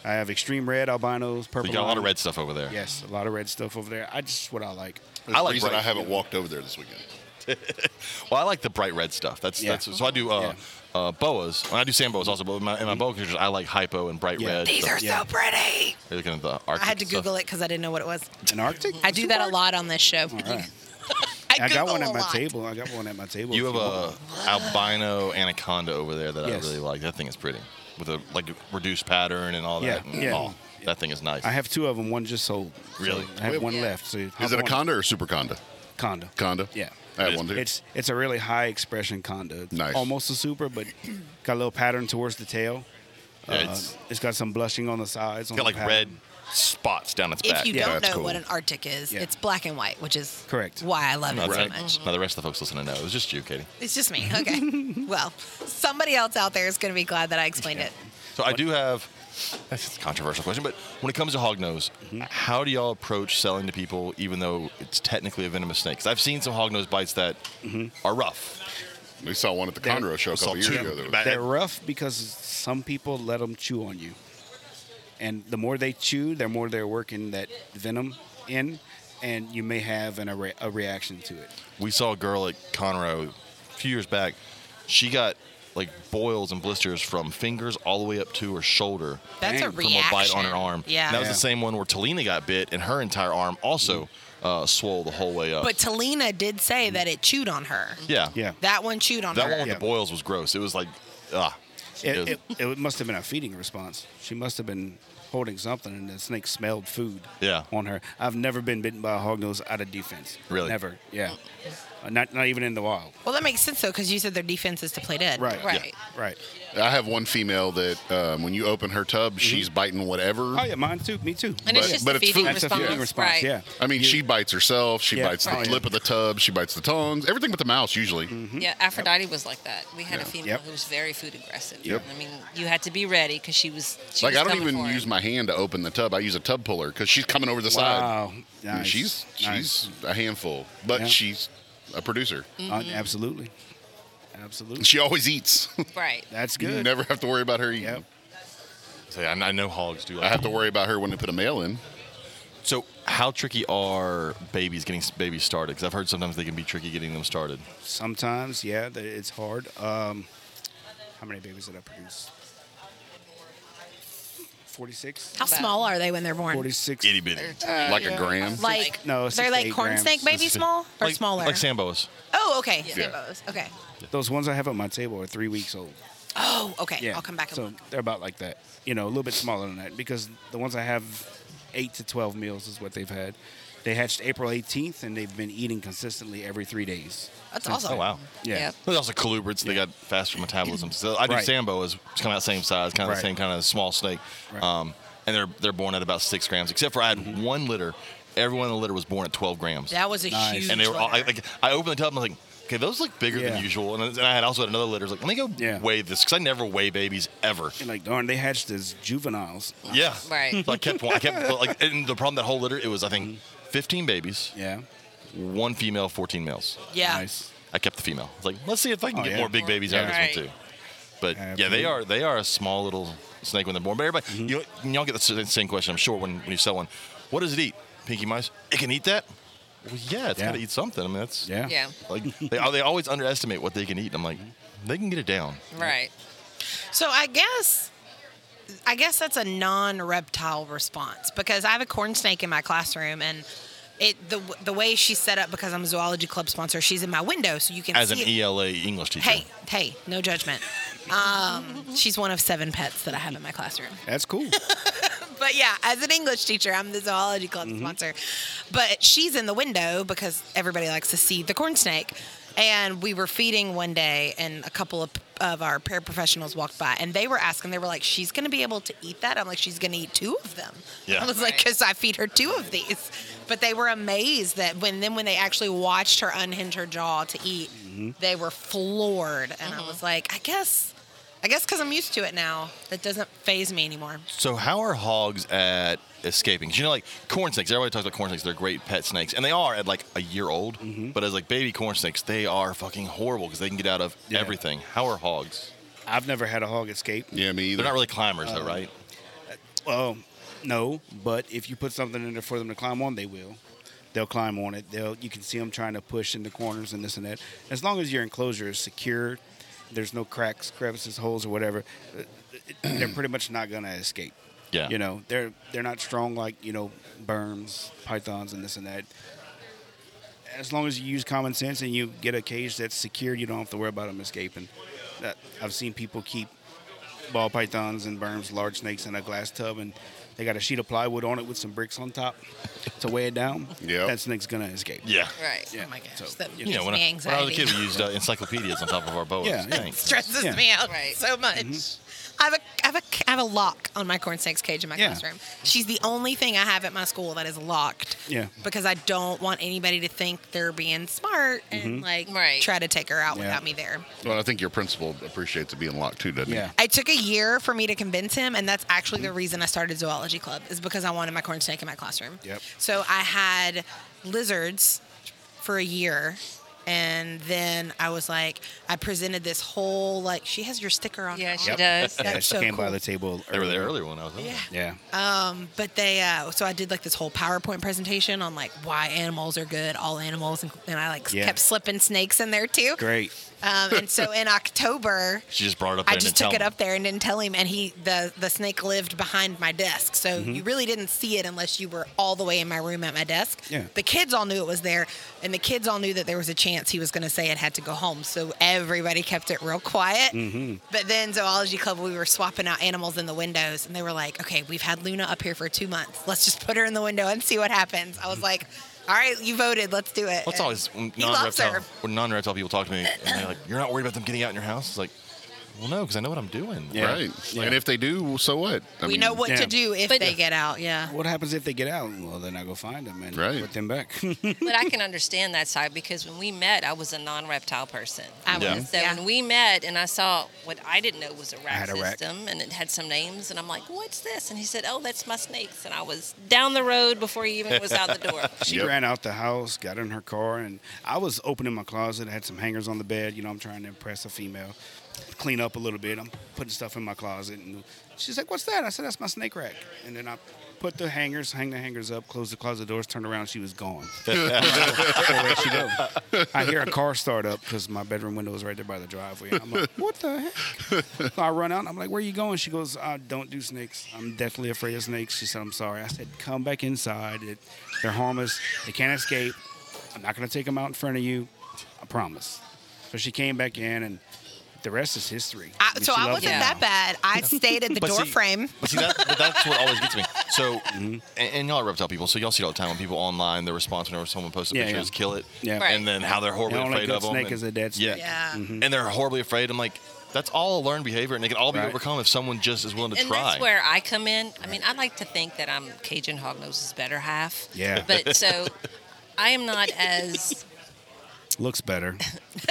Speaker 9: I have extreme red albinos, purple.
Speaker 1: you got a lot of
Speaker 9: lime.
Speaker 1: red stuff over there.
Speaker 9: Yes, a lot of red stuff over there. I just what I like.
Speaker 4: There's
Speaker 1: I
Speaker 4: a
Speaker 1: like
Speaker 4: reason
Speaker 1: bright-
Speaker 4: I haven't walked over there this weekend.
Speaker 1: Well, I like the bright red stuff. That's
Speaker 9: Yeah.
Speaker 1: that's so I do uh, uh, boas. Well, I do sand boas also, but in my, in my boa creatures, I like hypo and bright
Speaker 9: Yeah.
Speaker 1: red.
Speaker 3: These
Speaker 1: so
Speaker 3: are
Speaker 9: Yeah.
Speaker 3: so pretty.
Speaker 1: you're looking at the
Speaker 3: I had to Google it because I didn't know what it was.
Speaker 9: An Arctic?
Speaker 3: I do that a lot on this show.
Speaker 9: All right.
Speaker 3: I,
Speaker 9: I got
Speaker 3: Google
Speaker 9: one
Speaker 3: a
Speaker 9: at my
Speaker 3: lot.
Speaker 9: table. I got one at my table.
Speaker 1: You
Speaker 9: if
Speaker 1: have a albino anaconda over there that
Speaker 9: Yes.
Speaker 1: I really like. That thing is pretty with a like reduced pattern and all
Speaker 9: Yeah,
Speaker 1: that. and
Speaker 9: yeah.
Speaker 1: all. That thing is nice.
Speaker 9: I have two of them. One just sold. So
Speaker 1: Really?
Speaker 9: I have one
Speaker 8: Yeah.
Speaker 9: left. So
Speaker 4: Is it a conda or a super conda?
Speaker 9: Conda.
Speaker 4: Conda.
Speaker 9: Yeah.
Speaker 4: I
Speaker 1: It
Speaker 4: have
Speaker 1: is-
Speaker 4: one too.
Speaker 9: It's it's a really high expression conda. It's
Speaker 4: Nice.
Speaker 9: Almost a super, but got a little pattern towards the tail. Uh,
Speaker 1: Yeah, it's-
Speaker 9: it's got some blushing on the sides.
Speaker 1: it's got like red spots down its
Speaker 3: If
Speaker 1: back.
Speaker 3: you
Speaker 9: Yeah,
Speaker 3: don't
Speaker 4: that's
Speaker 3: know
Speaker 4: cool.
Speaker 3: what an Arctic is,
Speaker 9: Yeah.
Speaker 3: it's black and white, which is
Speaker 9: Correct.
Speaker 3: Why I love
Speaker 1: no,
Speaker 3: it
Speaker 1: that's
Speaker 3: so
Speaker 1: right. Mm-hmm.
Speaker 3: much.
Speaker 1: No, the rest of the folks listening know. It was just you, Katie.
Speaker 3: It's just me. Okay. well, somebody else out there is going to be glad that I explained it.
Speaker 1: So I do have that's a controversial question, but when it comes to hognose,
Speaker 9: Mm-hmm.
Speaker 1: how do y'all approach selling to people even though it's technically a venomous snake? 'Cause I've seen some hognose bites that are rough.
Speaker 4: we saw one at the
Speaker 9: Mm-hmm. They're-
Speaker 4: Condra show a couple
Speaker 1: saw
Speaker 4: years
Speaker 1: two.
Speaker 4: ago. that was-
Speaker 1: Back-
Speaker 9: They're rough because some people let them chew on you, and the more they chew, the more they're working that venom in, and you may have an, a, re- a reaction to it.
Speaker 1: We saw a girl at Conroe a few years back. She got like boils and blisters from fingers all the way up to her shoulder.
Speaker 3: That's a
Speaker 9: Dang.
Speaker 1: from
Speaker 3: reaction.
Speaker 1: a bite on her arm.
Speaker 3: Yeah.
Speaker 1: And that was
Speaker 9: Yeah.
Speaker 1: the same one where Talina got bit, and her entire arm also uh, swole the whole way up.
Speaker 3: But Talina did say that it chewed on her.
Speaker 1: yeah,
Speaker 9: Yeah.
Speaker 3: That one chewed on
Speaker 1: that
Speaker 3: her.
Speaker 1: one with
Speaker 9: Mm-hmm. Yeah.
Speaker 1: the boils was gross. It was like, ah, It was-
Speaker 9: It, it, it must have been a feeding response. She must have been holding something, and the snake smelled food.
Speaker 1: Yeah.
Speaker 9: On her, I've never been bitten by a hognose out of defense.
Speaker 1: Really?
Speaker 9: Never. Yeah. Uh, Not not even in the wild.
Speaker 3: Well, that makes sense though, because you said their defense is to play dead.
Speaker 9: Right.
Speaker 8: Right.
Speaker 9: Right.
Speaker 4: I have one female that um, when you open her tub, she's biting whatever.
Speaker 9: Oh yeah, mine too. Me too.
Speaker 8: And
Speaker 4: But-
Speaker 8: it's just
Speaker 4: but
Speaker 8: the
Speaker 4: it's
Speaker 8: feeding
Speaker 4: food.
Speaker 9: That's a
Speaker 8: response.
Speaker 9: feeding response.
Speaker 8: Right.
Speaker 9: Yeah.
Speaker 4: I mean, she bites herself. She
Speaker 9: Yeah.
Speaker 4: bites the
Speaker 9: Oh, yeah. Mm-hmm.
Speaker 4: lip of the tub. She bites the tongues. Everything but the mouse, usually.
Speaker 8: Yeah, Aphrodite was like that. We had a
Speaker 4: Hmm? Yeah.
Speaker 8: female
Speaker 9: Yep.
Speaker 8: who was very food aggressive.
Speaker 4: Yep.
Speaker 8: I mean, you had to be ready because she was. She
Speaker 4: Like
Speaker 8: was
Speaker 4: I don't
Speaker 8: coming
Speaker 4: even
Speaker 8: for it.
Speaker 4: use my hand to open the tub. I use a tub puller because she's coming over the side.
Speaker 9: Wow.
Speaker 4: I mean,
Speaker 9: Nice.
Speaker 4: She's
Speaker 9: Nice.
Speaker 4: she's a handful, but
Speaker 9: Yeah.
Speaker 4: she's a producer.
Speaker 8: Mm-hmm.
Speaker 9: Uh, absolutely. Absolutely.
Speaker 4: She always eats.
Speaker 8: Right.
Speaker 9: That's
Speaker 4: you
Speaker 9: good.
Speaker 4: never have to worry about her eating.
Speaker 9: Yep.
Speaker 1: So, yeah, I I know hogs do.
Speaker 4: I
Speaker 1: Like
Speaker 4: have to worry about her when they put a male in.
Speaker 1: So, how tricky are babies getting s- babies started? Because I've heard sometimes they can be tricky getting them started.
Speaker 9: Sometimes, yeah, th- it's hard. Um, how many babies did I produce? 46?
Speaker 3: How small are they when they're born?
Speaker 9: 46.
Speaker 1: Itty bitty,
Speaker 4: like a gram.
Speaker 3: Like
Speaker 9: No, Uh, six
Speaker 3: they're
Speaker 9: to
Speaker 3: like
Speaker 9: eight
Speaker 3: corn
Speaker 9: grams.
Speaker 3: snake baby small or
Speaker 1: like,
Speaker 3: smaller.
Speaker 1: like samboas.
Speaker 3: oh, okay.
Speaker 8: Yeah.
Speaker 3: Sambos. Okay.
Speaker 9: Those ones I have on my table are three weeks old.
Speaker 3: Oh, okay.
Speaker 9: Yeah.
Speaker 3: I'll come back and
Speaker 9: So
Speaker 3: look.
Speaker 9: they're about like that. You know, a little bit smaller than that because the ones I have, eight to 12 meals is what they've had. They hatched April 18th and they've been eating consistently every three days.
Speaker 3: That's awesome.
Speaker 1: Oh wow.
Speaker 9: Yeah.
Speaker 8: Yep.
Speaker 1: There's also colubrids. They got faster metabolism. So I do
Speaker 9: Right.
Speaker 1: samboas, it's kind of that same size, kind of
Speaker 9: Right.
Speaker 1: the same kind of small snake.
Speaker 9: Right. Mm-hmm.
Speaker 1: Um, and they're they're born at about six grams. Except for I had one litter. Everyone in the litter was born at 12 grams.
Speaker 3: That was a
Speaker 9: Nice.
Speaker 3: huge.
Speaker 1: and they were all, I,
Speaker 3: litter.
Speaker 1: like, I opened the tub and I was like, okay, those look bigger
Speaker 9: Yeah.
Speaker 1: than usual. And, I- and I had also had another litter. I was like, let me go
Speaker 9: Yeah.
Speaker 1: weigh this because I never weigh babies ever.
Speaker 9: And like, darn, they hatched as juveniles.
Speaker 1: Yeah.
Speaker 8: Right.
Speaker 1: So I kept one. I kept like, and the problem that whole litter it was I think 15 babies,
Speaker 9: Mm-hmm. Yeah.
Speaker 1: one female, 14 males.
Speaker 3: yeah.
Speaker 9: Nice.
Speaker 1: I kept the female. I was like, let's see if I can
Speaker 9: Oh,
Speaker 1: get
Speaker 9: yeah.
Speaker 1: more big babies out of this
Speaker 8: Right.
Speaker 1: one too. But yeah,
Speaker 9: Absolutely. Mm-hmm.
Speaker 1: they are they are a small little snake when they're born. But everybody, you know, and y'all get the s- same question, I'm sure, when, when you sell one. What does it eat? Pinky mice? It can eat that? Well, yeah, it's
Speaker 9: Yeah.
Speaker 1: got to eat something. I mean, that's
Speaker 9: Yeah.
Speaker 8: Yeah.
Speaker 1: Like they, they always underestimate what they can eat. I'm like, they can get it down.
Speaker 8: Right.
Speaker 3: So I guess I guess that's a non-reptile response because I have a corn snake in my classroom and it the the way she's set up because I'm a zoology club sponsor, she's in my window so you can
Speaker 1: As an E
Speaker 3: see it.
Speaker 1: ELA English teacher,
Speaker 3: Hey, hey, no judgment. Um, she's one of seven pets that I have in my classroom.
Speaker 9: That's cool.
Speaker 3: But yeah, as an English teacher, I'm the zoology club sponsor. But she's in the window because everybody likes to see the corn snake. And we were feeding one day, and a couple of, of our paraprofessionals walked by, and they were asking, they were like, "She's going to be able to eat that?" I'm like, "She's going to eat two of them."
Speaker 1: Yeah.
Speaker 3: I was like,
Speaker 8: Right.
Speaker 3: "Cause I feed her two of these." But they were amazed that when then when they actually watched her unhinge her jaw to eat,
Speaker 7: Mm-hmm.
Speaker 1: Mm-hmm.
Speaker 3: they were floored, and I was like, "I guess." I guess because I'm used to it now, that doesn't phase me anymore.
Speaker 1: So how are hogs at escaping? 'Cause you know, like corn snakes. Everybody talks about corn snakes. They're great pet snakes, and they are at like a year old.
Speaker 3: Mm-hmm.
Speaker 1: But as like baby corn snakes, they are fucking horrible because they can get out of
Speaker 9: Yeah.
Speaker 1: everything. How are hogs?
Speaker 9: I've never had a hog escape.
Speaker 4: Yeah, me either.
Speaker 1: They're not really climbers,
Speaker 3: Um,
Speaker 1: though, right?
Speaker 9: Uh, Well, no, but if you put something in there for them to climb on, they will. They'll climb on it. They'll. You can see them trying to push in the corners and this and that. As long as your enclosure is secure, there's no cracks, crevices, holes, or whatever. uh, They're pretty much not gonna escape.
Speaker 1: Yeah.
Speaker 9: You know, they're they're not strong like you know berms, pythons, and this and that. As long as you use common sense and you get a cage that's secure, you don't have to worry about them escaping. That, I've seen people keep ball pythons and berms, large snakes in a glass tub, and they got a sheet of plywood on it with some bricks on top to weigh it down.
Speaker 4: Yep.
Speaker 9: that snake's gonna escape.
Speaker 1: Yeah.
Speaker 8: Right.
Speaker 9: Yeah.
Speaker 3: Oh my gosh,
Speaker 9: So,
Speaker 3: that
Speaker 9: you
Speaker 3: gives
Speaker 1: You know, when
Speaker 3: me
Speaker 1: I, when
Speaker 3: anxiety.
Speaker 1: I was a kid, we used uh, encyclopedias on top of our boas.
Speaker 9: Yeah, yeah.
Speaker 1: Thanks.
Speaker 3: stresses
Speaker 9: Yeah. Mm-hmm.
Speaker 3: me out
Speaker 8: Right.
Speaker 3: so much. I have a I have a I have a lock on my corn snake's cage in my
Speaker 9: Yeah.
Speaker 3: classroom. She's the only thing I have at my school that is locked.
Speaker 9: Yeah.
Speaker 3: Because I don't want anybody to think they're being smart and like
Speaker 8: Right.
Speaker 3: try to take her out
Speaker 9: Mm-hmm. Yeah.
Speaker 3: without me there.
Speaker 4: Well, I think your principal appreciates it being locked too, doesn't
Speaker 9: Yeah.
Speaker 3: It took a year for me to convince him, and that's actually the reason I started zoology club is because I wanted my corn snake in my classroom.
Speaker 9: Yep.
Speaker 3: So I had lizards for a year, and then I was like, I presented this whole like she has your sticker on. her
Speaker 8: Yeah, she
Speaker 3: arm.
Speaker 8: does.
Speaker 9: Yeah,
Speaker 3: That's
Speaker 9: she
Speaker 3: so
Speaker 9: came by
Speaker 3: cool.
Speaker 9: the table.
Speaker 1: They were there earlier when I was there.
Speaker 3: Yeah.
Speaker 9: Yeah.
Speaker 3: But they, uh, so I did like this whole PowerPoint presentation on like why animals are good, all animals, and, and I like
Speaker 9: Yeah.
Speaker 3: kept slipping snakes in there too.
Speaker 9: Great.
Speaker 3: Um, and so in October,
Speaker 1: She just brought it up there
Speaker 3: I
Speaker 1: and
Speaker 3: just
Speaker 1: didn't
Speaker 3: took it
Speaker 1: tell me.
Speaker 3: up there and didn't tell him, and he the the snake lived behind my desk, so
Speaker 1: Mm-hmm.
Speaker 3: you really didn't see it unless you were all the way in my room at my desk.
Speaker 9: Yeah.
Speaker 3: The kids all knew it was there, and the kids all knew that there was a chance he was going to say it had to go home, so everybody kept it real quiet.
Speaker 1: Mm-hmm.
Speaker 3: But then zoology club, we were swapping out animals in the windows, and they were like, "Okay, we've had Luna up here for two months. Let's just put her in the window and see what happens." I was like. All right, you voted. Let's do it.
Speaker 1: That's
Speaker 3: And
Speaker 1: Mm. always when
Speaker 3: he loves
Speaker 1: non-reptile,
Speaker 3: her.
Speaker 1: when non-reptile people talk to me, and they're like, "You're not worried about them getting out in your house?" It's like, "Well, no, because I know what I'm doing."
Speaker 4: it?
Speaker 9: Yeah.
Speaker 4: Right.
Speaker 9: Yeah.
Speaker 4: And if they do, well, so what? I
Speaker 3: we
Speaker 4: mean,
Speaker 3: know what
Speaker 9: Yeah.
Speaker 3: to do if
Speaker 8: But-
Speaker 3: they get out. Yeah.
Speaker 9: What happens if they get out? Well, then I go find them and
Speaker 4: Right.
Speaker 9: put them back.
Speaker 8: But I can understand that side because when we met, I was a non reptile person.
Speaker 3: I
Speaker 1: Yeah.
Speaker 3: was.
Speaker 8: So when we met and I saw what I didn't know was a rack
Speaker 9: had a rack.
Speaker 8: system and it had some names and I'm like, what's this? And he said, oh, that's my snakes. And I was down the road before he even was out the door.
Speaker 9: She
Speaker 4: Yep.
Speaker 9: ran out the house, got in her car, and I was opening my closet. I had some hangers on the bed. You know, I'm trying to impress a female, clean up a little bit. I'm putting stuff in my closet, and she's like, "What's that?" I said, "That's my snake rack." And then I put the hangers, hang the hangers up, close the closet doors, turned around, she was gone. I'm like, "Well, where'd she go?" I hear a car start up because my bedroom window is right there by the driveway. And I'm like, "What the heck?" So I run out. and I'm like, "Where are you going?" She goes, "I don't do snakes. I'm definitely afraid of snakes." She said, "I'm sorry." I said, "Come back inside. It, they're harmless. They can't escape. I'm not going to take them out in front of you. I promise." So she came back in, and the rest is history.
Speaker 3: I,
Speaker 9: But
Speaker 3: so
Speaker 9: she
Speaker 3: I
Speaker 9: loves
Speaker 3: wasn't
Speaker 9: them
Speaker 3: that
Speaker 9: now.
Speaker 3: bad. I stayed at the
Speaker 1: But
Speaker 3: door
Speaker 1: see-
Speaker 3: frame.
Speaker 1: But see, that, but that's what always gets me. So,
Speaker 9: Mm-hmm.
Speaker 1: and, and y'all are reptile people, so y'all see it all the time when people online, their response whenever someone posts a
Speaker 9: Yeah,
Speaker 1: picture
Speaker 9: yeah.
Speaker 1: is kill it.
Speaker 9: Yeah.
Speaker 8: Right.
Speaker 1: And then how they're horribly
Speaker 9: The only
Speaker 1: afraid
Speaker 9: good
Speaker 1: of them.
Speaker 9: snake
Speaker 1: and-
Speaker 9: is a dead snake. Mm-hmm.
Speaker 3: Yeah.
Speaker 1: And they're horribly afraid. I'm like, that's all a learned behavior, and it can all be
Speaker 9: Right.
Speaker 1: overcome if someone just is willing to
Speaker 8: and
Speaker 1: try.
Speaker 8: that's where I come in. I mean, I like to think that I'm Cajun Hognose's better half.
Speaker 9: Yeah.
Speaker 8: But so I am not as
Speaker 9: Looks better.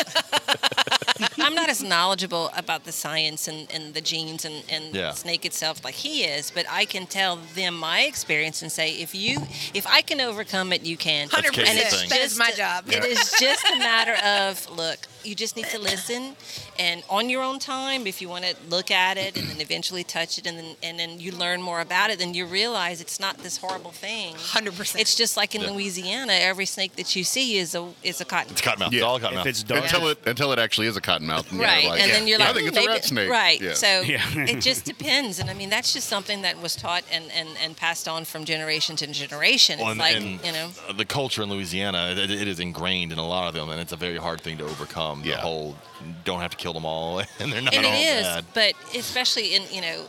Speaker 8: I'm not as knowledgeable about the science and, and the genes and, and
Speaker 1: Yeah.
Speaker 8: snake itself like he is, but I can tell them my experience and say if you if I can overcome it, you can.
Speaker 3: 100%.
Speaker 8: And it's
Speaker 1: That's
Speaker 3: That is
Speaker 8: just-
Speaker 3: my job.
Speaker 8: It is just a matter of look. You just need to listen, and on your own time, if you want to look at it, and then eventually touch it, and then and then you learn more about it, then you realize it's not this horrible thing.
Speaker 3: 100%.
Speaker 8: It's just like in
Speaker 1: Yeah.
Speaker 8: Louisiana, every snake that you see is a is a cotton.
Speaker 1: it's cottonmouth. It's
Speaker 4: Yeah.
Speaker 1: all cottonmouth.
Speaker 9: if it's dark,
Speaker 4: Until it until it actually is a cottonmouth. and you're
Speaker 8: Right,
Speaker 4: like,
Speaker 8: and then you're like,
Speaker 4: I
Speaker 8: "Hmm,
Speaker 4: think it's a
Speaker 8: maybe-"
Speaker 4: rat snake.
Speaker 8: Right,
Speaker 4: Yeah.
Speaker 8: so
Speaker 9: Yeah.
Speaker 8: it just depends, and I mean that's just something that was taught and, and, and passed on from generation to generation. It's
Speaker 1: Well, and-
Speaker 8: like
Speaker 1: and uh,
Speaker 8: you know,
Speaker 1: the culture in Louisiana, it, it is ingrained in a lot of them, and it's a very hard thing to overcome. The
Speaker 4: Yeah.
Speaker 1: whole don't have to kill them all, and they're not
Speaker 8: and
Speaker 1: all
Speaker 8: it is,
Speaker 1: bad.
Speaker 8: but especially in you know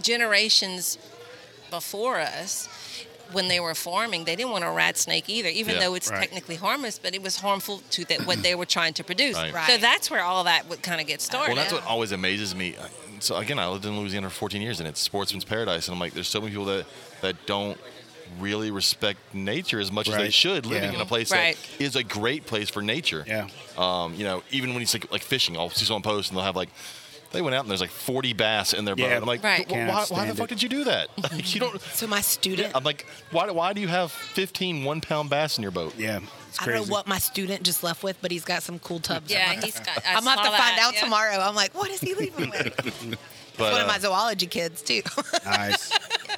Speaker 8: generations before us, when they were farming, they didn't want a rat snake either, even
Speaker 1: Yeah.
Speaker 8: though it's
Speaker 9: Right.
Speaker 8: technically harmless, but it was harmful to that what they were trying to produce.
Speaker 1: Right.
Speaker 3: Right.
Speaker 8: So that's where all that would kind of get started.
Speaker 1: Well, that's what always amazes me. I- So again, I lived in Louisiana for 14 years, and it's sportsman's paradise, and I'm like, there's so many people that that don't really respect nature as much as they
Speaker 9: Right.
Speaker 1: should living
Speaker 9: Yeah.
Speaker 1: in a place
Speaker 8: Right.
Speaker 1: that is a great place for nature.
Speaker 9: Yeah.
Speaker 1: Um, you know, even when you like, like fishing, I'll see someone post and they'll have like, they went out and there's like 40 bass in their boat.
Speaker 9: Yeah.
Speaker 1: I'm like,
Speaker 8: Right.
Speaker 1: "Wh-
Speaker 9: Can't
Speaker 1: why, why the
Speaker 9: stand
Speaker 1: fuck
Speaker 9: it.
Speaker 1: did you do that? Like, you don't.
Speaker 3: So my student,
Speaker 1: I'm like, why, why do you have 15 one pound bass in your boat?
Speaker 9: Yeah, it's
Speaker 3: I
Speaker 9: crazy.
Speaker 3: don't know what my student just left with, but he's got some cool tubs.
Speaker 8: yeah,
Speaker 3: I'm like,
Speaker 8: he's got. I
Speaker 3: I'm gonna have to
Speaker 8: saw
Speaker 3: find
Speaker 8: that,
Speaker 3: out
Speaker 8: yeah.
Speaker 3: tomorrow. I'm like, what is he leaving with? It's
Speaker 1: But,
Speaker 3: one of
Speaker 1: uh,
Speaker 3: my zoology kids too.
Speaker 9: Nice.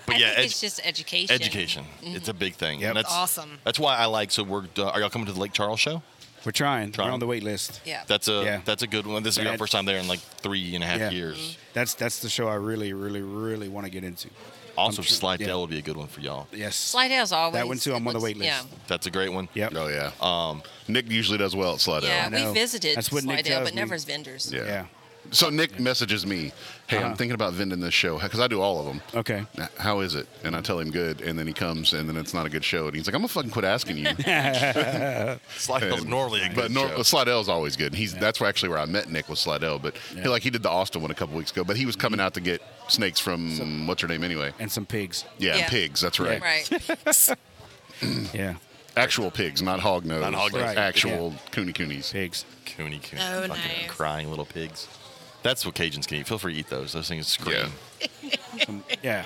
Speaker 1: but
Speaker 8: I
Speaker 1: yeah,
Speaker 8: think
Speaker 1: it's-
Speaker 8: it's just education. Mm-hmm.
Speaker 1: education. It's a big thing.
Speaker 9: Yep.
Speaker 1: And that's
Speaker 3: Mm-hmm. Awesome.
Speaker 1: That's why I like. So we're. Uh, are y'all coming to the Lake Charles show?
Speaker 9: We're trying.
Speaker 1: Trying.
Speaker 9: We're on the wait list.
Speaker 8: Yeah.
Speaker 1: That's a
Speaker 9: Yeah.
Speaker 1: that's a good one. This is our
Speaker 9: Bad.
Speaker 1: first time there in like three and a half
Speaker 9: Yeah.
Speaker 3: Mm-hmm.
Speaker 1: years.
Speaker 9: That's that's the show I really, really, really want to get into.
Speaker 1: Also,
Speaker 9: I'm sure-
Speaker 1: Slidell
Speaker 9: yeah.
Speaker 1: would be a good one for y'all.
Speaker 9: Yes.
Speaker 8: Slidell's always.
Speaker 9: That one too, I'm on the wait list.
Speaker 8: Yeah.
Speaker 1: That's a great one.
Speaker 9: Yep.
Speaker 4: Oh yeah. Um, Nick usually does well at Slidell.
Speaker 8: Yeah, we
Speaker 9: know.
Speaker 8: visited
Speaker 9: That's what Nick
Speaker 8: Slidell,
Speaker 9: tells
Speaker 8: but
Speaker 9: me.
Speaker 8: never as vendors.
Speaker 4: Yeah.
Speaker 9: Yeah.
Speaker 4: So Nick messages me, "Hey,
Speaker 9: Uh-huh.
Speaker 4: I'm thinking about vending this show because I do all of them.
Speaker 9: Okay.
Speaker 4: How is it?" And I tell him good, and then he comes, and then it's not a good show, and he's like, "I'm gonna fucking quit asking you."
Speaker 1: Slidell's normally a good
Speaker 4: but nor-
Speaker 1: show.
Speaker 4: Slidell's always good. He's that's where actually where I met Nick was Slidell, but he,
Speaker 9: Yeah. Mm-hmm.
Speaker 4: like he did the Austin one a couple weeks ago, but he was coming out to get snakes from what's her name anyway.
Speaker 9: And some pigs.
Speaker 4: Yeah, and
Speaker 8: Yeah.
Speaker 4: pigs. That's right.
Speaker 8: Right.
Speaker 9: Yeah.
Speaker 4: Actual pigs, not hog nose.
Speaker 1: Not hog nose.
Speaker 9: Right.
Speaker 4: Actual cooney coonies.
Speaker 9: Pigs.
Speaker 1: Cooney, cooney,
Speaker 3: Oh,
Speaker 1: fucking
Speaker 3: nice.
Speaker 1: crying little pigs. That's what Cajuns can eat. Feel free to eat those. Those things scream.
Speaker 4: Yeah.
Speaker 9: Um, Yeah.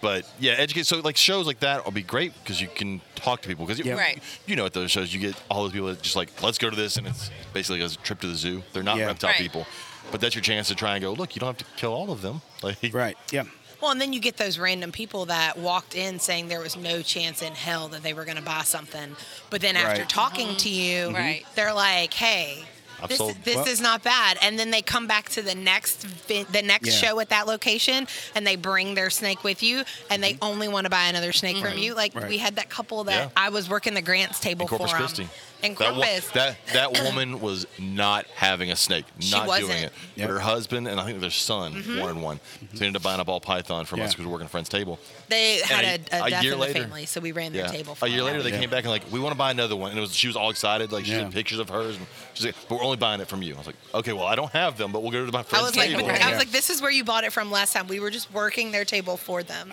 Speaker 1: But yeah, educate. So like shows like that will be great because you can talk to people. Because
Speaker 9: Yeah.
Speaker 8: Right.
Speaker 1: you know at those shows you get all those people that just like let's go to this and it's basically a trip to the zoo. They're not
Speaker 9: Yeah.
Speaker 1: reptile
Speaker 8: Right.
Speaker 1: people, but that's your chance to try and go look. You don't have to kill all of them. Like
Speaker 9: Right. Yeah.
Speaker 3: Well, and then you get those random people that walked in saying there was no chance in hell that they were going to buy something, but then after
Speaker 9: Right.
Speaker 3: talking to you,
Speaker 8: Right.
Speaker 3: they're like, "Hey,
Speaker 1: Mm-hmm. I've
Speaker 3: this,
Speaker 1: sold-
Speaker 3: this
Speaker 9: well-
Speaker 3: is not bad," and then they come back to the next vi- the next
Speaker 9: Yeah.
Speaker 3: show at that location, and they bring their snake with you, and they only want to buy another snake from you. Like
Speaker 9: Right.
Speaker 3: we had that couple that
Speaker 1: Mm-hmm. Yeah.
Speaker 3: I was working the grants table
Speaker 1: in Corpus
Speaker 3: for 'em.
Speaker 1: Christi.
Speaker 3: in
Speaker 1: That, wo-
Speaker 3: Corpus.
Speaker 1: that that woman was not having a snake,
Speaker 3: She
Speaker 1: not doing
Speaker 3: wasn't. Mm-hmm.
Speaker 1: it.
Speaker 9: Yep.
Speaker 1: But her husband and I think their son wanted one. So they ended up buying a ball python from
Speaker 9: Yeah.
Speaker 1: us because we were working at a friend's table.
Speaker 3: they had
Speaker 1: and
Speaker 3: a,
Speaker 1: a-
Speaker 3: a,
Speaker 1: a
Speaker 3: death
Speaker 1: year
Speaker 3: in the
Speaker 1: later-
Speaker 3: family, so we ran their table. For
Speaker 1: A year
Speaker 3: them.
Speaker 1: later, they
Speaker 9: Yeah.
Speaker 1: came back and like, we want to buy another one, and it was she was all excited, like she
Speaker 9: Yeah.
Speaker 1: took pictures of hers, and she's like, but we're only buying it from you. I was like, okay, well, I don't have them, but we'll go to my
Speaker 3: I
Speaker 1: friend's
Speaker 3: was like,
Speaker 1: table.
Speaker 3: I
Speaker 9: Yeah.
Speaker 3: was like, this is where you bought it from last time. We were just working their table for them,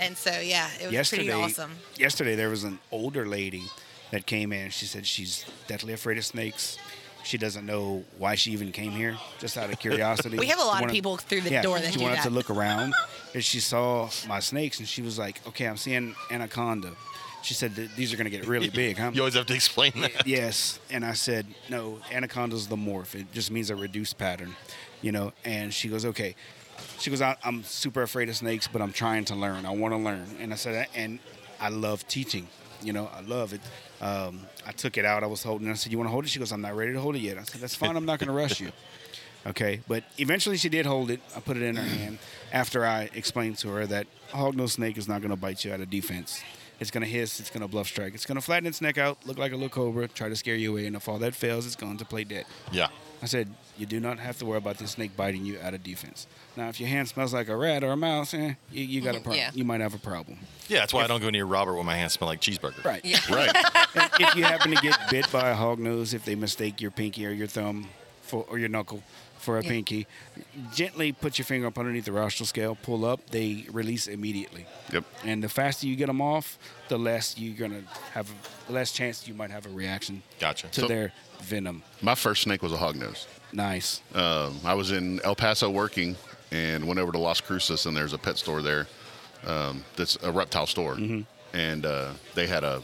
Speaker 3: and so yeah, it was
Speaker 9: yesterday,
Speaker 3: pretty awesome.
Speaker 9: yesterday there was an older lady that came in. She said she's deathly afraid of snakes. She doesn't know why she even came here, just out of curiosity.
Speaker 3: We have a
Speaker 9: She
Speaker 3: lot of
Speaker 9: wanted-
Speaker 3: people through the
Speaker 9: yeah,
Speaker 3: door that
Speaker 9: she
Speaker 3: do
Speaker 9: wanted
Speaker 3: that.
Speaker 9: to look around, and she saw my snakes, and she was like, "Okay, I'm seeing anaconda." She said that these are going to get really big, huh?
Speaker 1: You always have to explain that.
Speaker 9: yes. And I said, no, anaconda's the morph. It just means a reduced pattern, you know? And she goes, okay. She goes, I, I'm super afraid of snakes, but I'm trying to learn. I want to learn. And I said, and I love teaching. You know, I love it. Um, I took it out. I was holding it. I said, you want to hold it? She goes, I'm not ready to hold it yet. I said, that's fine. I'm not going to rush you. Okay, but eventually she did hold it. I put it in her hand after I explained to her that a hognose snake is not going to bite you out of defense. It's going to hiss, it's going to bluff strike, it's going to flatten its neck out, look like a little cobra, try to scare you away, and if all that fails, it's going to play dead.
Speaker 1: yeah.
Speaker 9: I said, You do not have to worry about this snake biting you out of defense. Now, if your hand smells like a rat or a mouse, eh, you, you got a problem.
Speaker 8: Yeah.
Speaker 9: You might have a problem.
Speaker 1: Yeah, that's why I don't go near Robert when my hands smell like cheeseburger.
Speaker 9: Right.
Speaker 8: Yeah.
Speaker 4: Right.
Speaker 9: And if you happen to get bit by a hognose, if they mistake your pinky or your thumb for or your knuckle for a pinky, gently put your finger up underneath the rostral scale, pull up, they release immediately.
Speaker 4: yep.
Speaker 9: And the faster you get them off, the less you're gonna have, the less chance you might have a reaction
Speaker 1: Gotcha.
Speaker 9: to
Speaker 1: So-
Speaker 9: their venom.
Speaker 4: My first snake was a hog nose.
Speaker 9: Nice.
Speaker 4: Um, I was in El Paso working and went over to Las Cruces, and there's a pet store there um, that's a reptile store.
Speaker 9: Mm-hmm.
Speaker 4: And uh, they had a,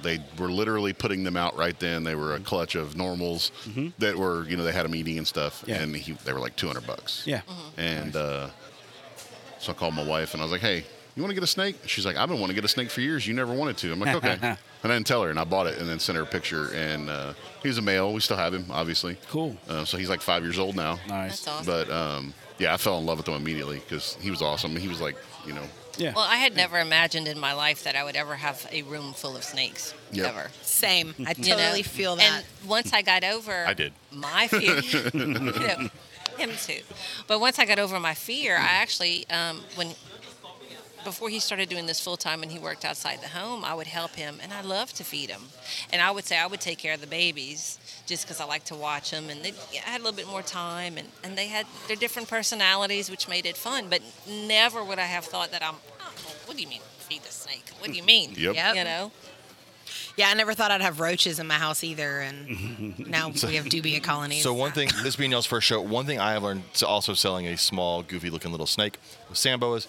Speaker 4: they were literally putting them out right then. They were a
Speaker 9: Mm-hmm.
Speaker 4: clutch of normals that were, you know, they had them eating and stuff.
Speaker 9: Yeah.
Speaker 4: And he, they were like 200 bucks.
Speaker 9: Yeah.
Speaker 4: And uh, so I called my wife and I was like, hey, you want to get a snake? She's like, I've been wanting to get a snake for years. You never wanted to. I'm like, okay. and I didn't tell her. And I bought it and then sent her a picture. And uh, he's a male. We still have him, obviously.
Speaker 9: Cool.
Speaker 4: Uh, so he's like five years old now.
Speaker 9: Nice.
Speaker 8: That's awesome.
Speaker 4: But um, yeah, I fell in love with him immediately because he was awesome. He was like, you know,
Speaker 9: Yeah.
Speaker 8: Well, I had never imagined in my life that I would ever have a room full of snakes.
Speaker 4: Yep.
Speaker 8: Ever.
Speaker 3: Same, I
Speaker 8: You know?
Speaker 3: totally feel that.
Speaker 8: And once I got over,
Speaker 1: I did.
Speaker 8: my fear. Yeah, him too. But once I got over my fear, I actually um, when before he started doing this full time and he worked outside the home, I would help him, and I love to feed him. And I would say I would take care of the babies just because I like to watch them, and they I had a little bit more time, and, and they had their different personalities, which made it fun. But never would I have thought that I'm. Oh, what do you mean feed the snake? What do you mean?
Speaker 4: Yep.
Speaker 3: Yep.
Speaker 8: You know.
Speaker 3: Yeah, I never thought I'd have roaches in my house either, and now we have dubia colonies.
Speaker 1: Mm-hmm. So one thing, this being y'all's first show, one thing I have learned to also selling a small, goofy-looking little snake with samboas.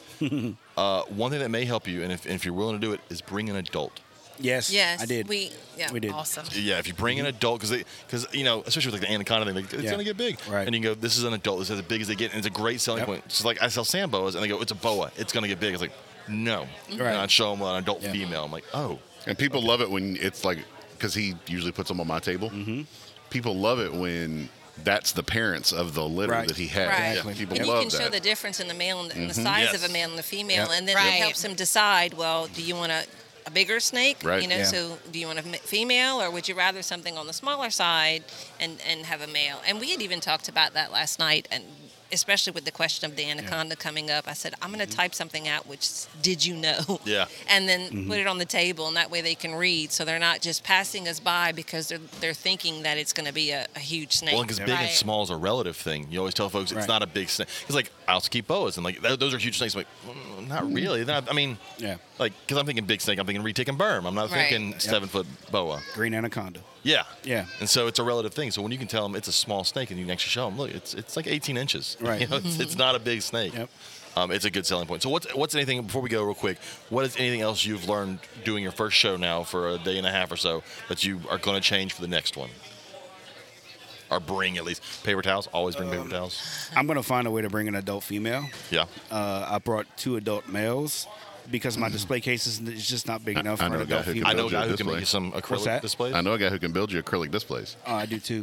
Speaker 1: uh, one thing that may help you, and if, if you're willing to do it, is bring an adult.
Speaker 9: Yes.
Speaker 8: Yes.
Speaker 9: I did.
Speaker 8: We. Yeah.
Speaker 9: We did. Mm-hmm.
Speaker 3: awesome.
Speaker 1: Yeah, if you bring an adult, because because you know, especially with like the anaconda thing, like, it's
Speaker 9: Yeah.
Speaker 1: gonna get big.
Speaker 9: Right.
Speaker 1: And you can go, this is an adult. This is as big as they get, and it's a great selling
Speaker 9: Yep.
Speaker 1: point. It's just like I sell samboas, and they go, it's a boa. It's gonna get big. It's like, no,
Speaker 9: Right.
Speaker 1: and I show them an adult
Speaker 9: Yeah.
Speaker 1: female. I'm like, oh,
Speaker 4: And people love it when it's like, because he usually puts them on my table. Mm-hmm. People love it when that's the parents of the litter
Speaker 9: Right.
Speaker 4: that he has.
Speaker 8: Right.
Speaker 9: Exactly.
Speaker 4: People
Speaker 8: and you
Speaker 4: love
Speaker 8: can
Speaker 4: that.
Speaker 8: show the difference in the male and the, and the size
Speaker 1: Yes.
Speaker 8: of a male and the female,
Speaker 9: Yep.
Speaker 8: and then
Speaker 3: Right.
Speaker 8: it helps him decide. Well, do you want a, a bigger snake?
Speaker 4: Right.
Speaker 8: You know,
Speaker 9: Yeah.
Speaker 8: so do you want a m- female, or would you rather something on the smaller side and and have a male? And we had even talked about that last night, and especially with the question of the anaconda coming up, I said I'm going to
Speaker 9: Mm-hmm.
Speaker 8: type something out. Which s- did you know?
Speaker 1: Yeah. Mm-hmm.
Speaker 8: And then
Speaker 9: Mm-hmm.
Speaker 8: put it on the table, and that way they can read, so they're not just passing us by because they're they're thinking that it's going to be a, a huge snake.
Speaker 1: Well, because big and
Speaker 3: Right.
Speaker 1: small is a relative thing. You always tell folks it's
Speaker 9: Right.
Speaker 1: not a big snake. It's like I also keep boas, and like th- those are huge snakes. I'm like, "Mm, not really. They're not- I mean,
Speaker 9: Yeah.
Speaker 1: like because I'm thinking big snake, I'm thinking retic and berm. I'm not
Speaker 8: Right.
Speaker 1: thinking seven foot boa.
Speaker 9: Green anaconda.
Speaker 1: Yeah,
Speaker 9: Yeah.
Speaker 1: And so it's a relative thing. So when you can tell them it's a small snake, and you can actually show them, look, it's it's like 18 inches.
Speaker 9: Right.
Speaker 1: You know, it's,
Speaker 8: Mm-hmm.
Speaker 1: it's not a big snake.
Speaker 9: Yep.
Speaker 1: Um, it's a good selling point. So what's what's anything before we go real quick? What is anything else you've learned doing your first show now for a day and a half or so that you are going to change for the next one? Or bring at least paper towels. Always bring
Speaker 9: Um,
Speaker 1: paper towels.
Speaker 9: I'm gonna find a way to bring an adult female.
Speaker 1: Yeah.
Speaker 9: Uh, I brought two adult males because my display case is is just not big enough
Speaker 4: I
Speaker 9: for
Speaker 4: know
Speaker 9: an
Speaker 4: a guy
Speaker 9: adult
Speaker 4: who can
Speaker 9: female.
Speaker 1: I know a guy
Speaker 4: Build you
Speaker 1: who
Speaker 4: a
Speaker 1: can make
Speaker 4: display.
Speaker 1: you some acrylic
Speaker 9: that?
Speaker 1: displays.
Speaker 4: I know a guy who can build you acrylic displays.
Speaker 9: Oh, I do too.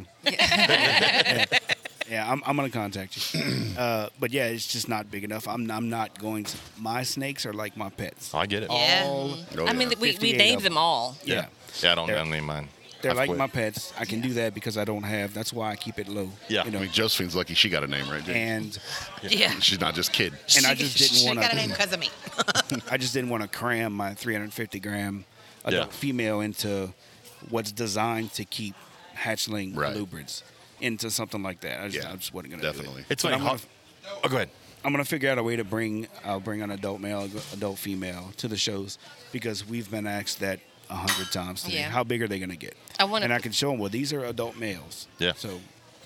Speaker 9: Yeah, I'm, I'm gonna contact you. Uh, but yeah, it's just not big enough. I'm I'm not going to. My snakes are like my pets.
Speaker 1: I get it.
Speaker 3: Yeah.
Speaker 4: Oh,
Speaker 8: Mm-hmm. I mean,
Speaker 4: yeah.
Speaker 8: we, we
Speaker 9: 58
Speaker 8: named
Speaker 9: of
Speaker 8: them
Speaker 9: them.
Speaker 8: all.
Speaker 1: Yeah. yeah. I
Speaker 4: Oh,
Speaker 1: don't, I
Speaker 9: They're-
Speaker 1: don't need mine.
Speaker 9: They're
Speaker 1: I've
Speaker 9: like
Speaker 1: quit.
Speaker 9: my pets. I can do that because I don't have. That's why I keep it low.
Speaker 1: Yeah.
Speaker 9: You
Speaker 4: I
Speaker 9: know.
Speaker 4: mean, Josephine's lucky she got a name, right? Dude?
Speaker 9: And
Speaker 3: Yeah.
Speaker 4: she's not just kid.
Speaker 9: and I just didn't want
Speaker 3: She got a name
Speaker 9: to.
Speaker 3: because of me.
Speaker 9: I just didn't want to cram my 350 gram adult
Speaker 1: Yeah.
Speaker 9: female into what's designed to keep hatchling
Speaker 4: Right.
Speaker 9: lubrids into something like that. I just,
Speaker 4: Yeah,
Speaker 9: I just wasn't gonna Do
Speaker 4: definitely.
Speaker 9: it.
Speaker 1: It's
Speaker 9: But
Speaker 1: funny.
Speaker 9: I'm gonna,
Speaker 1: ho- oh, go ahead.
Speaker 9: I'm gonna figure out a way to bring I'll bring an adult male, adult female to the shows because we've been asked that a hundred times today.
Speaker 8: Yeah.
Speaker 9: How big are they gonna get?
Speaker 8: I wanna-
Speaker 9: and I can show them. Well, these are adult males.
Speaker 1: Yeah.
Speaker 9: So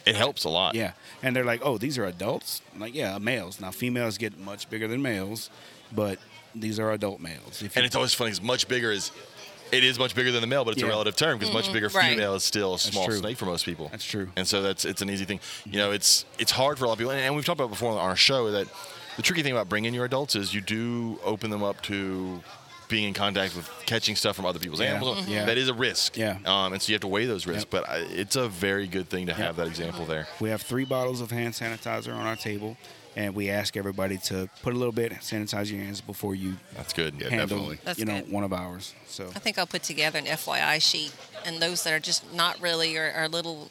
Speaker 1: It helps a lot.
Speaker 9: yeah, and they're like, oh, these are adults. I'm like yeah, males. Now females get much bigger than males, but these are adult males. If you-
Speaker 1: And it's always funny because much bigger is, it is much bigger than the male, but it's a
Speaker 9: Yeah.
Speaker 1: relative term because much bigger
Speaker 8: right.
Speaker 1: female is still a small
Speaker 9: true.
Speaker 1: snake for most people.
Speaker 9: That's true.
Speaker 1: And so that's it's an easy thing. You know, it's it's hard for a lot of people, and, and we've talked about before on our show that the tricky thing about bringing your adults is you do open them up to being in contact with catching stuff from other people's
Speaker 9: Yeah.
Speaker 1: animals.
Speaker 9: Mhm. Yeah.
Speaker 1: That is a risk.
Speaker 9: Yeah.
Speaker 1: Um, and so you have to weigh those risks,
Speaker 9: Yep.
Speaker 1: but I, it's a very good thing to have that example there.
Speaker 9: We have three bottles of hand sanitizer on our table, and we ask everybody to put a little bit, sanitize your hands before you
Speaker 1: That's good.
Speaker 4: Yeah,
Speaker 9: handle,
Speaker 4: definitely.
Speaker 3: That's
Speaker 9: you know,
Speaker 3: good.
Speaker 9: one of ours. So
Speaker 8: I think I'll put together an FYI sheet, and those that are just not really or are a little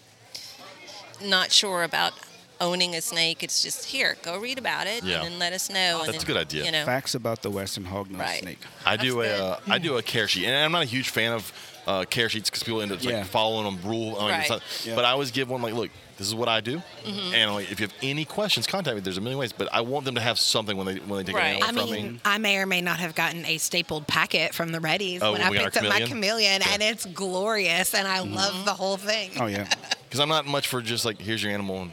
Speaker 8: not sure about owning a snake, it's just here, go read about it,
Speaker 1: Yeah.
Speaker 8: and then let us know. and
Speaker 1: That's a
Speaker 8: then,
Speaker 1: good idea.
Speaker 8: You know,
Speaker 9: facts about the western hognose
Speaker 8: Right.
Speaker 9: snake.
Speaker 1: I do a
Speaker 8: That's
Speaker 1: uh, I do a care sheet, and I'm not a huge fan of uh, care sheets because people end up like
Speaker 9: Yeah.
Speaker 1: following them rule. I mean, it's
Speaker 8: Right. Mm-hmm.
Speaker 1: not-
Speaker 9: Yeah.
Speaker 1: But I always give one like, look, this is what I do, and like, if you have any questions, contact me. There's a million ways, but I want them to have something when they when they take
Speaker 8: Right.
Speaker 1: an
Speaker 3: I
Speaker 1: animal
Speaker 3: mean,
Speaker 1: from me.
Speaker 3: I may or may not have gotten a stapled packet from the Reddies
Speaker 1: Oh,
Speaker 3: when
Speaker 1: when
Speaker 3: I
Speaker 1: we got our
Speaker 3: picked up my chameleon,
Speaker 1: chameleon? Mm-hmm.
Speaker 3: and it's glorious, and I love the whole thing.
Speaker 9: Oh yeah,
Speaker 1: Because I'm not much for just like here's your animal. And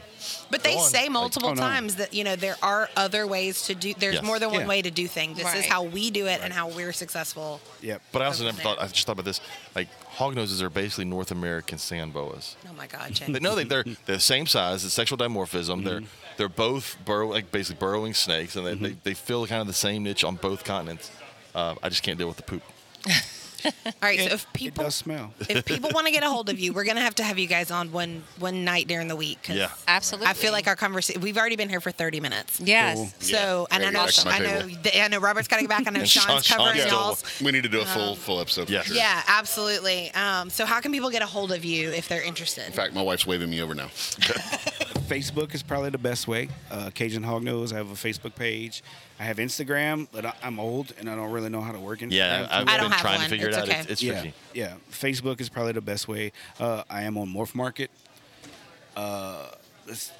Speaker 3: But they
Speaker 1: Go on.
Speaker 3: say
Speaker 1: Like,
Speaker 3: multiple
Speaker 9: oh, no.
Speaker 3: times that you know there are other ways to do. There's
Speaker 1: Yes.
Speaker 3: more than one
Speaker 9: Yeah.
Speaker 3: way to do things. This is
Speaker 8: Right.
Speaker 3: how we do it and how we're successful.
Speaker 9: yep.
Speaker 1: but I also
Speaker 3: That's
Speaker 1: never
Speaker 3: what
Speaker 1: thought. I just thought about this. Like hognoses are basically North American sand boas.
Speaker 3: Oh my God, Jen.
Speaker 1: They, no, they, they're they're the same size. It's sexual dimorphism. They're
Speaker 9: Mm-hmm.
Speaker 1: they're both burrow like basically burrowing snakes, and they, they, they fill kind of the same niche on both continents. Uh, I just can't deal with the poop.
Speaker 3: All right, so if
Speaker 9: It
Speaker 3: people
Speaker 9: does smell.
Speaker 3: if people want to get a hold of you, we're gonna have to have you guys on one one night during the week. 'cause
Speaker 1: Yeah.
Speaker 8: absolutely.
Speaker 3: I feel like our conversation. We've already been here for 30 minutes.
Speaker 8: yes.
Speaker 9: Cool.
Speaker 3: So
Speaker 4: Yeah,
Speaker 3: and I
Speaker 4: gotta
Speaker 3: know
Speaker 4: go back to my
Speaker 3: I know
Speaker 4: table.
Speaker 3: I know Robert's got to get back. I know
Speaker 1: And
Speaker 3: Sean's
Speaker 1: Sean-
Speaker 3: covering
Speaker 1: Sean's still-
Speaker 3: y'all's.
Speaker 4: We need to do a full full episode. for
Speaker 1: Yeah.
Speaker 4: sure.
Speaker 3: Yeah, absolutely. Um, so how can people get a hold of you if they're interested?
Speaker 4: In fact, my wife's waving me over now.
Speaker 9: Facebook is probably the best way. Uh, Cajun Hog Nose. I have a Facebook page. I have Instagram, but I, I'm old and I don't really know how to work Instagram.
Speaker 1: Yeah, I, I've
Speaker 3: I don't
Speaker 1: been
Speaker 3: have
Speaker 1: trying
Speaker 3: one.
Speaker 1: to figure
Speaker 3: It's
Speaker 1: it out.
Speaker 3: okay.
Speaker 1: It's, it's
Speaker 9: yeah,
Speaker 1: tricky.
Speaker 9: yeah. Facebook is probably the best way. Uh, I am on Morph Market. Uh, let's,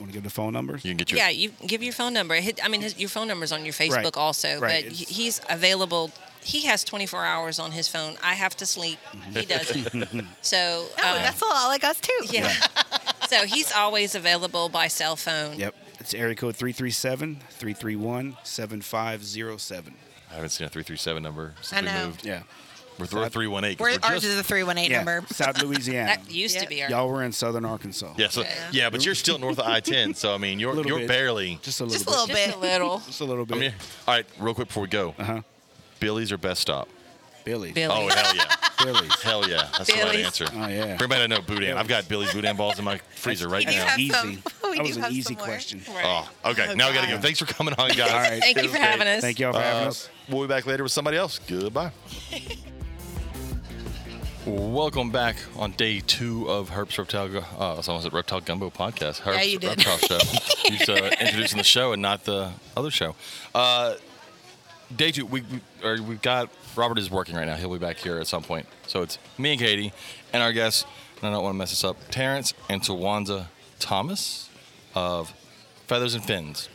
Speaker 9: want to give the phone numbers?
Speaker 1: You can get your
Speaker 8: Yeah, you give your phone number. Hit- I mean, his, your phone number's on your Facebook
Speaker 9: Right.
Speaker 8: also,
Speaker 9: Right.
Speaker 8: but he-
Speaker 9: It's-
Speaker 8: he's available. He has 24 hours on his phone. I have to sleep. He doesn't. so,
Speaker 3: Oh,
Speaker 8: uh,
Speaker 3: that's a lot like us too.
Speaker 8: yeah. so he's always available by cell phone.
Speaker 9: Yep. It's area code 337 331 7507.
Speaker 1: I haven't seen a 337 number since
Speaker 3: I
Speaker 1: we
Speaker 3: know.
Speaker 1: moved.
Speaker 9: Yeah.
Speaker 1: We're, we're 318. 'cause
Speaker 3: We're,
Speaker 1: we're
Speaker 3: ours
Speaker 1: just-
Speaker 3: is a 318
Speaker 9: yeah.
Speaker 3: number.
Speaker 9: South Louisiana.
Speaker 8: That used to be our.
Speaker 9: Y'all were in southern Arkansas.
Speaker 1: yeah, so,
Speaker 8: Yeah.
Speaker 1: yeah, but you're still north of I-10, so I mean, you're
Speaker 9: Little
Speaker 1: you're
Speaker 9: bit.
Speaker 1: barely.
Speaker 9: Just a little
Speaker 3: Just a
Speaker 9: bit.
Speaker 3: little
Speaker 8: just
Speaker 3: bit.
Speaker 8: a little.
Speaker 9: Just a little
Speaker 1: I
Speaker 9: bit.
Speaker 1: mean, all right, real quick before we go,
Speaker 9: uh-huh.
Speaker 1: Billy's or best stop?
Speaker 9: Billy.
Speaker 8: Billy.
Speaker 1: Oh hell yeah,
Speaker 9: Billy's.
Speaker 1: hell yeah, that's the right
Speaker 8: Billy's.
Speaker 1: answer.
Speaker 9: Oh, yeah.
Speaker 1: Everybody know boudin. I've got Billy's boudin balls in my freezer right
Speaker 3: do
Speaker 1: now.
Speaker 3: have
Speaker 9: easy.
Speaker 3: some-
Speaker 9: that
Speaker 3: we do
Speaker 9: was an
Speaker 3: have
Speaker 9: easy
Speaker 3: some more.
Speaker 9: question.
Speaker 8: Right.
Speaker 1: Oh, okay. now we gotta go. Thanks for coming on, guys.
Speaker 9: All right.
Speaker 8: Thank you
Speaker 1: It was
Speaker 8: for having
Speaker 1: great.
Speaker 8: us.
Speaker 9: Thank y'all for having us.
Speaker 1: We'll be back later with somebody else. Goodbye. Welcome back on day two of Herps Reptile. Gu- Uh, I almost said Reptile Gumbo podcast. Herps
Speaker 3: Yeah, you did.
Speaker 1: Reptile Show. you uh, introducing the show and not the other show. Uh, day two, we, we or we've got Robert is working right now. He'll be back here at some point. So it's me and Katie and our guests. And I don't want to mess this up. Terrence and Tawanza Thomas of Feathers and Fins.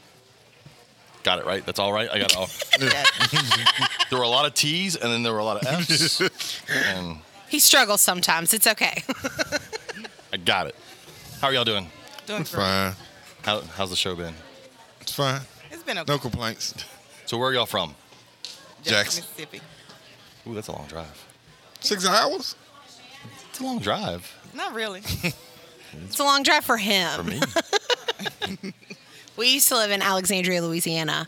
Speaker 1: Got it right. That's all right. I got it all. there were a lot of T's and then there were a lot of F's. and
Speaker 3: He struggles sometimes. It's okay.
Speaker 1: I got it. How are y'all doing?
Speaker 10: It's fine.
Speaker 1: How, how's the show been?
Speaker 10: It's fine.
Speaker 11: It's been okay.
Speaker 10: No complaints.
Speaker 1: So where are y'all from?
Speaker 10: Jackson.
Speaker 11: Mississippi.
Speaker 1: Ooh, that's a long drive.
Speaker 10: Six hours?
Speaker 1: It's a long drive
Speaker 11: Not really.
Speaker 3: It's a long drive for him.
Speaker 1: for me.
Speaker 3: We used to live in Alexandria, Louisiana,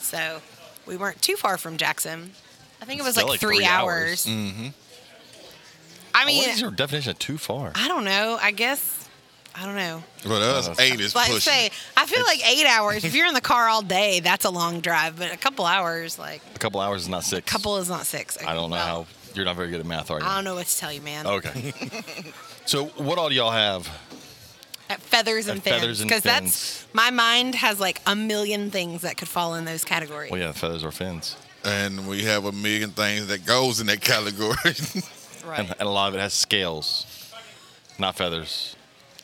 Speaker 3: so we weren't too far from Jackson. I think it was
Speaker 1: Still
Speaker 3: like,
Speaker 1: like
Speaker 3: three,
Speaker 1: three
Speaker 3: hours.
Speaker 10: Mm-hmm.
Speaker 3: I
Speaker 1: what is
Speaker 3: mean,
Speaker 1: your definition of too far?
Speaker 3: I don't know. I guess I don't know.
Speaker 10: But us,
Speaker 1: Uh,
Speaker 10: eight is
Speaker 3: Like
Speaker 10: pushing.
Speaker 3: say, I feel like eight hours. If you're in the car all day, that's a long drive. But a couple hours, like
Speaker 1: A couple hours is not six.
Speaker 3: couple is not six.
Speaker 1: I don't know how. You're not very good at math, are you?
Speaker 3: I don't know what to tell you, man.
Speaker 1: Okay. so what all do y'all have?
Speaker 3: At feathers and
Speaker 1: At feathers
Speaker 3: fins,
Speaker 1: and
Speaker 3: because that's my mind has like a million things that could fall in those categories.
Speaker 1: Well, yeah, feathers or fins.
Speaker 10: and we have a million things that goes in that category.
Speaker 11: Right.
Speaker 1: And, and a lot of it has scales, not feathers,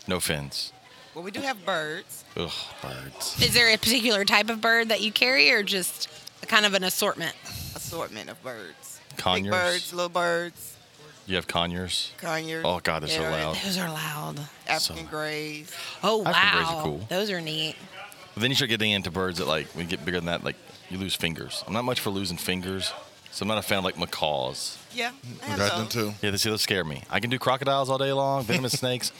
Speaker 1: no fins.
Speaker 11: Well, we do have birds.
Speaker 1: Ugh, birds.
Speaker 3: Is there a particular type of bird that you carry, or just kind of an assortment?
Speaker 11: Assortment of birds.
Speaker 1: Conyers.
Speaker 11: Big birds, little birds,
Speaker 1: You have conyers.
Speaker 11: conyers.
Speaker 1: Oh, God, they're so
Speaker 11: parrots,
Speaker 1: loud.
Speaker 3: Those are loud.
Speaker 11: African
Speaker 1: So-
Speaker 11: grays.
Speaker 3: Oh wow,
Speaker 1: African grays are cool.
Speaker 3: those are neat.
Speaker 1: But then you start getting into birds that like when you get bigger than that, like you lose fingers. I'm not much for losing fingers, so I'm not a fan of like macaws.
Speaker 11: Yeah. I have
Speaker 10: Got them
Speaker 11: those.
Speaker 10: too.
Speaker 1: Yeah, they see those scare me. I can do crocodiles all day long, venomous snakes,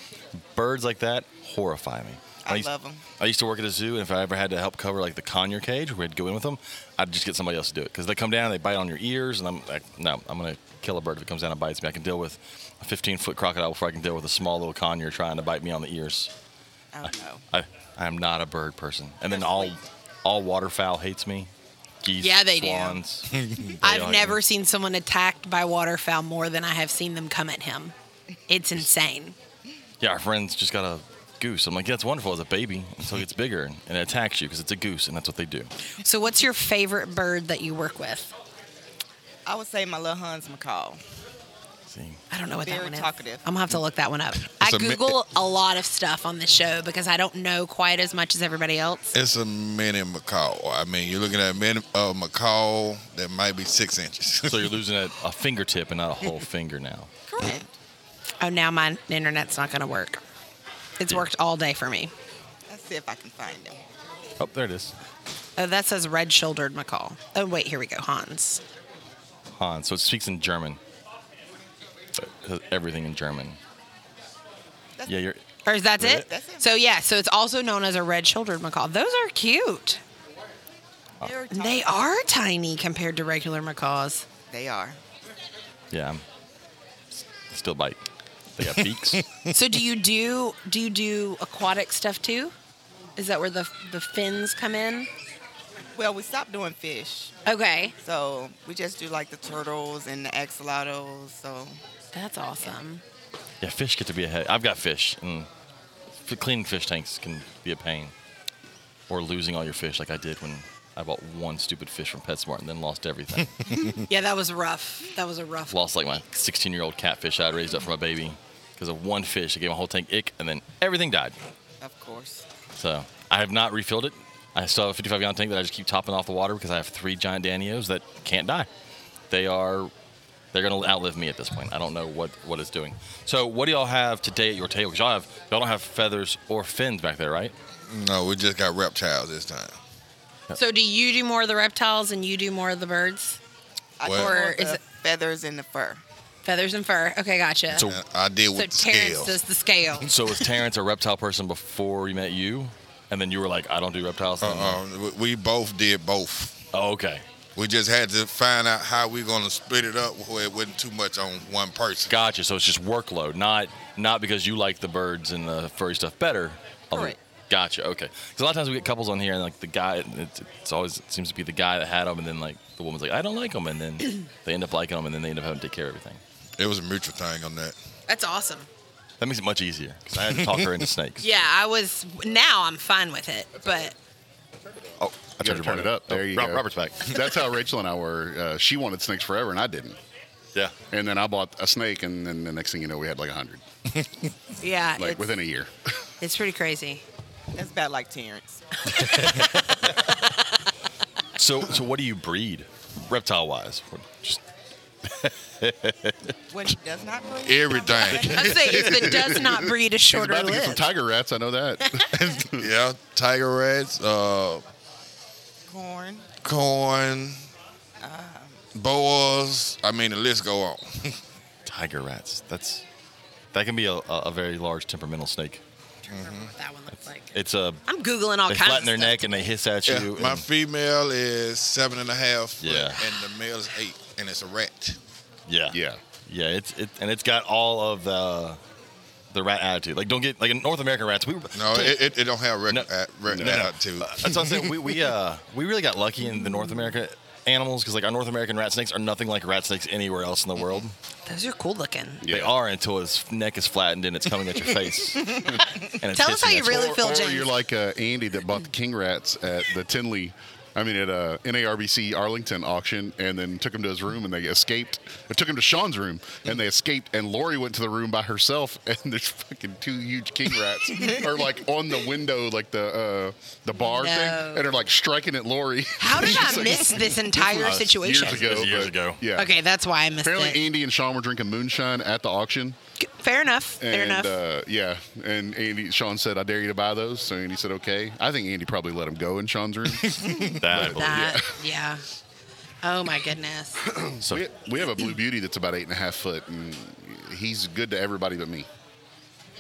Speaker 1: birds like that horrify me.
Speaker 11: I
Speaker 1: used,
Speaker 11: love 'em.
Speaker 1: I used to work at a zoo, and if I ever had to help cover like the conure cage, we'd go in with them. I'd just get somebody else to do it because they come down, they bite on your ears, and I'm like, no, I'm gonna kill a bird if it comes down and bites me. I can deal with a 15 foot crocodile before I can deal with a small little conure trying to bite me on the ears.
Speaker 11: I don't
Speaker 3: Oh.
Speaker 11: know.
Speaker 1: I, I am not a bird person. And then all all waterfowl hates me. Geese,
Speaker 3: Yeah, they do.
Speaker 1: swans. They
Speaker 3: I've
Speaker 1: like
Speaker 3: never
Speaker 1: me.
Speaker 3: seen someone attacked by waterfowl more than I have seen them come at him. It's insane.
Speaker 1: Yeah, our friends just got a goose. I'm like, yeah, it's wonderful as a baby until it gets bigger and it attacks you because it's a goose and that's what they do.
Speaker 3: So, what's your favorite bird that you work with?
Speaker 11: I would say my little Hans McCall.
Speaker 1: See,
Speaker 3: I don't know what that
Speaker 11: Very
Speaker 3: one is.
Speaker 11: talkative.
Speaker 3: I'm gonna have to look that one up.
Speaker 10: It's
Speaker 3: I
Speaker 10: a mi-
Speaker 3: Google a lot of stuff on this show because I don't know quite as much as everybody else.
Speaker 10: It's a mini macaw. I mean, you're looking at a mini uh, macaw that might be six inches.
Speaker 1: so you're losing a, a fingertip and not a whole finger now.
Speaker 11: Correct.
Speaker 3: Oh, now my internet's not gonna work. It's worked all day for me.
Speaker 11: Let's see if I can find them.
Speaker 1: Oh, there it is.
Speaker 3: Oh, that says red-shouldered macaw. Oh, wait, here we go. Hans.
Speaker 1: Han. So it speaks in German. But it has everything in German.
Speaker 11: That's-
Speaker 1: Yeah, you're.
Speaker 3: Or is that it?
Speaker 11: That's it.
Speaker 3: So yeah, so it's also known as a red-shouldered macaw. Those are cute.
Speaker 11: Very
Speaker 3: They
Speaker 11: talkative.
Speaker 3: are tiny compared to regular macaws.
Speaker 11: They are.
Speaker 1: Yeah. I'm- Still bite. They got beaks.
Speaker 3: So do you do do you do aquatic stuff too? Is that where the the fins come in?
Speaker 11: Well, we stopped doing fish,
Speaker 3: Okay,
Speaker 11: so we just do like the turtles and the axolotls. So
Speaker 3: that's awesome.
Speaker 1: Yeah, fish get to be a head. I've got fish, and f- cleaning fish tanks can be a pain, or losing all your fish, like I did when I bought one stupid fish from PetSmart and then lost everything.
Speaker 12: Yeah, that was rough. That was a rough.
Speaker 1: lost like my 16-year-old catfish I had raised up for my baby because of one fish. I gave my whole tank ick, and then everything died.
Speaker 11: Of course.
Speaker 1: So I have not refilled it. I still have a 55 gallon tank that I just keep topping off the water because I have three giant danios that can't die. They are they're gonna outlive me at this point. I don't know what what it's doing. So what do y'all have today at your table? Because y'all have y'all don't have feathers or fins back there, right?
Speaker 10: No, we just got reptiles this time.
Speaker 12: So do you do more of the reptiles and you do more of the birds?
Speaker 11: I
Speaker 10: Well-
Speaker 11: or
Speaker 12: Or is
Speaker 11: the
Speaker 12: it-
Speaker 11: feathers in the fur.
Speaker 12: Feathers and fur. Okay, gotcha.
Speaker 10: So
Speaker 12: So,
Speaker 10: I deal with the
Speaker 12: Terrence
Speaker 10: scales.
Speaker 12: does the scale.
Speaker 1: So was Terrence a reptile person before he met you? And then you were like, I don't do reptiles.
Speaker 10: Uh-uh. We- We both did both.
Speaker 1: Oh, okay.
Speaker 10: We just had to find out how we gonna split it up where it wasn't too much on one person.
Speaker 1: Gotcha. So it's just workload, not not because you like the birds and the furry stuff better. although-
Speaker 11: Correct.
Speaker 1: Gotcha. Okay. Because a lot of times we get couples on here and like the guy, it's, it's always it seems to be the guy that had them, and then like the woman's like, I don't like them, and then they end up liking them, and then they end up having to take care of everything.
Speaker 10: It was a mutual thing on that.
Speaker 12: That's awesome.
Speaker 1: That makes it much easier because I had to talk her into snakes.
Speaker 12: Yeah, I was. Now I'm fine with it, but
Speaker 1: Oh, I
Speaker 4: You gotta
Speaker 1: turned
Speaker 4: turn it up. There you
Speaker 1: Rob-
Speaker 4: go.
Speaker 1: Robert's back.
Speaker 4: That's how Rachel and I were. Uh, she wanted snakes forever, and I didn't.
Speaker 1: yeah.
Speaker 4: And then I bought a snake, and then the next thing you know, we had like a hundred,
Speaker 3: Uh,
Speaker 12: yeah,
Speaker 4: like
Speaker 12: it's,
Speaker 4: within a year.
Speaker 12: it's pretty crazy.
Speaker 11: That's about like Terrence.
Speaker 1: So so what do you breed, reptile wise? Just
Speaker 11: When he does not breathe.
Speaker 10: Everything.
Speaker 12: I'd say if it does not breed a
Speaker 4: He's
Speaker 12: shorter
Speaker 4: about to get some
Speaker 12: list.
Speaker 4: tiger rats. I know that.
Speaker 10: yeah, tiger rats, uh,
Speaker 11: Corn.
Speaker 10: corn, boas. I mean, the list go on.
Speaker 1: tiger rats. That's that can be a, a, a very large temperamental snake.
Speaker 12: That one looks like.
Speaker 1: It's a
Speaker 12: I'm googling all
Speaker 1: they
Speaker 12: kinds.
Speaker 1: flatten
Speaker 12: of
Speaker 1: their
Speaker 12: stuff.
Speaker 1: neck and they hiss at you.
Speaker 10: Yeah, my
Speaker 1: and-
Speaker 10: female is seven and a half. foot,
Speaker 1: Yeah.
Speaker 10: And the male is eight, and it's a rat.
Speaker 1: Yeah.
Speaker 4: Yeah.
Speaker 1: Yeah. It's it and it's got all of the the rat attitude. Like don't get like in North American rats. We
Speaker 10: No, it, it, it don't have rat,
Speaker 1: No.
Speaker 10: uh, rat
Speaker 1: No, no.
Speaker 10: attitude.
Speaker 1: that's what I'm saying. We we uh we really got lucky in the North America animals because like our North American rat snakes are nothing like rat snakes anywhere else in the world.
Speaker 12: Those are cool looking.
Speaker 1: They are until his neck is flattened and it's coming at your face. and it's
Speaker 12: Tell us how
Speaker 1: hissing
Speaker 12: you
Speaker 1: at
Speaker 12: really
Speaker 4: or,
Speaker 12: feel,
Speaker 4: or
Speaker 12: James.
Speaker 4: you're like uh, Andy that bought the king rats at the Tinley, I mean at uh, NARBC Arlington auction, and then took him to his room and they escaped. Or took him to Sean's room and they escaped. And Lori went to the room by herself, and there's fucking two huge king rats are like on the window, like the uh, the bar
Speaker 12: No.
Speaker 4: thing, and are like striking at Lori.
Speaker 12: How did
Speaker 4: She's
Speaker 12: I
Speaker 4: like,
Speaker 12: miss this entire
Speaker 4: "Uh,
Speaker 12: situation?
Speaker 4: Years ago.
Speaker 1: This is years
Speaker 4: but-
Speaker 1: ago.
Speaker 4: Yeah.
Speaker 12: Okay, that's why I missed it.
Speaker 4: Apparently, Andy and Sean were drinking moonshine at the auction.
Speaker 3: Fair enough.
Speaker 4: And,
Speaker 3: Fair enough.
Speaker 4: Uh, yeah, and Andy, Sean said, "I dare you to buy those." So Andy said, "Okay." I think Andy probably let him go in Sean's room.
Speaker 1: That I believe.
Speaker 12: that. Yeah. Oh my goodness.
Speaker 1: So
Speaker 4: we, we have a blue beauty that's about eight and a half foot, and he's good to everybody but me.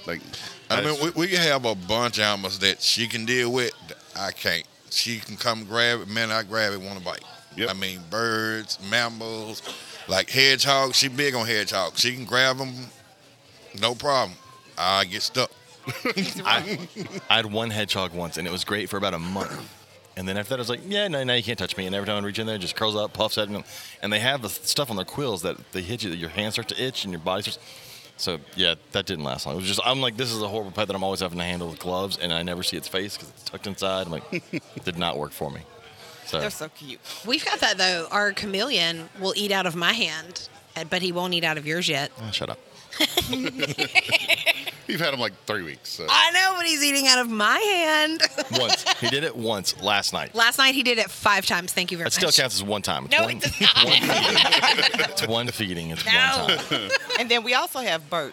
Speaker 4: Like,
Speaker 10: I mean, we, we can have a bunch of animals that she can deal with. that I can't. She can come grab it. Man, I grab it, want to bite.
Speaker 4: Yep.
Speaker 10: I mean, birds, mammals, like hedgehogs. She big on hedgehogs. She can grab them, no problem. I get stuck.
Speaker 1: I, I had one hedgehog once, and it was great for about a month. And then after that, I was like, yeah, no, no, you can't touch me. And every time I reach in there, it just curls up, puffs at me. And they have the stuff on their quills that they hit you, that your hands start to itch and your body starts. So, yeah, that didn't last long. It was just, I'm like, this is a horrible pet that I'm always having to handle with gloves, and I never see its face because it's tucked inside. I'm like, it did not work for me. So,
Speaker 11: They're so cute.
Speaker 12: We've got that though. Our chameleon will eat out of my hand, but he won't eat out of yours yet.
Speaker 1: Ah, shut up.
Speaker 4: you've had him like three weeks. So.
Speaker 12: I know, but he's eating out of my hand.
Speaker 1: Once. he did it once last night.
Speaker 12: Last night he did it five times. Thank you very
Speaker 1: That
Speaker 12: much.
Speaker 1: still counts as one time. It's
Speaker 12: No,
Speaker 1: one,
Speaker 12: it does not.
Speaker 1: One feeding. It's one feeding. It's one time.
Speaker 11: And then we also have Bert.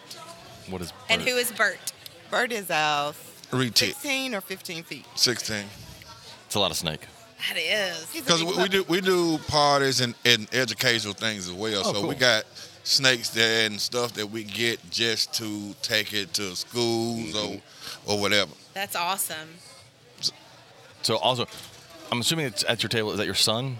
Speaker 1: What is
Speaker 12: And
Speaker 1: Bert?
Speaker 12: who is Bert?
Speaker 11: Bert is uh,
Speaker 10: Retic,
Speaker 11: 16 or 15 feet.
Speaker 10: sixteen.
Speaker 1: It's a lot of snake.
Speaker 12: That is.
Speaker 11: He's a
Speaker 10: Because
Speaker 11: big
Speaker 10: we, we
Speaker 11: puppy.
Speaker 10: do we do parties and, and educational things as well.
Speaker 1: Oh,
Speaker 10: so we got snakes there and stuff that we get just to take it to schools
Speaker 1: Mm-hmm.
Speaker 10: or or whatever.
Speaker 12: That's awesome.
Speaker 1: So also, I'm assuming it's at your table. Is that your son?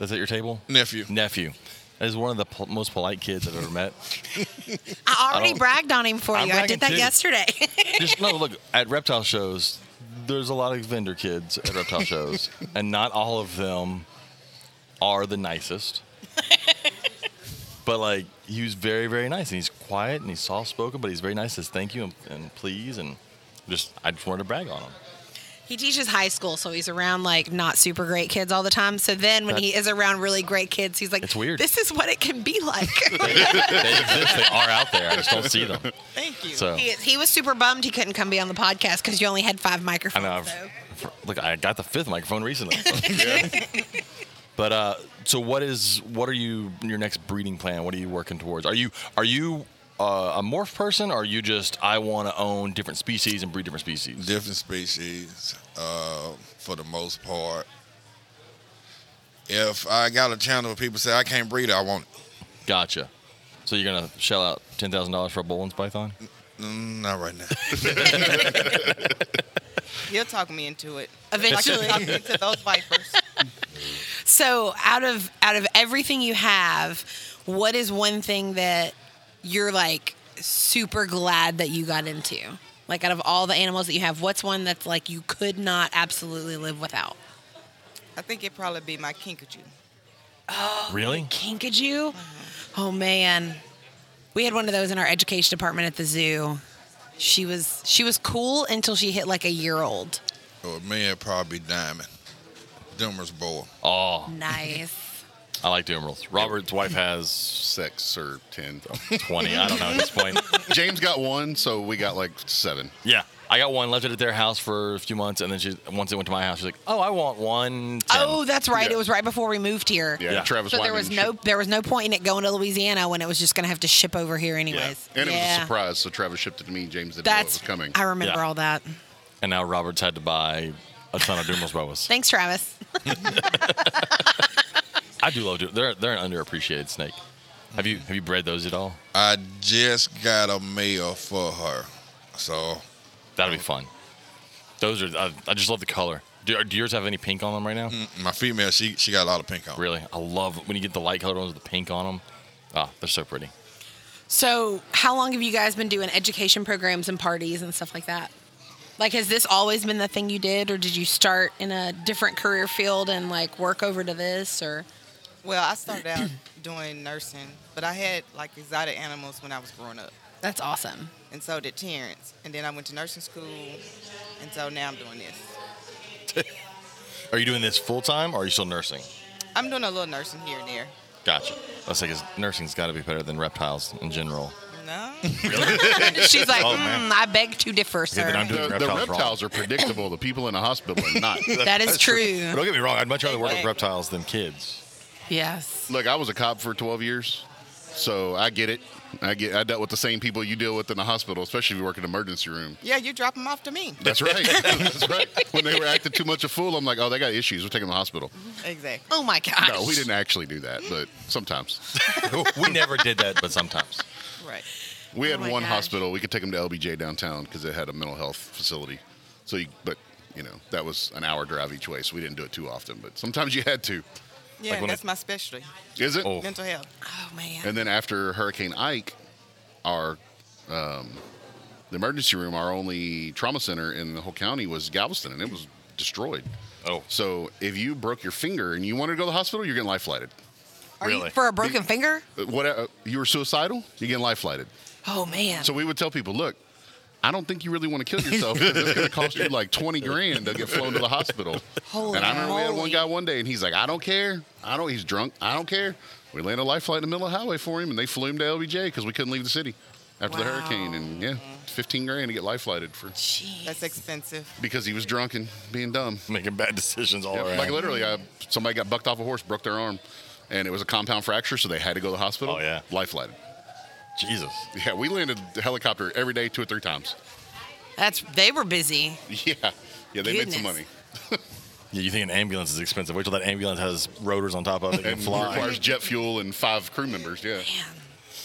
Speaker 1: That's at your table.
Speaker 10: Nephew.
Speaker 1: Nephew. That is one of the pol- most polite kids I've ever met.
Speaker 3: I
Speaker 1: I
Speaker 3: already
Speaker 1: don't-
Speaker 3: bragged on him for
Speaker 1: I'm
Speaker 3: you. I
Speaker 1: bragging
Speaker 3: did that
Speaker 1: too.
Speaker 3: yesterday.
Speaker 1: Just no look at reptile shows. There's a lot of vendor kids at reptile shows, and not all of them are the nicest. but like he was very very nice, and he's quiet and he's soft spoken, but he's very nice. Says thank you and, and please and. Just I just wanted to brag on him.
Speaker 3: He teaches high school, so he's around like not super great kids all the time. So then when he is around really great kids, he's like,
Speaker 1: It's weird.
Speaker 3: This is what it can be like.
Speaker 1: They exist. They are out there. I just don't see them.
Speaker 11: Thank you.
Speaker 1: So
Speaker 3: he, is- he was super bummed he couldn't come be on the podcast because you only had five
Speaker 1: I
Speaker 3: microphones.
Speaker 1: know. I've,
Speaker 3: so.
Speaker 1: Look, I got the fifth microphone recently. But uh, so what is what are you your next breeding plan? What are you working towards? Are you are you uh, a morph person? Or are you just I want to own different species and breed different species?
Speaker 10: different species uh, for the most part. If I got a channel where people say I can't breed it, I want it.
Speaker 1: Gotcha. So you're gonna shell out ten thousand dollars for a Bolins python?
Speaker 10: Mm, not right now.
Speaker 11: He'll talk me into it.
Speaker 3: Eventually.
Speaker 11: Like he talked me into those vipers.
Speaker 3: So out of out of everything you have, what is one thing that you're like super glad that you got into? Like out of all the animals that you have, what's one that's like you could not absolutely live without?
Speaker 11: I think it'd probably be my kinkajou.
Speaker 1: Really?
Speaker 3: Kinkajou? Oh man. We had one of those in our education department at the zoo. She was she was cool until she hit like a year old.
Speaker 10: or me, it'd probably be diamond. Doomer's boy.
Speaker 1: Oh,
Speaker 3: Nice.
Speaker 1: I like the emeralds. Robert's wife has
Speaker 4: Six or ten.
Speaker 1: twenty. I don't know at this point.
Speaker 4: James got one, so we got like seven.
Speaker 1: Yeah, I got one. Left it at their house for a few months, and then she once it went to my house, she's like, "Oh, I want one." 10.
Speaker 3: Oh, that's right.
Speaker 4: Yeah.
Speaker 3: It was right before we moved here.
Speaker 4: Yeah,
Speaker 1: Yeah.
Speaker 4: Travis.
Speaker 3: So there
Speaker 4: Wyman
Speaker 3: was
Speaker 4: and
Speaker 3: no
Speaker 4: shit.
Speaker 3: there was no point in it going to Louisiana when it was just going to have to ship over here anyways.
Speaker 4: And it was
Speaker 3: Yeah.
Speaker 4: a surprise, so Travis shipped it to me. and James didn't
Speaker 3: That's
Speaker 4: know it was coming.
Speaker 3: I remember
Speaker 1: Yeah.
Speaker 3: all that.
Speaker 1: and now Robert's had to buy a ton of Doomer's boas.
Speaker 3: Thanks, Travis.
Speaker 1: I do love Doomer. They're they're an underappreciated snake. Have you have you bred those at all?
Speaker 10: I just got a male for her, so
Speaker 1: That'll be fun. Those are. I, I just love the color. Do, do yours have any pink on them right now?
Speaker 10: Mm, my female she she got a lot of pink on.
Speaker 1: Really, I love when you get the light colored ones with the pink on them. Ah, they're so pretty.
Speaker 3: So, how long have you guys been doing education programs and parties and stuff like that? Like, has this always been the thing you did, or did you start in a different career field and like work over to this? Or
Speaker 11: Well, I started out doing nursing, but I had like exotic animals when I was growing up,
Speaker 3: that's awesome.
Speaker 11: and so did Terrence. And then I went to nursing school, and so now I'm doing this.
Speaker 1: Are you doing this full time, or are you still nursing?
Speaker 11: I'm doing a little nursing here and there.
Speaker 1: Gotcha. I was like, is- nursing's got to be better than reptiles in general.
Speaker 11: No,
Speaker 3: She's like,
Speaker 1: Oh,
Speaker 3: mm,
Speaker 1: man.
Speaker 3: I beg to differ,
Speaker 1: then
Speaker 3: sir.
Speaker 1: I'm doing-
Speaker 4: The, the
Speaker 1: Reptiles
Speaker 4: reptiles,
Speaker 1: wrong.
Speaker 4: are predictable. The people in the hospital are not.
Speaker 3: that is
Speaker 1: But
Speaker 3: true.
Speaker 1: don't get me wrong, I'd much rather work with reptiles than kids.
Speaker 3: Yes.
Speaker 4: Look, I was a cop for 12 years, so I get it. I get. I dealt with the same people you deal with in the hospital, especially if you work in the emergency room.
Speaker 11: yeah, you drop them off to me.
Speaker 4: That's right. That's right. When they were acting too much a fool, I'm like, oh, they got issues. We're taking them to the hospital.
Speaker 11: Exactly.
Speaker 3: Oh my gosh.
Speaker 4: No, we didn't actually do that, but sometimes
Speaker 1: we never did that, but sometimes.
Speaker 11: Right.
Speaker 4: we had
Speaker 3: my
Speaker 4: one
Speaker 3: gosh.
Speaker 4: hospital. We could take them to LBJ downtown because it had a mental health facility. So, you, but you know, that was an hour drive each way, so we didn't do it too often. But sometimes you had to.
Speaker 11: Yeah,
Speaker 1: when
Speaker 11: that's
Speaker 1: I-
Speaker 11: my specialty,
Speaker 4: Is it?
Speaker 1: Oh.
Speaker 11: mental health.
Speaker 3: Oh man.
Speaker 4: And then after Hurricane Ike, our um, the emergency room, our only trauma center in the whole county was Galveston, and it was destroyed.
Speaker 1: Oh,
Speaker 4: So if you broke your finger and you wanted to go to the hospital, you're getting life flighted.
Speaker 1: really?
Speaker 3: For a broken finger?
Speaker 4: Uh, What uh, you were suicidal, you're getting life flighted.
Speaker 3: Oh man.
Speaker 4: So we would tell people, look, I don't think you really want to kill yourself. 'cause It's going to cost you like twenty grand to get flown to the hospital.
Speaker 3: Holy
Speaker 4: and I remember we had one
Speaker 3: moly.
Speaker 4: guy one day, and he's like, I don't care. I don't. He's drunk. I don't care. We landed a life flight in the middle of the highway for him, and they flew him to LBJ because we couldn't leave the city after the
Speaker 3: Wow.
Speaker 4: hurricane. And yeah, fifteen grand to get life flighted for
Speaker 3: Jeez.
Speaker 11: That's expensive.
Speaker 4: because he was drunk and being dumb.
Speaker 1: Making bad decisions all
Speaker 4: Yeah,
Speaker 1: around.
Speaker 4: Like literally, I, somebody got bucked off a horse, broke their arm, and it was a compound fracture, so they had to go to the hospital.
Speaker 1: Oh, yeah.
Speaker 4: life flighted.
Speaker 1: Jesus.
Speaker 4: Yeah, we landed the helicopter every day, two or three times.
Speaker 3: That's they were busy.
Speaker 4: Yeah, yeah, they made some
Speaker 3: Goodness.
Speaker 4: money.
Speaker 1: Yeah, you think an ambulance is expensive? Wait till that ambulance has rotors on top of it and,
Speaker 4: and
Speaker 1: fly.
Speaker 4: requires jet fuel and five crew members. Yeah,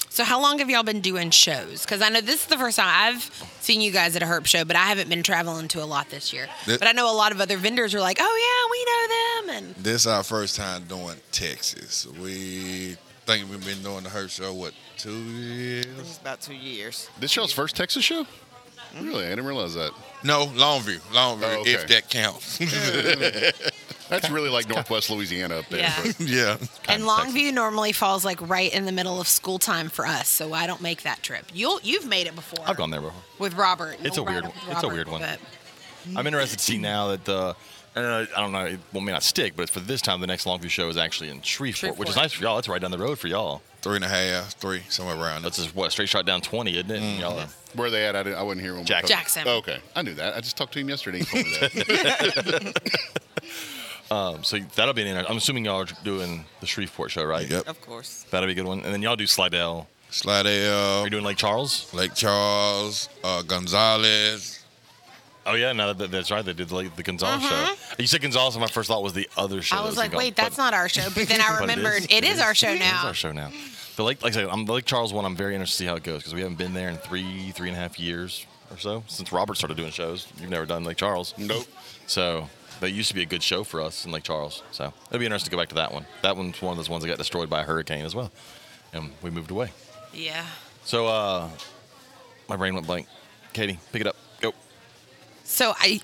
Speaker 3: So how long have y'all been doing shows? Because I know this is the first time I've seen you guys at a Herp show, but I haven't been traveling to a lot this year.
Speaker 10: Th-
Speaker 3: but I know a lot of other vendors are like, "Oh yeah, we know them," and
Speaker 10: This our first time doing Texas. We think we've been doing the Hurt Show what two years?
Speaker 11: It's about two years.
Speaker 4: this y'all's first Texas show. Really, I didn't realize that.
Speaker 10: No, Longview, Longview,
Speaker 4: Oh, okay.
Speaker 10: if that counts.
Speaker 4: That's really like Northwest Louisiana up there.
Speaker 3: Yeah.
Speaker 4: but-
Speaker 10: yeah.
Speaker 3: And Longview normally falls like right in the middle of school time for us, so I don't make that trip. You'll you've made it before.
Speaker 1: I've gone there before.
Speaker 3: with Robert.
Speaker 1: It's a
Speaker 3: We'll
Speaker 1: weird
Speaker 3: ride up
Speaker 1: one.
Speaker 3: with
Speaker 1: It's a
Speaker 3: Robert,
Speaker 1: weird one.
Speaker 3: but-
Speaker 1: I'm interested to see now that the. Uh, I don't know. It well, may not stick, but for this time, the next Longview show is actually in Shreveport, which is
Speaker 3: Shreveport.
Speaker 1: nice for y'all. That's right down the road for y'all.
Speaker 10: Three and a half, three, somewhere around.
Speaker 1: That's just what straight shot down 20, isn't it? Y'all are-
Speaker 4: Where they at? I, didn't, I wasn't here when we
Speaker 1: Jackson.
Speaker 4: talked.
Speaker 3: Jackson.
Speaker 4: Oh, Mm-hmm. okay, I knew that. I just talked to him yesterday. He told me that.
Speaker 1: um, so that'll be an. Inter- I'm assuming y'all are doing the Shreveport show, right?
Speaker 10: Yep.
Speaker 11: Of course.
Speaker 1: That'll be a good one. And then y'all do Slidell.
Speaker 10: Slidell,
Speaker 1: Are you doing Lake Charles?
Speaker 10: Lake Charles, uh, Gonzalez.
Speaker 1: Oh yeah, no, that, that's right. They did like the Gonzales show. You said Gonzales, and my first thought was the other show.
Speaker 3: Mm-hmm. I
Speaker 1: that
Speaker 3: was
Speaker 1: in
Speaker 3: like,
Speaker 1: Gon-
Speaker 3: wait,
Speaker 1: but-
Speaker 3: that's not our show. But then I
Speaker 1: but it
Speaker 3: remembered it is our show
Speaker 1: It is
Speaker 3: now.
Speaker 1: our show now. The Lake, like I said, I'm the Lake Charles one. I'm very interested to see how it goes because we haven't been there in three, three and a half years or so since Robert started doing shows. You've never done Lake Charles,
Speaker 4: nope.
Speaker 1: so that used to be a good show for us in Lake Charles. So it'll be interesting to go back to that one. That one's one of those ones that got destroyed by a hurricane as well, and we moved away.
Speaker 3: Yeah.
Speaker 1: So uh, my brain went blank. Katie, pick it up. Go.
Speaker 3: So I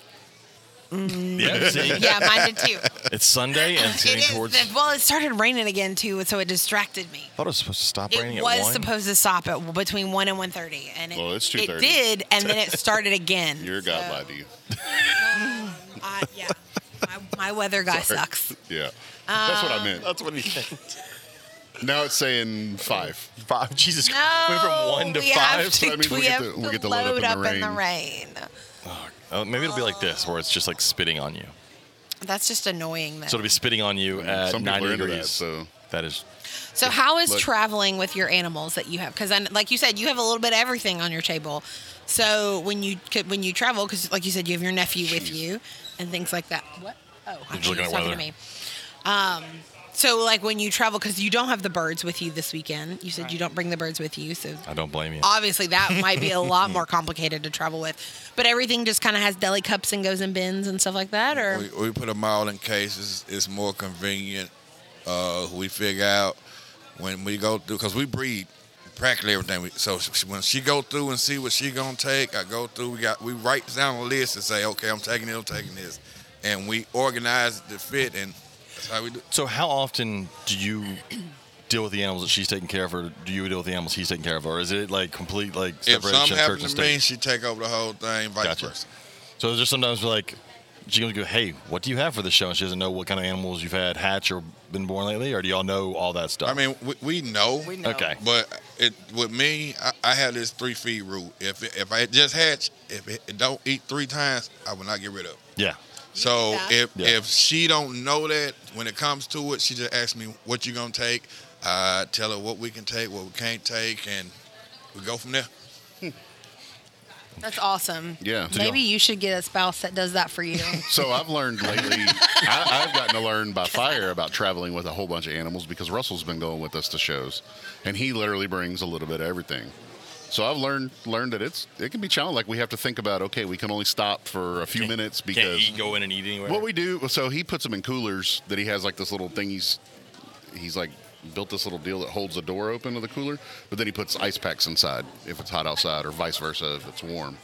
Speaker 1: Yeah, see?
Speaker 3: yeah, mine did too.
Speaker 1: it's Sunday and it's
Speaker 3: It
Speaker 1: getting
Speaker 3: is
Speaker 1: towards.
Speaker 3: the- well, it started raining again too, and so it distracted me.
Speaker 1: thought it was supposed to stop raining
Speaker 3: It
Speaker 1: at
Speaker 3: was
Speaker 1: one.
Speaker 3: supposed to stop at between one and one thirty, and it,
Speaker 4: Well, it's
Speaker 3: it
Speaker 4: 2:30.
Speaker 3: did, and then it started again.
Speaker 4: Your
Speaker 3: so,
Speaker 4: God lied to you.
Speaker 3: I, yeah, my, my weather guy
Speaker 4: Sorry.
Speaker 3: sucks. Um,
Speaker 4: Yeah. That's what I meant.
Speaker 1: That's what he thinks.
Speaker 4: Now it's saying five.
Speaker 1: Five. Jesus
Speaker 3: No,
Speaker 1: Christ. Went from one to
Speaker 3: we
Speaker 1: five.
Speaker 3: Have to,
Speaker 4: so that means
Speaker 3: we,
Speaker 4: we get
Speaker 3: have
Speaker 4: to-
Speaker 3: to
Speaker 4: we get to
Speaker 3: load, up, in, the rain.
Speaker 1: Uh, maybe it'll be like this, where it's just like spitting on you.
Speaker 3: That's just annoying. Then.
Speaker 1: So it'll be spitting on you at
Speaker 4: Some people
Speaker 1: 90
Speaker 4: are into
Speaker 1: degrees.
Speaker 4: that. So
Speaker 1: that is.
Speaker 3: So how is
Speaker 4: Look.
Speaker 3: traveling with your animals that you have? Because like you said, you have a little bit of everything on your table. So when you could, when you travel, because like you said, you have your nephew with you and things like that. What? Oh, I
Speaker 1: You're
Speaker 3: thought you
Speaker 1: just looking
Speaker 3: was
Speaker 1: at
Speaker 3: talking to
Speaker 1: weather.
Speaker 3: me. Um, so like when you travel, because you don't have the birds with you this weekend. You said you don't bring the birds with you, so
Speaker 1: I don't blame you.
Speaker 3: obviously that might be a lot more complicated to travel with. But everything just kind of has deli cups and goes in bins and stuff like that. Or
Speaker 10: We, we put them all in cases. It's more convenient. Uh, we figure out when we go through because we breed practically everything. We, so sh- sh- when she go through and see what she gonna take, I go through. We got we write down a list and say, okay, I'm taking it, I'm taking this, and we organize the fit, and that's how we do.
Speaker 1: So, how often do you deal with the animals that she's taking care of, or do you deal with the animals he's taking care of, or is it like complete like
Speaker 10: If
Speaker 1: separation
Speaker 10: something
Speaker 1: church and
Speaker 10: happens to me,
Speaker 1: state?
Speaker 10: she take over the whole thing, vice
Speaker 1: Gotcha.
Speaker 10: versa.
Speaker 1: So there's just sometimes we're like she gonna go, hey, what do you have for the show? And she doesn't know what kind of animals you've had hatch or been born lately, or do y'all know all that stuff?
Speaker 10: I mean, we, we know.
Speaker 11: We know.
Speaker 1: okay.
Speaker 10: But it with me, I, I have this three feed rule. If it, if I just hatch, if it, it don't eat three times, I will not get rid of. it.
Speaker 1: Yeah.
Speaker 10: So
Speaker 3: Yeah.
Speaker 10: if
Speaker 1: Yeah.
Speaker 10: if she don't know that when it comes to it, she just asks me what you gonna take. I tell her what we can take, what we can't take, and we go from there.
Speaker 3: that's awesome.
Speaker 4: Yeah.
Speaker 3: Maybe you should get a spouse that does that for you.
Speaker 4: So I've learned lately, I, I've gotten to learn by fire about traveling with a whole bunch of animals because Russell's been going with us to shows, and he literally brings a little bit of everything. So I've learned learned that it's it can be challenging. Like we have to think about okay, we can only stop for a few minutes
Speaker 1: Can't
Speaker 4: because
Speaker 1: eat, go in and eat anywhere.
Speaker 4: what we do. So he puts them in coolers that he has like this little thing. He's he's like built this little deal that holds the door open of the cooler, but then he puts ice packs inside if it's hot outside, or vice versa if it's warm.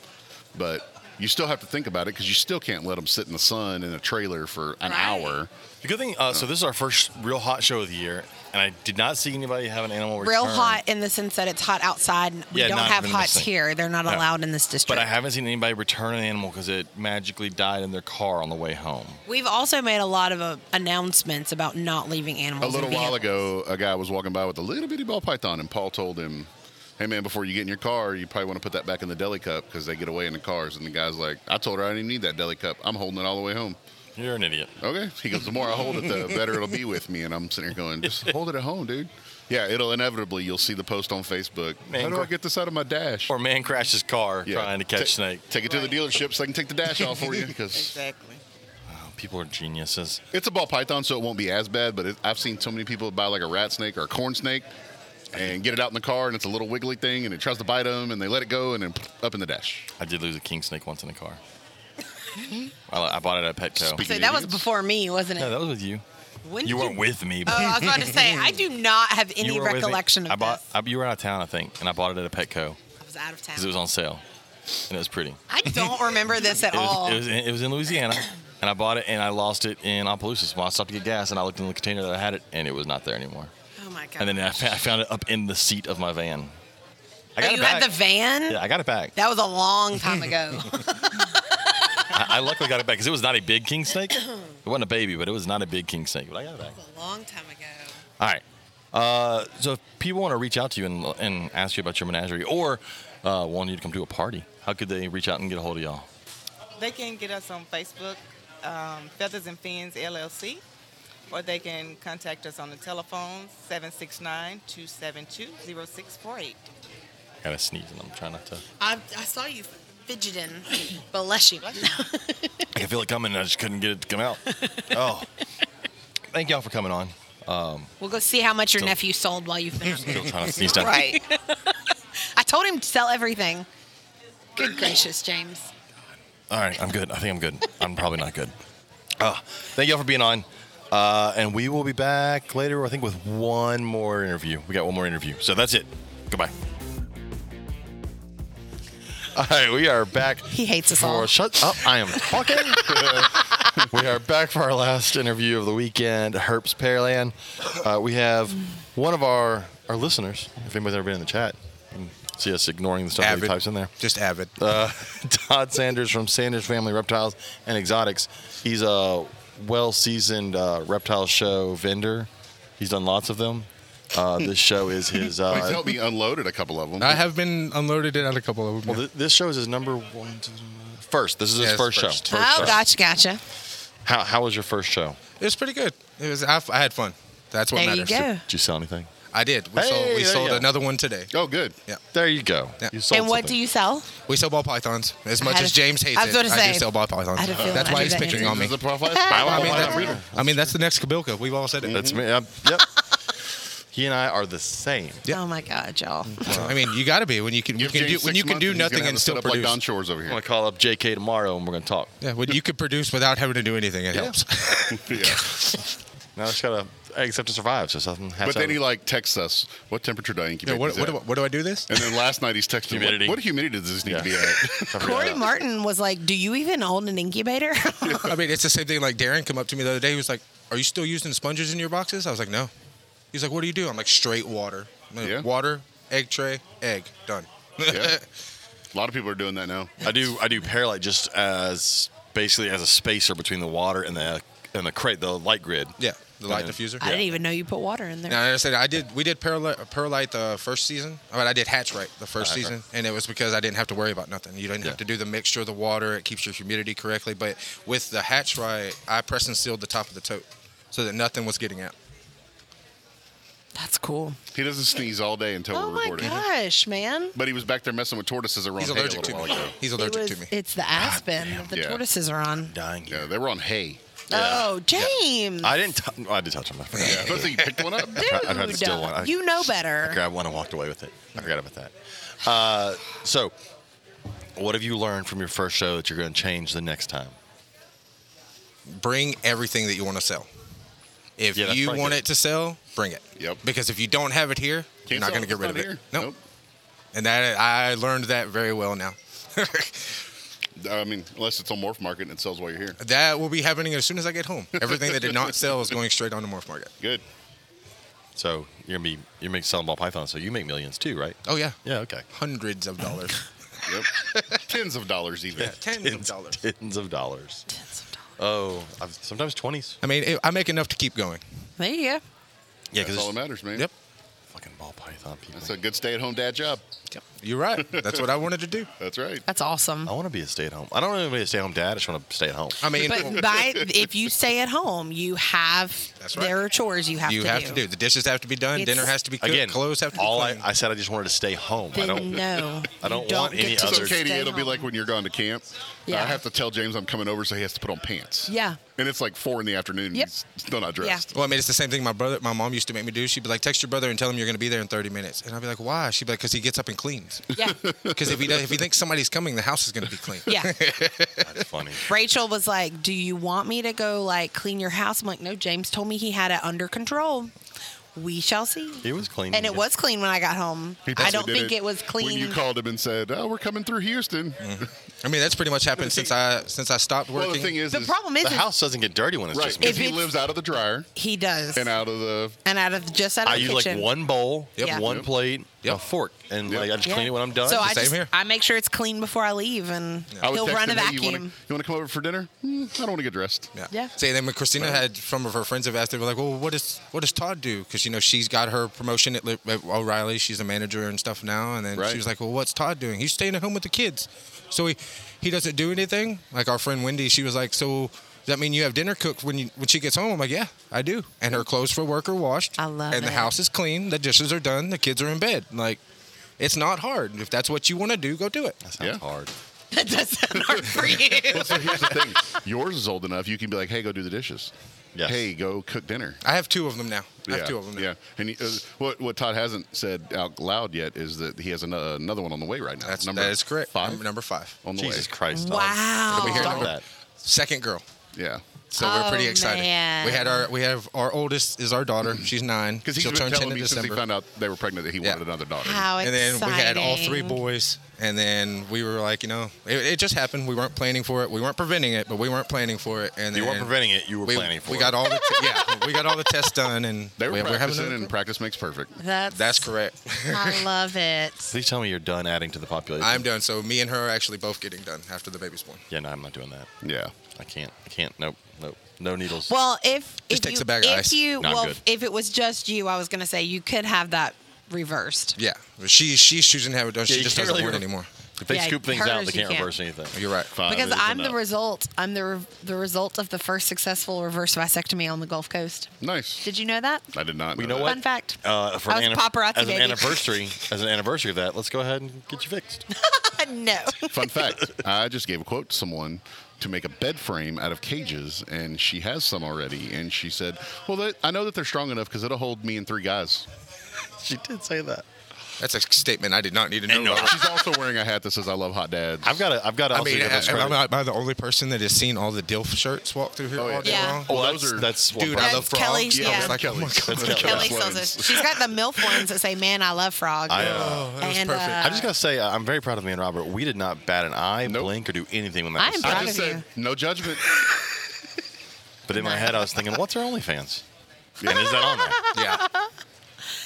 Speaker 4: But you still have to think about it because you still can't let them sit in the sun in a trailer for an hour.
Speaker 1: The good thing, uh, so this is our first real hot show of the year, and I did not see anybody have an animal
Speaker 3: Real
Speaker 1: return,
Speaker 3: hot in the sense that it's hot outside. And we
Speaker 1: Yeah,
Speaker 3: don't
Speaker 1: not
Speaker 3: have
Speaker 1: even this
Speaker 3: hots
Speaker 1: thing.
Speaker 3: here. They're not
Speaker 1: No.
Speaker 3: allowed in this district.
Speaker 1: But I haven't seen anybody return an animal because it magically died in their car on the way home.
Speaker 3: We've also made a lot of uh, announcements about not leaving animals.
Speaker 4: A
Speaker 3: in
Speaker 4: little while
Speaker 3: vehicles.
Speaker 4: ago, a guy was walking by with a little bitty ball python, and Paul told him, "Hey man, before you get in your car, you probably want to put that back in the deli cup because they get away in the cars." And the guy's like, "I told her I didn't need that deli cup. I'm holding it all the way home."
Speaker 1: You're an idiot.
Speaker 4: Okay. He goes, the more I hold it, the better it'll be with me. And I'm sitting here going, just hold it at home, dude. Yeah, it'll inevitably, you'll see the post on Facebook.
Speaker 1: Man,
Speaker 4: How do
Speaker 1: gr-
Speaker 4: I get this out of my dash?
Speaker 1: Or man crashed his car
Speaker 4: Yeah.
Speaker 1: trying to catch
Speaker 4: Ta-
Speaker 1: snake.
Speaker 4: Take it to the dealership so they can take the dash off for you because
Speaker 11: Exactly.
Speaker 1: Oh, people are geniuses.
Speaker 4: it's a ball python, so it won't be as bad. But it, I've seen so many people buy like a rat snake or a corn snake and get it out in the car, and it's a little wiggly thing, and it tries to bite them, and they let it go, and then up in the dash.
Speaker 1: I did lose a king snake once in a car. I, I bought it at Petco.
Speaker 4: Speak-
Speaker 3: So that was
Speaker 4: Idiots.
Speaker 3: before me, wasn't it?
Speaker 1: no, that was with you.
Speaker 3: When
Speaker 1: You
Speaker 3: did
Speaker 1: weren't with me,
Speaker 3: Oh,
Speaker 1: but
Speaker 3: I was about to say I do not have any
Speaker 1: you were with me.
Speaker 3: recollection of
Speaker 1: I bought.
Speaker 3: this.
Speaker 1: I, you were out of town, I think, and I bought it at a Petco
Speaker 3: I was out of town.
Speaker 1: because it was on sale, and it was pretty.
Speaker 3: I don't remember this at
Speaker 1: It was,
Speaker 3: all.
Speaker 1: it was, in, it was in Louisiana, And I bought it and I lost it in Opelousas. When I stopped to get gas and I looked in the container that I had it and it was not there anymore.
Speaker 12: Oh my god.
Speaker 1: And then I, fa- I found it up in the seat of my van. I
Speaker 12: oh, you had the van?
Speaker 1: Yeah, I got it back.
Speaker 12: That was a long time ago.
Speaker 1: I, I luckily got it back because it was not a big king snake. It wasn't a baby, but it was not a big king snake. But I got it back.
Speaker 12: a long time ago.
Speaker 1: All right. Uh, so if people want to reach out to you and, and ask you about your menagerie or uh, want you to come to a party, how could they reach out and get a hold of y'all?
Speaker 11: They can get us on Facebook, um, Feathers and Fins LLC, or they can contact us on the telephone 769 272 0648.
Speaker 1: Got to sneeze and I'm trying not to.
Speaker 12: I, I saw you fidgeting. Bless you.
Speaker 1: I could feel it coming and I just couldn't get it to come out. Oh. Thank y'all for coming on. Um,
Speaker 12: We'll go see how much your
Speaker 1: Still-
Speaker 12: nephew sold while you've been.
Speaker 1: Still trying to sneeze down.
Speaker 12: right. I told him to sell everything. Good gracious, James.
Speaker 1: All right, I'm good. I think I'm good. I'm probably not good. Uh, thank y'all for being on. Uh, and we will be back later, I think, with one more interview. We got one more interview. So that's it. Goodbye. All right, we are back.
Speaker 12: He hates us
Speaker 1: for,
Speaker 12: all.
Speaker 1: Shut up. I am talking. we are back for our last interview of the weekend, Herps Pearland. Uh, we have one of our, our listeners, if anybody's ever been in the chat, you can see us ignoring the stuff that he
Speaker 13: Avid.
Speaker 1: types in there
Speaker 13: Just avid.
Speaker 1: uh, Todd Sanders from Sanders Family Reptiles and Exotics. He's a well-seasoned uh, reptile show vendor. He's done lots of them. Uh, this show is his.
Speaker 4: He's
Speaker 1: Uh,
Speaker 4: helped me unloaded a couple of them.
Speaker 13: I have been unloaded at a couple of them.
Speaker 1: well, th- this show is his number one. two, First, this is his
Speaker 13: Yes,
Speaker 1: first,
Speaker 13: first.
Speaker 1: show.
Speaker 12: oh,
Speaker 1: show.
Speaker 12: gotcha, gotcha.
Speaker 1: How, how was your first show?
Speaker 13: it was pretty good. It was. I, I had fun. That's what
Speaker 12: There you
Speaker 13: matters.
Speaker 12: go.
Speaker 1: Did you sell anything?
Speaker 13: I did. We
Speaker 1: Hey,
Speaker 13: sold,
Speaker 1: there
Speaker 13: we
Speaker 1: you
Speaker 13: sold
Speaker 1: go.
Speaker 13: another one today.
Speaker 4: Oh, good.
Speaker 13: Yeah.
Speaker 1: There you go.
Speaker 13: Yeah.
Speaker 1: You sold
Speaker 12: and what do
Speaker 1: something.
Speaker 12: you sell?
Speaker 13: We sell ball pythons. As
Speaker 12: had
Speaker 13: much
Speaker 12: a-
Speaker 13: as James hates
Speaker 12: I was
Speaker 13: it,
Speaker 12: gonna
Speaker 13: I
Speaker 12: say,
Speaker 13: do sell ball
Speaker 12: I had a
Speaker 13: pythons.
Speaker 12: feeling
Speaker 13: That's
Speaker 12: I
Speaker 13: why
Speaker 12: knew
Speaker 13: he's
Speaker 12: that
Speaker 13: picturing
Speaker 12: answer.
Speaker 13: on me.
Speaker 4: Is it profile?
Speaker 13: I mean, that- I mean, that's the next Kabilka. We've all said it.
Speaker 1: That's me. I'm- yep. Mm-hmm. he and I are the same. Mm.
Speaker 13: Yep.
Speaker 12: Oh my god, y'all.
Speaker 13: I mean, you got to be when you can when you
Speaker 4: Give
Speaker 13: can do
Speaker 4: James
Speaker 13: when
Speaker 4: six
Speaker 13: you can
Speaker 4: months
Speaker 13: do
Speaker 4: he's
Speaker 13: nothing
Speaker 4: gonna have
Speaker 13: and
Speaker 4: a
Speaker 13: still
Speaker 4: setup like Don
Speaker 13: produce.
Speaker 4: Shores over
Speaker 1: I'm
Speaker 4: here.
Speaker 1: gonna call up JK tomorrow and we're gonna talk.
Speaker 13: Yeah, when you could produce without having to do anything, it helps.
Speaker 4: Yeah.
Speaker 1: Now I just gotta accept to survive. So something has
Speaker 4: But then
Speaker 1: to-
Speaker 4: he like texts us, "What temperature do I incubate?"
Speaker 13: Yeah, what,
Speaker 4: these
Speaker 13: what,
Speaker 4: at?"
Speaker 13: do, I- what do I do this?
Speaker 4: and then last night he's texting,
Speaker 1: Humidity.
Speaker 4: what, "What humidity does this need to be
Speaker 1: Yeah.
Speaker 4: at?"
Speaker 1: I forgot.
Speaker 12: Corey Martin was like, "Do you even own an incubator?"
Speaker 13: I mean, it's the same thing. Like Darren come up to me the other day. He was like, "Are you still using sponges in your boxes?" I was like, "No." He's like, "What do you do?" I'm like, "Straight water. I'm like,
Speaker 4: Yeah.
Speaker 13: Water, egg tray, egg. Done."
Speaker 4: Yeah. a lot of people are doing that now.
Speaker 1: I do I do Paralight just as basically as a spacer between the water and the and the crate, the light grid.
Speaker 13: yeah. The light
Speaker 1: Yeah.
Speaker 13: diffuser.
Speaker 12: I didn't even know you put water in there.
Speaker 13: Now, I understand. I did. We did Parali- Paralite the first season. I mean, I did Hatch Right the first
Speaker 1: Hatch Right.
Speaker 13: season, and it was because I didn't have to worry about nothing. You didn't have to do the mixture of the water. It keeps your humidity correctly. But with the Hatch Right, I press and sealed the top of the tote so that nothing was getting out.
Speaker 12: That's cool.
Speaker 4: He doesn't sneeze all day until
Speaker 12: Oh
Speaker 4: we're
Speaker 12: my
Speaker 4: recording.
Speaker 12: gosh, man.
Speaker 4: But he was back there messing with tortoises around.
Speaker 13: He's allergic to me. Oh, He's
Speaker 12: It
Speaker 13: allergic
Speaker 12: was-
Speaker 13: to me.
Speaker 12: It's the aspen that the
Speaker 4: Yeah.
Speaker 12: tortoises are on.
Speaker 1: Dying here.
Speaker 4: Yeah, they were on hay.
Speaker 12: Oh, James.
Speaker 1: I didn't. T- well, I did touch on my.
Speaker 4: Yeah. Plus he picked one up.
Speaker 1: I tried to
Speaker 12: Dude,
Speaker 1: steal one. I,
Speaker 12: you know better.
Speaker 1: I grabbed one and walked away with it. I forgot about that. Uh, so, what have you learned from your first show that you're going to change the next time?
Speaker 13: Bring everything that you want to sell. If
Speaker 1: Yeah, that's
Speaker 13: you
Speaker 1: probably
Speaker 13: want
Speaker 1: good.
Speaker 13: it to sell, bring it.
Speaker 4: Yep.
Speaker 13: Because if you don't have it here, you're
Speaker 4: Can't
Speaker 13: not
Speaker 4: sell
Speaker 13: going to get
Speaker 4: It's
Speaker 13: rid
Speaker 4: not
Speaker 13: of it.
Speaker 4: here.
Speaker 13: Nope. And that I learned that very well now.
Speaker 4: Nope. I mean, unless it's on Morph Market and it sells while you're here.
Speaker 13: that will be happening as soon as I get home. Everything that did not sell is going straight on the morph market.
Speaker 4: Good.
Speaker 1: So you're gonna be you're making selling ball pythons, so you make millions too, right?
Speaker 13: Oh yeah,
Speaker 1: Yeah. Okay.
Speaker 13: hundreds of dollars.
Speaker 4: Yep. Tens of dollars even.
Speaker 13: Tens of dollars.
Speaker 1: Tens of dollars. Oh, I've, sometimes twenties.
Speaker 13: I mean, I make enough to keep going.
Speaker 12: There you go.
Speaker 1: Yeah,
Speaker 4: That's all that matters, man.
Speaker 13: Yep.
Speaker 1: fucking ball python people.
Speaker 4: That's a good stay-at-home dad job.
Speaker 13: You're right. That's what I wanted to do.
Speaker 4: That's right.
Speaker 12: That's awesome.
Speaker 1: I want to be a stay at home. I don't want to be a stay at home dad. I just want to stay at home.
Speaker 13: I mean,
Speaker 12: But by if you stay at home, you have
Speaker 13: That's right.
Speaker 12: there are chores you have
Speaker 13: you
Speaker 12: to
Speaker 13: have
Speaker 12: do.
Speaker 13: to do. The dishes have to be done.
Speaker 12: It's-
Speaker 13: dinner has to be cooked.
Speaker 1: Again,
Speaker 13: clothes have to be
Speaker 1: all I,
Speaker 13: cleaned.
Speaker 1: I said I just wanted to stay home. I
Speaker 12: Then
Speaker 1: don't.
Speaker 12: no,
Speaker 1: I don't
Speaker 12: you
Speaker 1: want any
Speaker 12: get to
Speaker 4: So,
Speaker 1: other-
Speaker 4: Katie,
Speaker 12: stay
Speaker 4: it'll be
Speaker 12: home.
Speaker 4: like when you're gone to camp.
Speaker 12: Yeah.
Speaker 4: I have to tell James I'm coming over, so he has to put on pants.
Speaker 12: Yeah.
Speaker 4: And it's like four in the afternoon. and
Speaker 12: Yep.
Speaker 4: He's still not dressed.
Speaker 13: Well, I mean, it's the same thing my brother, my mom used to make me do. She'd be like, "Text your brother and tell him you're going to be there in 30 minutes." And I'd be like, "Why?" She'd be like, "Cause he gets up and cleans.
Speaker 12: yeah.
Speaker 13: Because if he does, if he thinks somebody's coming, the house is going to be clean."
Speaker 12: Yeah.
Speaker 1: That's funny.
Speaker 12: Rachel was like, "Do you want me to go like clean your house?" I'm like, "No, James told me he had it under control."
Speaker 3: We shall see.
Speaker 1: It was clean.
Speaker 3: And it was clean when I got home.
Speaker 4: He
Speaker 3: I
Speaker 4: definitely
Speaker 3: don't
Speaker 4: did
Speaker 3: think it, was clean.
Speaker 4: When you called him and said, "Oh, we're coming through Houston."
Speaker 13: Mm-hmm. I mean, that's pretty much happened since I since I stopped working.
Speaker 4: Well, the thing is,
Speaker 3: the
Speaker 4: is-
Speaker 3: problem is,
Speaker 1: The
Speaker 3: is
Speaker 1: house doesn't get dirty when it's
Speaker 4: right?
Speaker 1: just me.
Speaker 4: because
Speaker 3: If
Speaker 4: he
Speaker 3: it's-
Speaker 4: lives out of the dryer
Speaker 3: he does.
Speaker 4: and out of the.
Speaker 3: And out of just out of
Speaker 1: I
Speaker 3: the
Speaker 1: use
Speaker 3: kitchen.
Speaker 1: like one bowl,
Speaker 3: Yeah.
Speaker 1: one
Speaker 4: Yep.
Speaker 1: plate, a
Speaker 13: Yep.
Speaker 1: fork, and
Speaker 4: Yep.
Speaker 1: like I just
Speaker 3: Yeah.
Speaker 1: clean it when I'm done.
Speaker 3: So I
Speaker 13: same
Speaker 3: just
Speaker 13: here.
Speaker 3: I make sure it's clean before I leave, and
Speaker 4: I would
Speaker 3: he'll
Speaker 4: text
Speaker 3: run a
Speaker 4: him, "Hey, you wanna-
Speaker 3: vacuum.
Speaker 4: you want to come over for dinner? "Mm, I don't want to get dressed.
Speaker 13: Yeah.
Speaker 3: Yeah.
Speaker 13: See, then when Christina had some of her friends have asked, they were like, "Well, what is what does Todd do?" Because you know she's got her promotion at, Li- at O'Reilly. She's a manager and stuff now. And then
Speaker 4: Right.
Speaker 13: she was like, "Well, what's Todd doing? He's staying at home with the kids, so he he doesn't do anything." Like our friend Wendy, she was like, "So." Does that mean you have dinner cooked when you when she gets home? I'm like, yeah, I do. And her clothes for work are washed.
Speaker 3: I love
Speaker 13: And the
Speaker 3: it.
Speaker 13: house is clean. The dishes are done. The kids are in bed. Like, it's not hard. If that's what you want to do, go do it.
Speaker 1: that sounds
Speaker 4: Yeah.
Speaker 1: hard.
Speaker 3: That does sound hard for you.
Speaker 4: Well, so here's the thing: yours is old enough. You can be like, "Hey, go do the dishes."
Speaker 1: Yes.
Speaker 4: Hey, go cook dinner.
Speaker 13: I have two of them now. I
Speaker 4: yeah,
Speaker 13: have two of them. Now.
Speaker 4: Yeah, and he, uh, what what Todd hasn't said out loud yet is that he has another, another one on the way right now.
Speaker 13: That's
Speaker 4: number
Speaker 13: that is correct.
Speaker 4: Five
Speaker 13: Number- number five.
Speaker 4: on the
Speaker 1: Jesus
Speaker 4: way.
Speaker 1: Christ! Todd.
Speaker 3: Wow.
Speaker 13: we hear
Speaker 1: Stop
Speaker 13: number-
Speaker 1: that.
Speaker 13: Second girl.
Speaker 4: Yeah,
Speaker 13: So we're pretty excited.
Speaker 3: Oh, man.
Speaker 13: We had our we have our oldest is our daughter. She's nine.
Speaker 4: because Mm-hmm. he's
Speaker 13: She'll
Speaker 4: been
Speaker 13: turn ten
Speaker 4: telling
Speaker 13: in
Speaker 4: me since he
Speaker 13: December.
Speaker 4: found out they were pregnant that he
Speaker 13: Yeah.
Speaker 4: wanted another daughter.
Speaker 3: How
Speaker 13: and then
Speaker 3: exciting!
Speaker 13: we had all three boys. And then we were like, you know, it, it just happened. We weren't planning for it. We weren't preventing it, but we weren't planning for it. And
Speaker 14: You weren't
Speaker 13: then
Speaker 14: preventing it. You were
Speaker 13: we,
Speaker 14: planning for
Speaker 13: we
Speaker 14: it.
Speaker 13: got all the t- yeah. We got all the tests done, and
Speaker 4: They were
Speaker 13: we, we're having
Speaker 4: practicing,
Speaker 13: another-
Speaker 4: and practice makes perfect.
Speaker 3: That's,
Speaker 13: That's correct.
Speaker 3: I love it.
Speaker 1: Please tell me you're done adding to the population.
Speaker 13: I'm done. So me and her are actually both getting done after the baby's born.
Speaker 1: yeah, no, I'm not doing that.
Speaker 4: Yeah,
Speaker 1: I can't. I can't. Nope. Nope. No needles.
Speaker 3: Well, if if
Speaker 13: takes
Speaker 3: you,
Speaker 13: a bag of
Speaker 3: if
Speaker 13: ice.
Speaker 3: you
Speaker 1: No, I'm
Speaker 3: well
Speaker 1: good.
Speaker 3: if it was just you, I was gonna say you could have that reversed.
Speaker 13: Yeah, she she's choosing to have it done.
Speaker 1: Yeah,
Speaker 13: she
Speaker 1: you
Speaker 13: just
Speaker 1: can't
Speaker 13: doesn't
Speaker 1: really
Speaker 13: want it
Speaker 1: re-
Speaker 13: anymore.
Speaker 1: if they
Speaker 3: yeah,
Speaker 1: scoop things out,
Speaker 3: hers
Speaker 1: they
Speaker 3: you
Speaker 1: can't,
Speaker 3: can't.
Speaker 1: reverse anything.
Speaker 13: You're right.
Speaker 4: five.
Speaker 3: Because
Speaker 4: is
Speaker 3: I'm the
Speaker 4: enough.
Speaker 3: result. I'm the re- the result of the first successful reverse vasectomy on the Gulf Coast.
Speaker 4: Nice.
Speaker 3: Did you know that?
Speaker 4: I did not.
Speaker 1: You know
Speaker 4: that.
Speaker 1: what?
Speaker 3: Fun fact.
Speaker 1: Uh, for
Speaker 3: I was
Speaker 1: an anni-
Speaker 3: paparazzi,
Speaker 1: as an
Speaker 3: baby.
Speaker 1: anniversary, as an anniversary of that, let's go ahead and get you fixed.
Speaker 3: no.
Speaker 4: Fun fact: I just gave a quote to someone to make a bed frame out of cages, and she has some already. And she said, "Well, that, I know that they're strong enough because it'll hold me and three guys."
Speaker 1: she did say that.
Speaker 13: That's a statement I did not need to know.
Speaker 4: No,
Speaker 13: about.
Speaker 4: she's also wearing a hat that says "I love hot dads."
Speaker 1: I've got. A, I've got. To
Speaker 13: I
Speaker 1: also
Speaker 13: mean,
Speaker 1: give
Speaker 13: I,
Speaker 1: this
Speaker 13: am
Speaker 1: credit.
Speaker 13: not am I the only person that has seen all the DILF shirts walk through here
Speaker 4: Oh, yeah.
Speaker 13: all day
Speaker 3: Yeah.
Speaker 13: long?
Speaker 1: well,
Speaker 4: Well,
Speaker 1: that's,
Speaker 4: those are-
Speaker 1: that's one
Speaker 13: Dude,
Speaker 1: part.
Speaker 13: I
Speaker 3: That's
Speaker 13: love frogs.
Speaker 3: Kelly's-
Speaker 13: I was
Speaker 3: yeah.
Speaker 13: like, oh my
Speaker 1: Kelly's.
Speaker 13: God.
Speaker 1: That's Kelly's.
Speaker 3: Kelly
Speaker 1: Kelly
Speaker 3: sells it. She's got the MILF ones that say, "Man, I love frog."
Speaker 1: I,
Speaker 4: Oh,
Speaker 1: uh,
Speaker 13: that was
Speaker 3: and,
Speaker 13: perfect.
Speaker 3: uh,
Speaker 1: I just gotta say, uh, I'm very proud of me and Robert. We did not bat an eye,
Speaker 4: Nope.
Speaker 1: blink, or do anything when that
Speaker 3: I
Speaker 1: was
Speaker 3: am
Speaker 1: said.
Speaker 3: proud
Speaker 4: I just
Speaker 3: of
Speaker 4: said no judgment.
Speaker 1: But in my head, I was thinking, what's our OnlyFans? And is that on there?
Speaker 13: Yeah.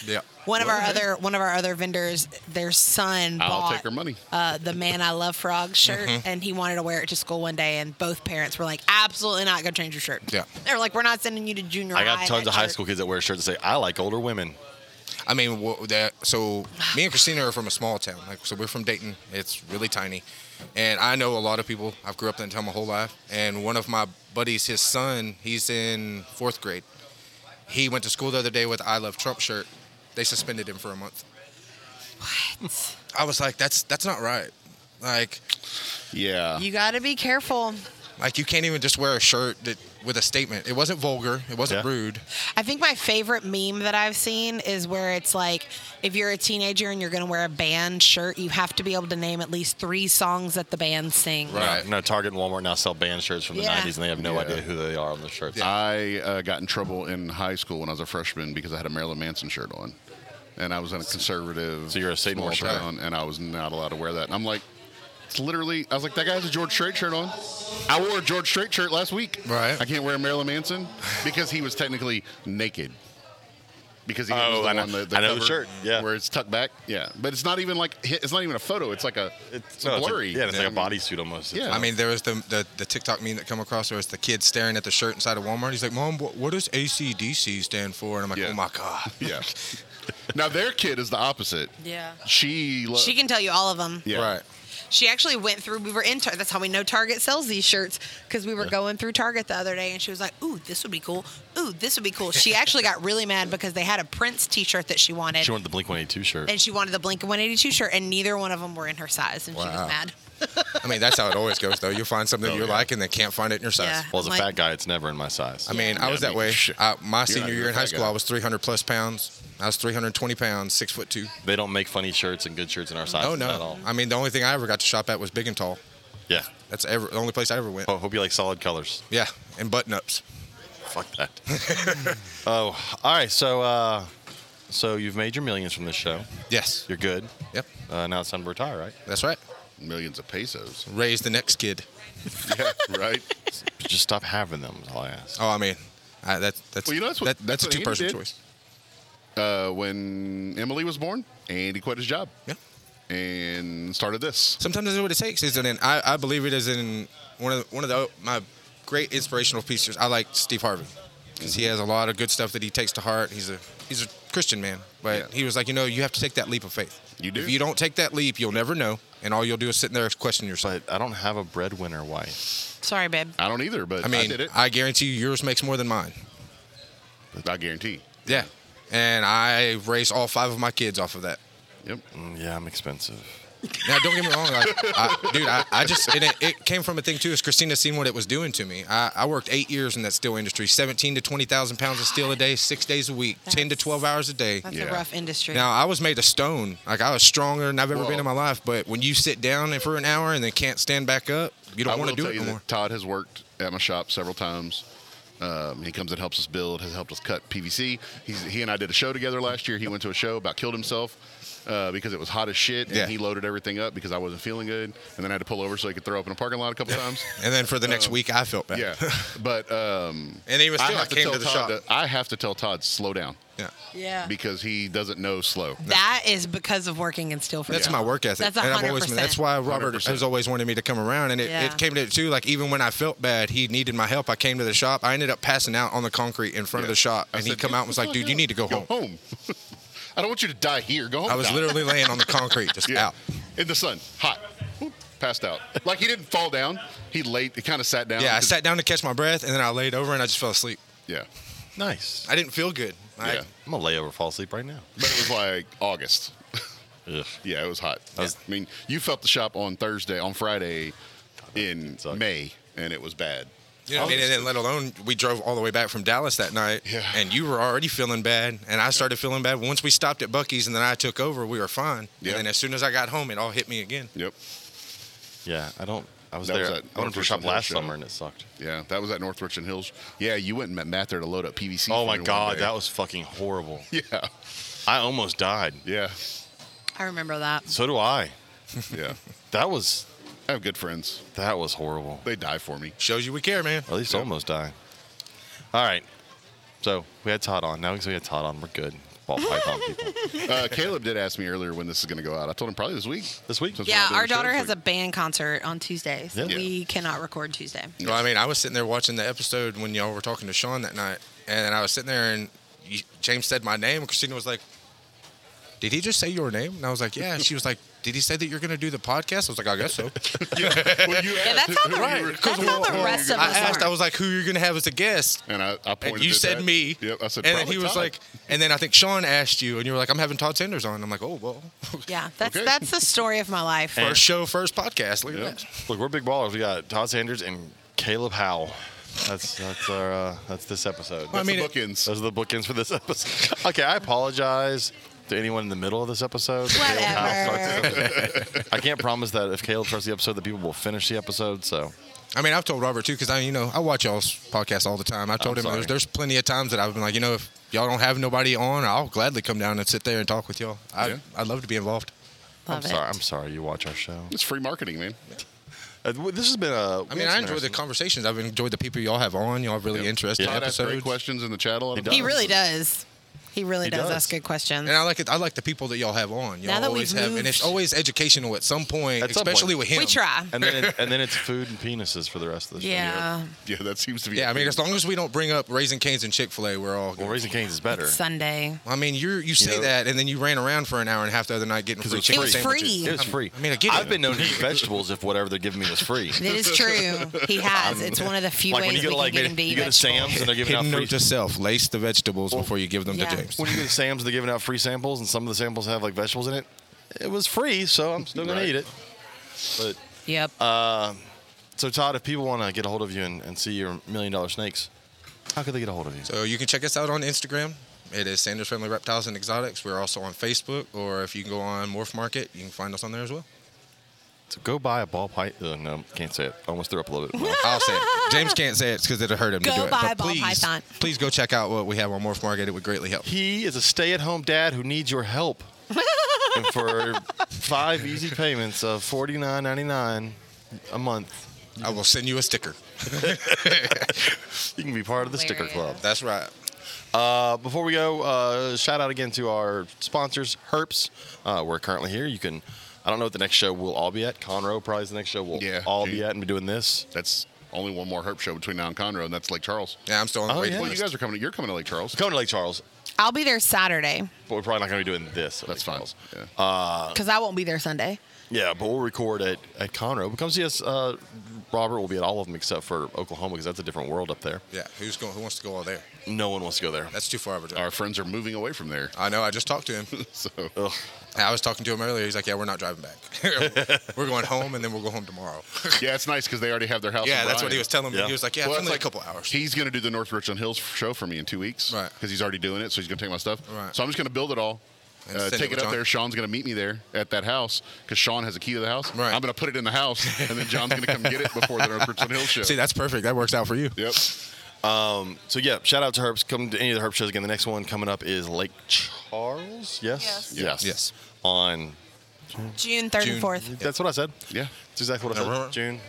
Speaker 13: Yeah.
Speaker 3: One of our other one of our other vendors, their son
Speaker 4: I'll
Speaker 3: bought
Speaker 4: take her money.
Speaker 3: Uh, the "Man I Love Frog"
Speaker 1: Mm-hmm.
Speaker 3: shirt, and he wanted to wear it to school one day, and both parents were like, "Absolutely not, go change your shirt."
Speaker 13: Yeah.
Speaker 3: they were like, "We're not sending you to junior
Speaker 1: I
Speaker 3: high."
Speaker 1: got
Speaker 3: in
Speaker 1: tons
Speaker 3: that
Speaker 1: of high
Speaker 3: shirt."
Speaker 1: school kids that wear shirts that say, "I like older women."
Speaker 13: I mean, wha- that, so me and Christina are from a small town. Like, so we're from Dayton. It's really tiny, and I know a lot of people. I've grew up in that town my whole life. And one of my buddies, his son, he's in fourth grade. He went to school the other day with "I Love Trump" shirt. They suspended him for a month. What? I was like, that's that's not right. Like,
Speaker 4: Yeah.
Speaker 3: You got to be careful.
Speaker 13: like you can't even just wear a shirt that with a statement. It wasn't vulgar. It wasn't
Speaker 1: Yeah.
Speaker 13: rude.
Speaker 3: I think my favorite meme that I've seen is where it's like, if you're a teenager and you're going to wear a band shirt, you have to be able to name at least three songs that the band sings.
Speaker 13: Right.
Speaker 1: No, no, Target and Walmart now sell band shirts from the
Speaker 3: Yeah.
Speaker 1: '90s, and they have no
Speaker 4: Yeah.
Speaker 1: idea who they are on the shirts.
Speaker 4: I uh, got in trouble in high school when I was a freshman because I had a Marilyn Manson shirt on, and I was in a conservative.
Speaker 1: So you're a Satan
Speaker 4: small
Speaker 1: worshiper.
Speaker 4: town, and I was not allowed to wear that. And I'm like, it's literally. I was like, that guy has a George Strait shirt on. I wore a George Strait shirt last week.
Speaker 13: Right.
Speaker 4: I can't wear a Marilyn Manson because he was technically naked. Because he
Speaker 1: Oh,
Speaker 4: was the
Speaker 1: I know-
Speaker 4: one that- the
Speaker 1: I know the
Speaker 4: cover
Speaker 1: shirt, yeah.
Speaker 4: where it's tucked back, yeah. But it's not even like it's not even a photo. It's like a it's,
Speaker 1: no, it's
Speaker 4: blurry.
Speaker 1: Like, yeah, it's like a
Speaker 4: I mean,
Speaker 1: bodysuit almost. It's
Speaker 4: Yeah.
Speaker 13: I mean, there was the, the the TikTok meme that come across where it's the kid staring at the shirt inside of Walmart. He's like, "Mom, what, what does ACDC stand for?" And I'm like,
Speaker 4: Yeah.
Speaker 13: "Oh my god!"
Speaker 4: Yeah. now their kid is the opposite.
Speaker 3: Yeah.
Speaker 4: She. Lo-
Speaker 3: She can tell you all of them.
Speaker 4: Yeah.
Speaker 13: Right.
Speaker 3: She actually went through. We were in. Tar- that's how we know Target sells these shirts because we were going through Target the other day, and she was like, "Ooh, this would be cool. Ooh, this would be cool." She actually got really mad because they had a Prince T-shirt that she wanted,
Speaker 1: She wanted the Blink 182 shirt.
Speaker 3: and she wanted the Blink 182 shirt, and neither one of them were in her size, and she
Speaker 13: Wow.
Speaker 3: was mad.
Speaker 13: I mean, that's how it always goes, though. You'll find something you
Speaker 4: Oh, yeah.
Speaker 13: like and they can't find it in your size.
Speaker 3: Yeah.
Speaker 1: well, as a
Speaker 3: I'm
Speaker 1: fat
Speaker 3: like-
Speaker 1: guy, it's never in my size.
Speaker 13: I mean, I was
Speaker 4: I
Speaker 13: that
Speaker 4: mean,
Speaker 13: way.
Speaker 4: shit.
Speaker 13: I, my
Speaker 4: not
Speaker 13: senior
Speaker 4: even
Speaker 13: year
Speaker 4: a
Speaker 13: in high
Speaker 4: fat
Speaker 13: school,
Speaker 4: guy.
Speaker 13: I was 300 plus pounds. I was 320 pounds, six foot two.
Speaker 1: they don't make funny shirts and good shirts in our size
Speaker 13: Oh
Speaker 1: at all.
Speaker 13: no! I mean, the only thing I ever got to shop at was Big and Tall.
Speaker 1: yeah.
Speaker 13: That's ever the only place I ever went.
Speaker 1: Oh, hope you like solid colors.
Speaker 13: Yeah, and button ups.
Speaker 1: Fuck that. oh, all right. So uh, So you've made your millions from this show.
Speaker 13: Yes.
Speaker 1: You're good.
Speaker 13: Yep.
Speaker 1: Uh, now it's time to retire, right?
Speaker 13: That's right.
Speaker 4: Millions of pesos.
Speaker 13: Raise the next kid.
Speaker 4: yeah, right.
Speaker 1: Just stop having them. Is all I ask.
Speaker 13: Oh, I mean, I, that's that's
Speaker 4: Well, you know, that's what-
Speaker 13: that- that's,
Speaker 4: that's
Speaker 13: a
Speaker 4: what Andy
Speaker 13: two-person
Speaker 4: did.
Speaker 13: choice.
Speaker 4: Uh, when Emily was born, Andy quit his job
Speaker 13: Yeah.
Speaker 4: and started this.
Speaker 13: Sometimes that's what it takes. Is in I, I believe it is in one of the, one of the my great inspirational pieces. I like Steve Harvey because he has a lot of good stuff that he takes to heart. He's a he's a Christian man, but
Speaker 4: Yeah.
Speaker 13: he was like, you know, you have to take that leap of faith.
Speaker 4: You do.
Speaker 13: If you don't take that leap, you'll never know, and all you'll do is sit there and question yourself.
Speaker 1: But I don't have a breadwinner wife.
Speaker 3: Sorry, babe.
Speaker 4: I don't either, but
Speaker 13: I
Speaker 4: I,
Speaker 13: mean,
Speaker 4: did it.
Speaker 13: I guarantee you, yours makes more than mine.
Speaker 4: I guarantee.
Speaker 13: Yeah, and I raised all five of my kids off of that.
Speaker 4: Yep.
Speaker 1: Mm, yeah, I'm expensive.
Speaker 13: Now, don't get me wrong, like, I, dude. I, I just and it, it came from a thing too. Is Christina seen what it was doing to me? I, I worked eight years in that steel industry, seventeen to twenty thousand pounds of steel a day, six days a week, ten to
Speaker 3: That's-
Speaker 13: twelve hours a day.
Speaker 3: That's
Speaker 4: Yeah.
Speaker 3: a rough industry.
Speaker 13: Now I was made of stone. Like I was stronger than I've ever been in my life. But when you sit down and for an hour and then can't stand back up, you
Speaker 4: I
Speaker 13: don't want to
Speaker 4: will
Speaker 13: do
Speaker 4: tell
Speaker 13: it
Speaker 4: you
Speaker 13: no
Speaker 4: that
Speaker 13: more.
Speaker 4: Todd has worked at my shop several times. Um, he comes and helps us build, has helped us cut PVC. He's, he and I did a show together last year. He went to a show, about killed himself uh, because it was hot as shit, and
Speaker 13: Yeah.
Speaker 4: he loaded everything up because I wasn't feeling good, and then I had to pull over so he could throw up in a parking lot a couple times. Um,
Speaker 13: And then for the next week, I felt bad.
Speaker 4: yeah, but um,
Speaker 13: And even
Speaker 4: I
Speaker 13: still, I,
Speaker 4: have to
Speaker 13: came
Speaker 4: tell
Speaker 13: to the
Speaker 4: Todd.
Speaker 13: shop.
Speaker 4: To, I have to tell Todd slow down
Speaker 13: yeah.
Speaker 12: Yeah.
Speaker 4: because he doesn't know slow.
Speaker 12: That is because of working in steel for
Speaker 13: That's
Speaker 12: them.
Speaker 13: my work ethic.
Speaker 12: That's a
Speaker 13: and I've
Speaker 12: hundred
Speaker 13: always been,
Speaker 12: percent.
Speaker 13: that's why Robert has always wanted me to come around. And it,
Speaker 12: Yeah.
Speaker 13: it came to it too, like even when I felt bad, he needed my help. I came to the shop. I ended up passing out on the concrete in front of
Speaker 4: Yeah.
Speaker 13: the shop.
Speaker 4: I
Speaker 13: And he
Speaker 4: said,
Speaker 13: come
Speaker 4: "Get
Speaker 13: out and was
Speaker 4: the
Speaker 13: like,
Speaker 4: fuck
Speaker 13: dude, you
Speaker 4: out.
Speaker 13: need to go home.
Speaker 4: Go home. I don't want you to die here. Go home.
Speaker 13: I was
Speaker 4: Doc."
Speaker 13: literally laying on the concrete, just out.
Speaker 4: in the sun, hot, Whoop, passed out. Like he didn't fall down. He laid. He kind of sat down.
Speaker 13: Yeah, I sat down to catch my breath and then I laid over and I just fell asleep.
Speaker 4: Yeah,
Speaker 1: Nice.
Speaker 13: I didn't feel good. I,
Speaker 4: yeah.
Speaker 1: I'm gonna lay over, fall asleep right now.
Speaker 4: But it was like August.
Speaker 1: Ugh.
Speaker 4: Yeah, it was hot. I,
Speaker 1: was-
Speaker 4: mean, you felt the shop on Thursday, on Friday, in
Speaker 1: sucked.
Speaker 4: May, and it was bad.
Speaker 13: You know what I mean? And then let alone we drove all the way back from Dallas that night.
Speaker 4: Yeah.
Speaker 13: And you were already feeling bad. And I started feeling bad. Once we stopped at Bucky's and then I took over, we were fine.
Speaker 4: Yeah.
Speaker 13: And then as soon as I got home, it all hit me again.
Speaker 4: Yep.
Speaker 1: Yeah, I don't. I was
Speaker 4: That was
Speaker 1: there.
Speaker 4: that
Speaker 1: I went to
Speaker 4: Northwestern
Speaker 1: a shop
Speaker 4: Hill
Speaker 1: last
Speaker 4: show.
Speaker 1: summer and it sucked.
Speaker 4: Yeah, that was at North Richmond Hills. Yeah, you went and met Matt there to load up PVC.
Speaker 1: Oh
Speaker 4: for
Speaker 1: my
Speaker 4: me one
Speaker 1: god,
Speaker 4: day.
Speaker 1: that was fucking horrible.
Speaker 4: Yeah,
Speaker 1: I almost died.
Speaker 4: yeah,
Speaker 12: I remember that.
Speaker 1: So do I.
Speaker 4: yeah.
Speaker 1: That was
Speaker 4: I have good friends.
Speaker 1: that was horrible.
Speaker 4: They die for me.
Speaker 13: Shows you we care, man.
Speaker 1: Or at least almost die. All right. So we had Todd on. Now because we had Todd on, we're good. Ball python people.
Speaker 4: Uh, Caleb did ask me earlier when this is going to go out. I told him probably this week.
Speaker 1: This week.
Speaker 4: Since we're not
Speaker 12: Yeah,
Speaker 4: doing
Speaker 12: our
Speaker 4: the show
Speaker 12: daughter
Speaker 4: this
Speaker 12: has
Speaker 4: week.
Speaker 12: a band concert on Tuesday, so
Speaker 1: Yeah.
Speaker 12: we cannot record Tuesday.
Speaker 13: Well, I mean, I was sitting there watching the episode when y'all were talking to Sean that night, and I was sitting there, and you, James said my name, and Christina was like, "Did he just say your name?" And I was like, "Yeah." And she was like, "Did he say that you're going to do the podcast?" I was like, "I guess so."
Speaker 12: Yeah, that's how the, that's how the rest of
Speaker 13: I
Speaker 12: us
Speaker 13: asked,
Speaker 12: are.
Speaker 13: I was like, "Who you're going to have as a guest?"
Speaker 4: And I, I pointed.
Speaker 13: And you
Speaker 4: at
Speaker 13: said
Speaker 4: that.
Speaker 13: me.
Speaker 4: Yep, I said.
Speaker 13: And then
Speaker 4: probably
Speaker 13: he was
Speaker 4: Todd.
Speaker 13: like, and then I think Sean asked you, and you were like, "I'm having Todd Sanders on." I'm like, "Oh well,
Speaker 12: yeah, that's
Speaker 4: Okay.
Speaker 12: that's the story of my life.
Speaker 13: first show, first podcast. Look at
Speaker 4: Yep.
Speaker 13: that."
Speaker 1: Look, we're big ballers. We got Todd Sanders and Caleb Howell. That's that's our uh, that's this episode.
Speaker 13: I
Speaker 4: I
Speaker 13: mean,
Speaker 4: mean, the
Speaker 13: it-
Speaker 4: bookends.
Speaker 1: Those are the bookends for this episode. Okay, I apologize to anyone in the middle of this episode. Caleb Howell starts
Speaker 12: Whatever.
Speaker 1: the episode. I can't promise that if Caleb starts the episode, that people will finish the episode. So
Speaker 13: I mean, I've told Robert too, because I, you know, I watch y'all's podcast all the time. I told
Speaker 1: I'm
Speaker 13: him
Speaker 1: sorry.
Speaker 13: there's, there's plenty of times that I've been like, you know, if y'all don't have nobody on, I'll gladly come down and sit there and talk with y'all. I,
Speaker 4: Yeah.
Speaker 13: I'd love to be involved.
Speaker 1: I'm sorry. I'm sorry you watch our show.
Speaker 4: it's free marketing, man.
Speaker 1: Uh, w- this has been a.
Speaker 13: I mean, I enjoy the conversations. I've enjoyed the people y'all have on. Y'all have really
Speaker 4: Yep.
Speaker 13: interesting
Speaker 4: Todd asked
Speaker 13: episodes.
Speaker 4: great questions in the chat a lot. of
Speaker 1: He
Speaker 12: He
Speaker 4: times.
Speaker 12: really does. He really
Speaker 1: He
Speaker 12: does,
Speaker 1: does.
Speaker 12: ask good questions.
Speaker 13: And I like it. I like the people that y'all have on. Y'all
Speaker 12: Now that
Speaker 13: always
Speaker 12: we've
Speaker 13: have, and it's
Speaker 12: moved-
Speaker 13: always educational at some point,
Speaker 1: At some point.
Speaker 13: especially with him.
Speaker 12: we try.
Speaker 1: And then it, and then it's food and penises for the rest of the show.
Speaker 12: Yeah.
Speaker 4: Yeah, that seems to be.
Speaker 13: Yeah, I mean, as
Speaker 4: it's
Speaker 13: long as we don't bring up Raising Canes and Chick Fil A, we're all.
Speaker 1: Well,
Speaker 13: Good.
Speaker 1: raising canes is better.
Speaker 12: Sunday.
Speaker 13: I mean, you you say
Speaker 1: know-
Speaker 13: that, and then you ran around for an hour and a half the other night getting free
Speaker 1: it's
Speaker 13: chicken
Speaker 12: free. It was
Speaker 13: sandwiches.
Speaker 12: free.
Speaker 1: It was free.
Speaker 13: I mean, I get
Speaker 1: I've
Speaker 13: it.
Speaker 1: been known to eat vegetables if whatever they're giving me was free.
Speaker 12: It is true. He has. It's one of the few
Speaker 1: Like
Speaker 12: ways
Speaker 1: when you
Speaker 12: we
Speaker 1: go to
Speaker 12: can
Speaker 1: like
Speaker 12: get him to
Speaker 1: you
Speaker 12: eat
Speaker 1: go to Sam's and they're giving out
Speaker 13: Hidden
Speaker 1: free.
Speaker 13: note to self: lace the vegetables before you give them
Speaker 12: yeah.
Speaker 13: to James.
Speaker 1: When you go to Sam's, they're giving out free samples, and some of the samples have like vegetables in it. It was free, so I'm still gonna
Speaker 4: Right.
Speaker 1: eat it. But um,
Speaker 12: Yep.
Speaker 1: so Todd, if people want to get a hold of you and, and see your million dollar snakes, how could they get a hold of you?
Speaker 13: So you can check us out on Instagram. It is Sanders Family Reptiles and Exotics. We're also on Facebook, or if you can go on Morph Market, you can find us on there as well.
Speaker 1: So go buy a ball pipe. Uh, no, can't say it. Almost threw up a little bit. Well,
Speaker 13: I'll say it. James can't say it because it'll hurt him
Speaker 3: Go
Speaker 13: to do it.
Speaker 3: buy a
Speaker 13: But
Speaker 3: ball
Speaker 13: please,
Speaker 3: python.
Speaker 13: please go check out what we have on Morph Market. It would greatly help.
Speaker 1: he is a stay-at-home dad who needs your help. and for five easy payments of forty nine ninety nine a month,
Speaker 13: I will send you a sticker.
Speaker 1: you can be part of the sticker club.
Speaker 15: Hilarious.
Speaker 13: That's right.
Speaker 1: Uh, before we go, uh, shout out again to our sponsors, Herps. Uh, we're currently here. You can, I don't know what the next show we'll all be at. Conroe probably is the next show we'll
Speaker 4: Yeah,
Speaker 1: all
Speaker 4: gee.
Speaker 1: be at and be doing this.
Speaker 4: That's only one more herp show between now and Conroe, and that's Lake Charles.
Speaker 13: Yeah, I'm still on the
Speaker 1: Oh,
Speaker 13: waiting
Speaker 1: yeah.
Speaker 4: Well,
Speaker 13: list.
Speaker 4: you guys are coming. You're coming to Lake Charles.
Speaker 1: Coming to Lake Charles,
Speaker 3: I'll be there Saturday
Speaker 1: but we're probably not going to be doing this. at
Speaker 4: That's
Speaker 1: Lake
Speaker 4: fine.
Speaker 1: Charles.
Speaker 4: Yeah.
Speaker 3: because I won't be there Sunday.
Speaker 1: Uh, Yeah, but we'll record at, at Conroe. But come see us. Uh, Robert will be at all of them except for Oklahoma because that's a different world up there.
Speaker 13: Yeah, who's going? Who wants to go all there?
Speaker 1: No one wants to go there.
Speaker 13: That's too far of a drive.
Speaker 4: Our friends are moving away from there.
Speaker 13: I know. I just talked to him.
Speaker 4: So
Speaker 1: Ugh.
Speaker 13: I was talking to him earlier. He's like, "Yeah, we're not driving back. we're going home, and then we'll go home tomorrow."
Speaker 4: yeah, it's nice because they already have their house.
Speaker 13: yeah,
Speaker 4: in
Speaker 13: that's what
Speaker 4: Bryan.
Speaker 13: he was telling me.
Speaker 1: Yeah.
Speaker 13: He was like, "Yeah,
Speaker 4: Well,
Speaker 13: it's
Speaker 4: it's
Speaker 13: only
Speaker 4: like-
Speaker 13: a couple hours."
Speaker 4: He's going to do the North Richmond Hills show for me in two weeks.
Speaker 13: Right.
Speaker 4: Because he's already doing it, so he's going to take my stuff.
Speaker 13: Right.
Speaker 4: So I'm just going to build it all.
Speaker 13: And
Speaker 4: Uh,
Speaker 13: send it
Speaker 4: take it,
Speaker 13: with
Speaker 4: up
Speaker 13: John.
Speaker 4: there. Sean's going to meet me there at that house because Sean has a key to the house.
Speaker 13: Right.
Speaker 4: I'm going to put it in the house, and then John's going to come get it before the North Richmond Hills show.
Speaker 13: See, that's perfect. That works out for you.
Speaker 4: Yep.
Speaker 1: Um, So yeah, shout out to Herps. Come to any of the Herp shows again. The next one coming up is Lake Charles. Yes.
Speaker 16: Yes.
Speaker 1: Yes.
Speaker 13: Yes.
Speaker 1: On.
Speaker 3: June third
Speaker 13: June.
Speaker 3: and fourth.
Speaker 1: That's what I said.
Speaker 4: Yeah.
Speaker 1: That's exactly what I
Speaker 13: No,
Speaker 1: said.
Speaker 13: remember?
Speaker 1: June.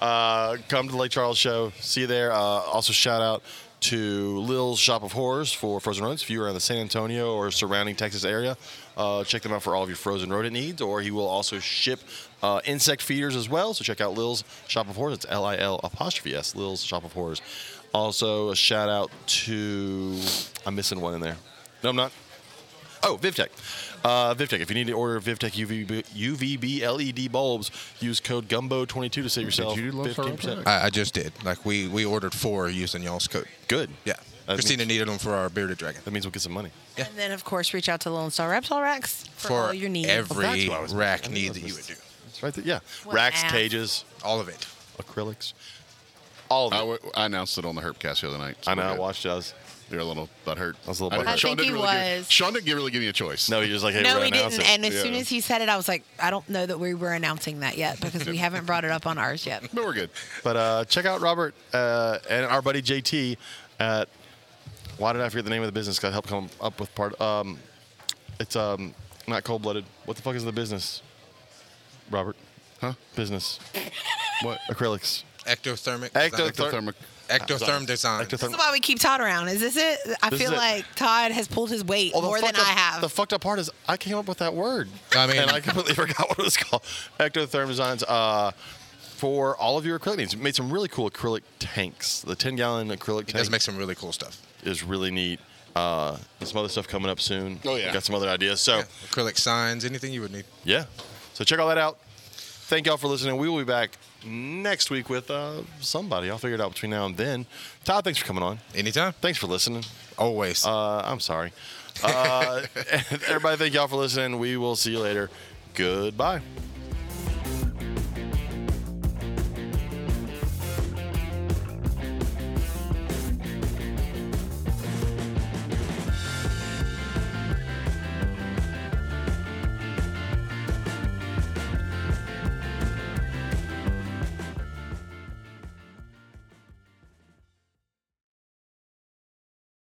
Speaker 1: Uh, come to the Lake Charles show. See you there. Uh, also, shout out to Lil's Shop of Horrors for Frozen Rodents. If you are in the San Antonio or surrounding Texas area, uh, check them out for all of your frozen rodent needs. Or he will also ship uh, insect feeders as well. So check out Lil's Shop of Horrors. It's L I L apostrophe S. Lil's Shop of Horrors. Also, a shout out to. I'm missing one in there. No, I'm not. Oh, VivTech. Uh, VivTech. If you need to order VivTech UVB, UVB LED E bulbs, use code GUMBO22 to save yourself
Speaker 4: you do Lone Star
Speaker 1: 15%.
Speaker 4: Road?
Speaker 13: I, I just did. Like we we ordered four using y'all's code.
Speaker 1: Good.
Speaker 13: Yeah,
Speaker 1: That
Speaker 13: Christina
Speaker 1: means-
Speaker 13: needed them for our bearded dragon.
Speaker 1: That means we'll get some money.
Speaker 3: And then of course reach out to Lone Star Reptile Racks for, all your needs.
Speaker 13: every
Speaker 1: what I was- I
Speaker 13: rack
Speaker 1: think
Speaker 13: need that
Speaker 1: that's
Speaker 13: you
Speaker 1: what's-
Speaker 13: would do.
Speaker 1: That's right. There. Yeah.
Speaker 3: What
Speaker 1: Racks,
Speaker 3: app?
Speaker 1: cages,
Speaker 13: All of it.
Speaker 1: acrylics, all of
Speaker 4: I,
Speaker 1: it.
Speaker 4: w- I announced it on the Herpcast the other night.
Speaker 1: I know. I
Speaker 4: Good.
Speaker 1: watched us.
Speaker 4: You're a little butthurt.
Speaker 1: I was a little
Speaker 4: didn't-
Speaker 1: butthurt. I
Speaker 4: Sean
Speaker 3: think
Speaker 4: didn't
Speaker 3: he
Speaker 4: really Give,
Speaker 3: was.
Speaker 4: Sean didn't give, really give me a choice.
Speaker 1: No, you're just like, hey,
Speaker 3: no,
Speaker 1: we're
Speaker 3: we
Speaker 1: gonna announce
Speaker 3: didn't.
Speaker 1: it.
Speaker 3: And as soon
Speaker 4: Yeah.
Speaker 3: as he said it, I was like, I don't know that we were announcing that yet because we haven't brought it up on ours yet.
Speaker 4: But we're good.
Speaker 1: But uh, check out Robert uh, and our buddy JT at. Why did I forget the name of the business? Got help come up with part. Um, it's um, not cold blooded. What the fuck is the business? Robert, huh? Business.
Speaker 4: What?
Speaker 1: Acrylics.
Speaker 13: Ectothermic.
Speaker 1: Ectother-
Speaker 13: design.
Speaker 4: Ectothermic.
Speaker 13: Ectotherm design.
Speaker 1: Ectotherm-
Speaker 3: This is why we keep Todd around. Is this it? I
Speaker 1: This
Speaker 3: feel
Speaker 1: is it.
Speaker 3: like Todd has pulled his weight
Speaker 1: Oh, the
Speaker 3: more than
Speaker 1: fucked
Speaker 3: I
Speaker 1: up-
Speaker 3: have.
Speaker 1: The fucked up part is I came up with that word.
Speaker 13: I mean-
Speaker 1: and I completely forgot what it was called. Ectotherm Designs. Uh, for all of your acrylic needs, We made some really cool acrylic tanks. The 10 gallon acrylic
Speaker 13: He does
Speaker 1: tank
Speaker 13: make some really cool stuff.
Speaker 1: is really neat. Uh, there's some other stuff coming up soon.
Speaker 4: Oh, yeah.
Speaker 1: got some other ideas. So
Speaker 13: Yeah. Acrylic signs, anything you would need.
Speaker 1: yeah, so check all that out. Thank y'all for listening. We will be back next week with uh, somebody. I'll figure it out between now and then. Todd, thanks for coming on.
Speaker 13: Anytime.
Speaker 1: Thanks for listening.
Speaker 13: Always.
Speaker 1: Uh, I'm sorry. Uh, everybody, thank y'all for listening. We will see you later. Goodbye.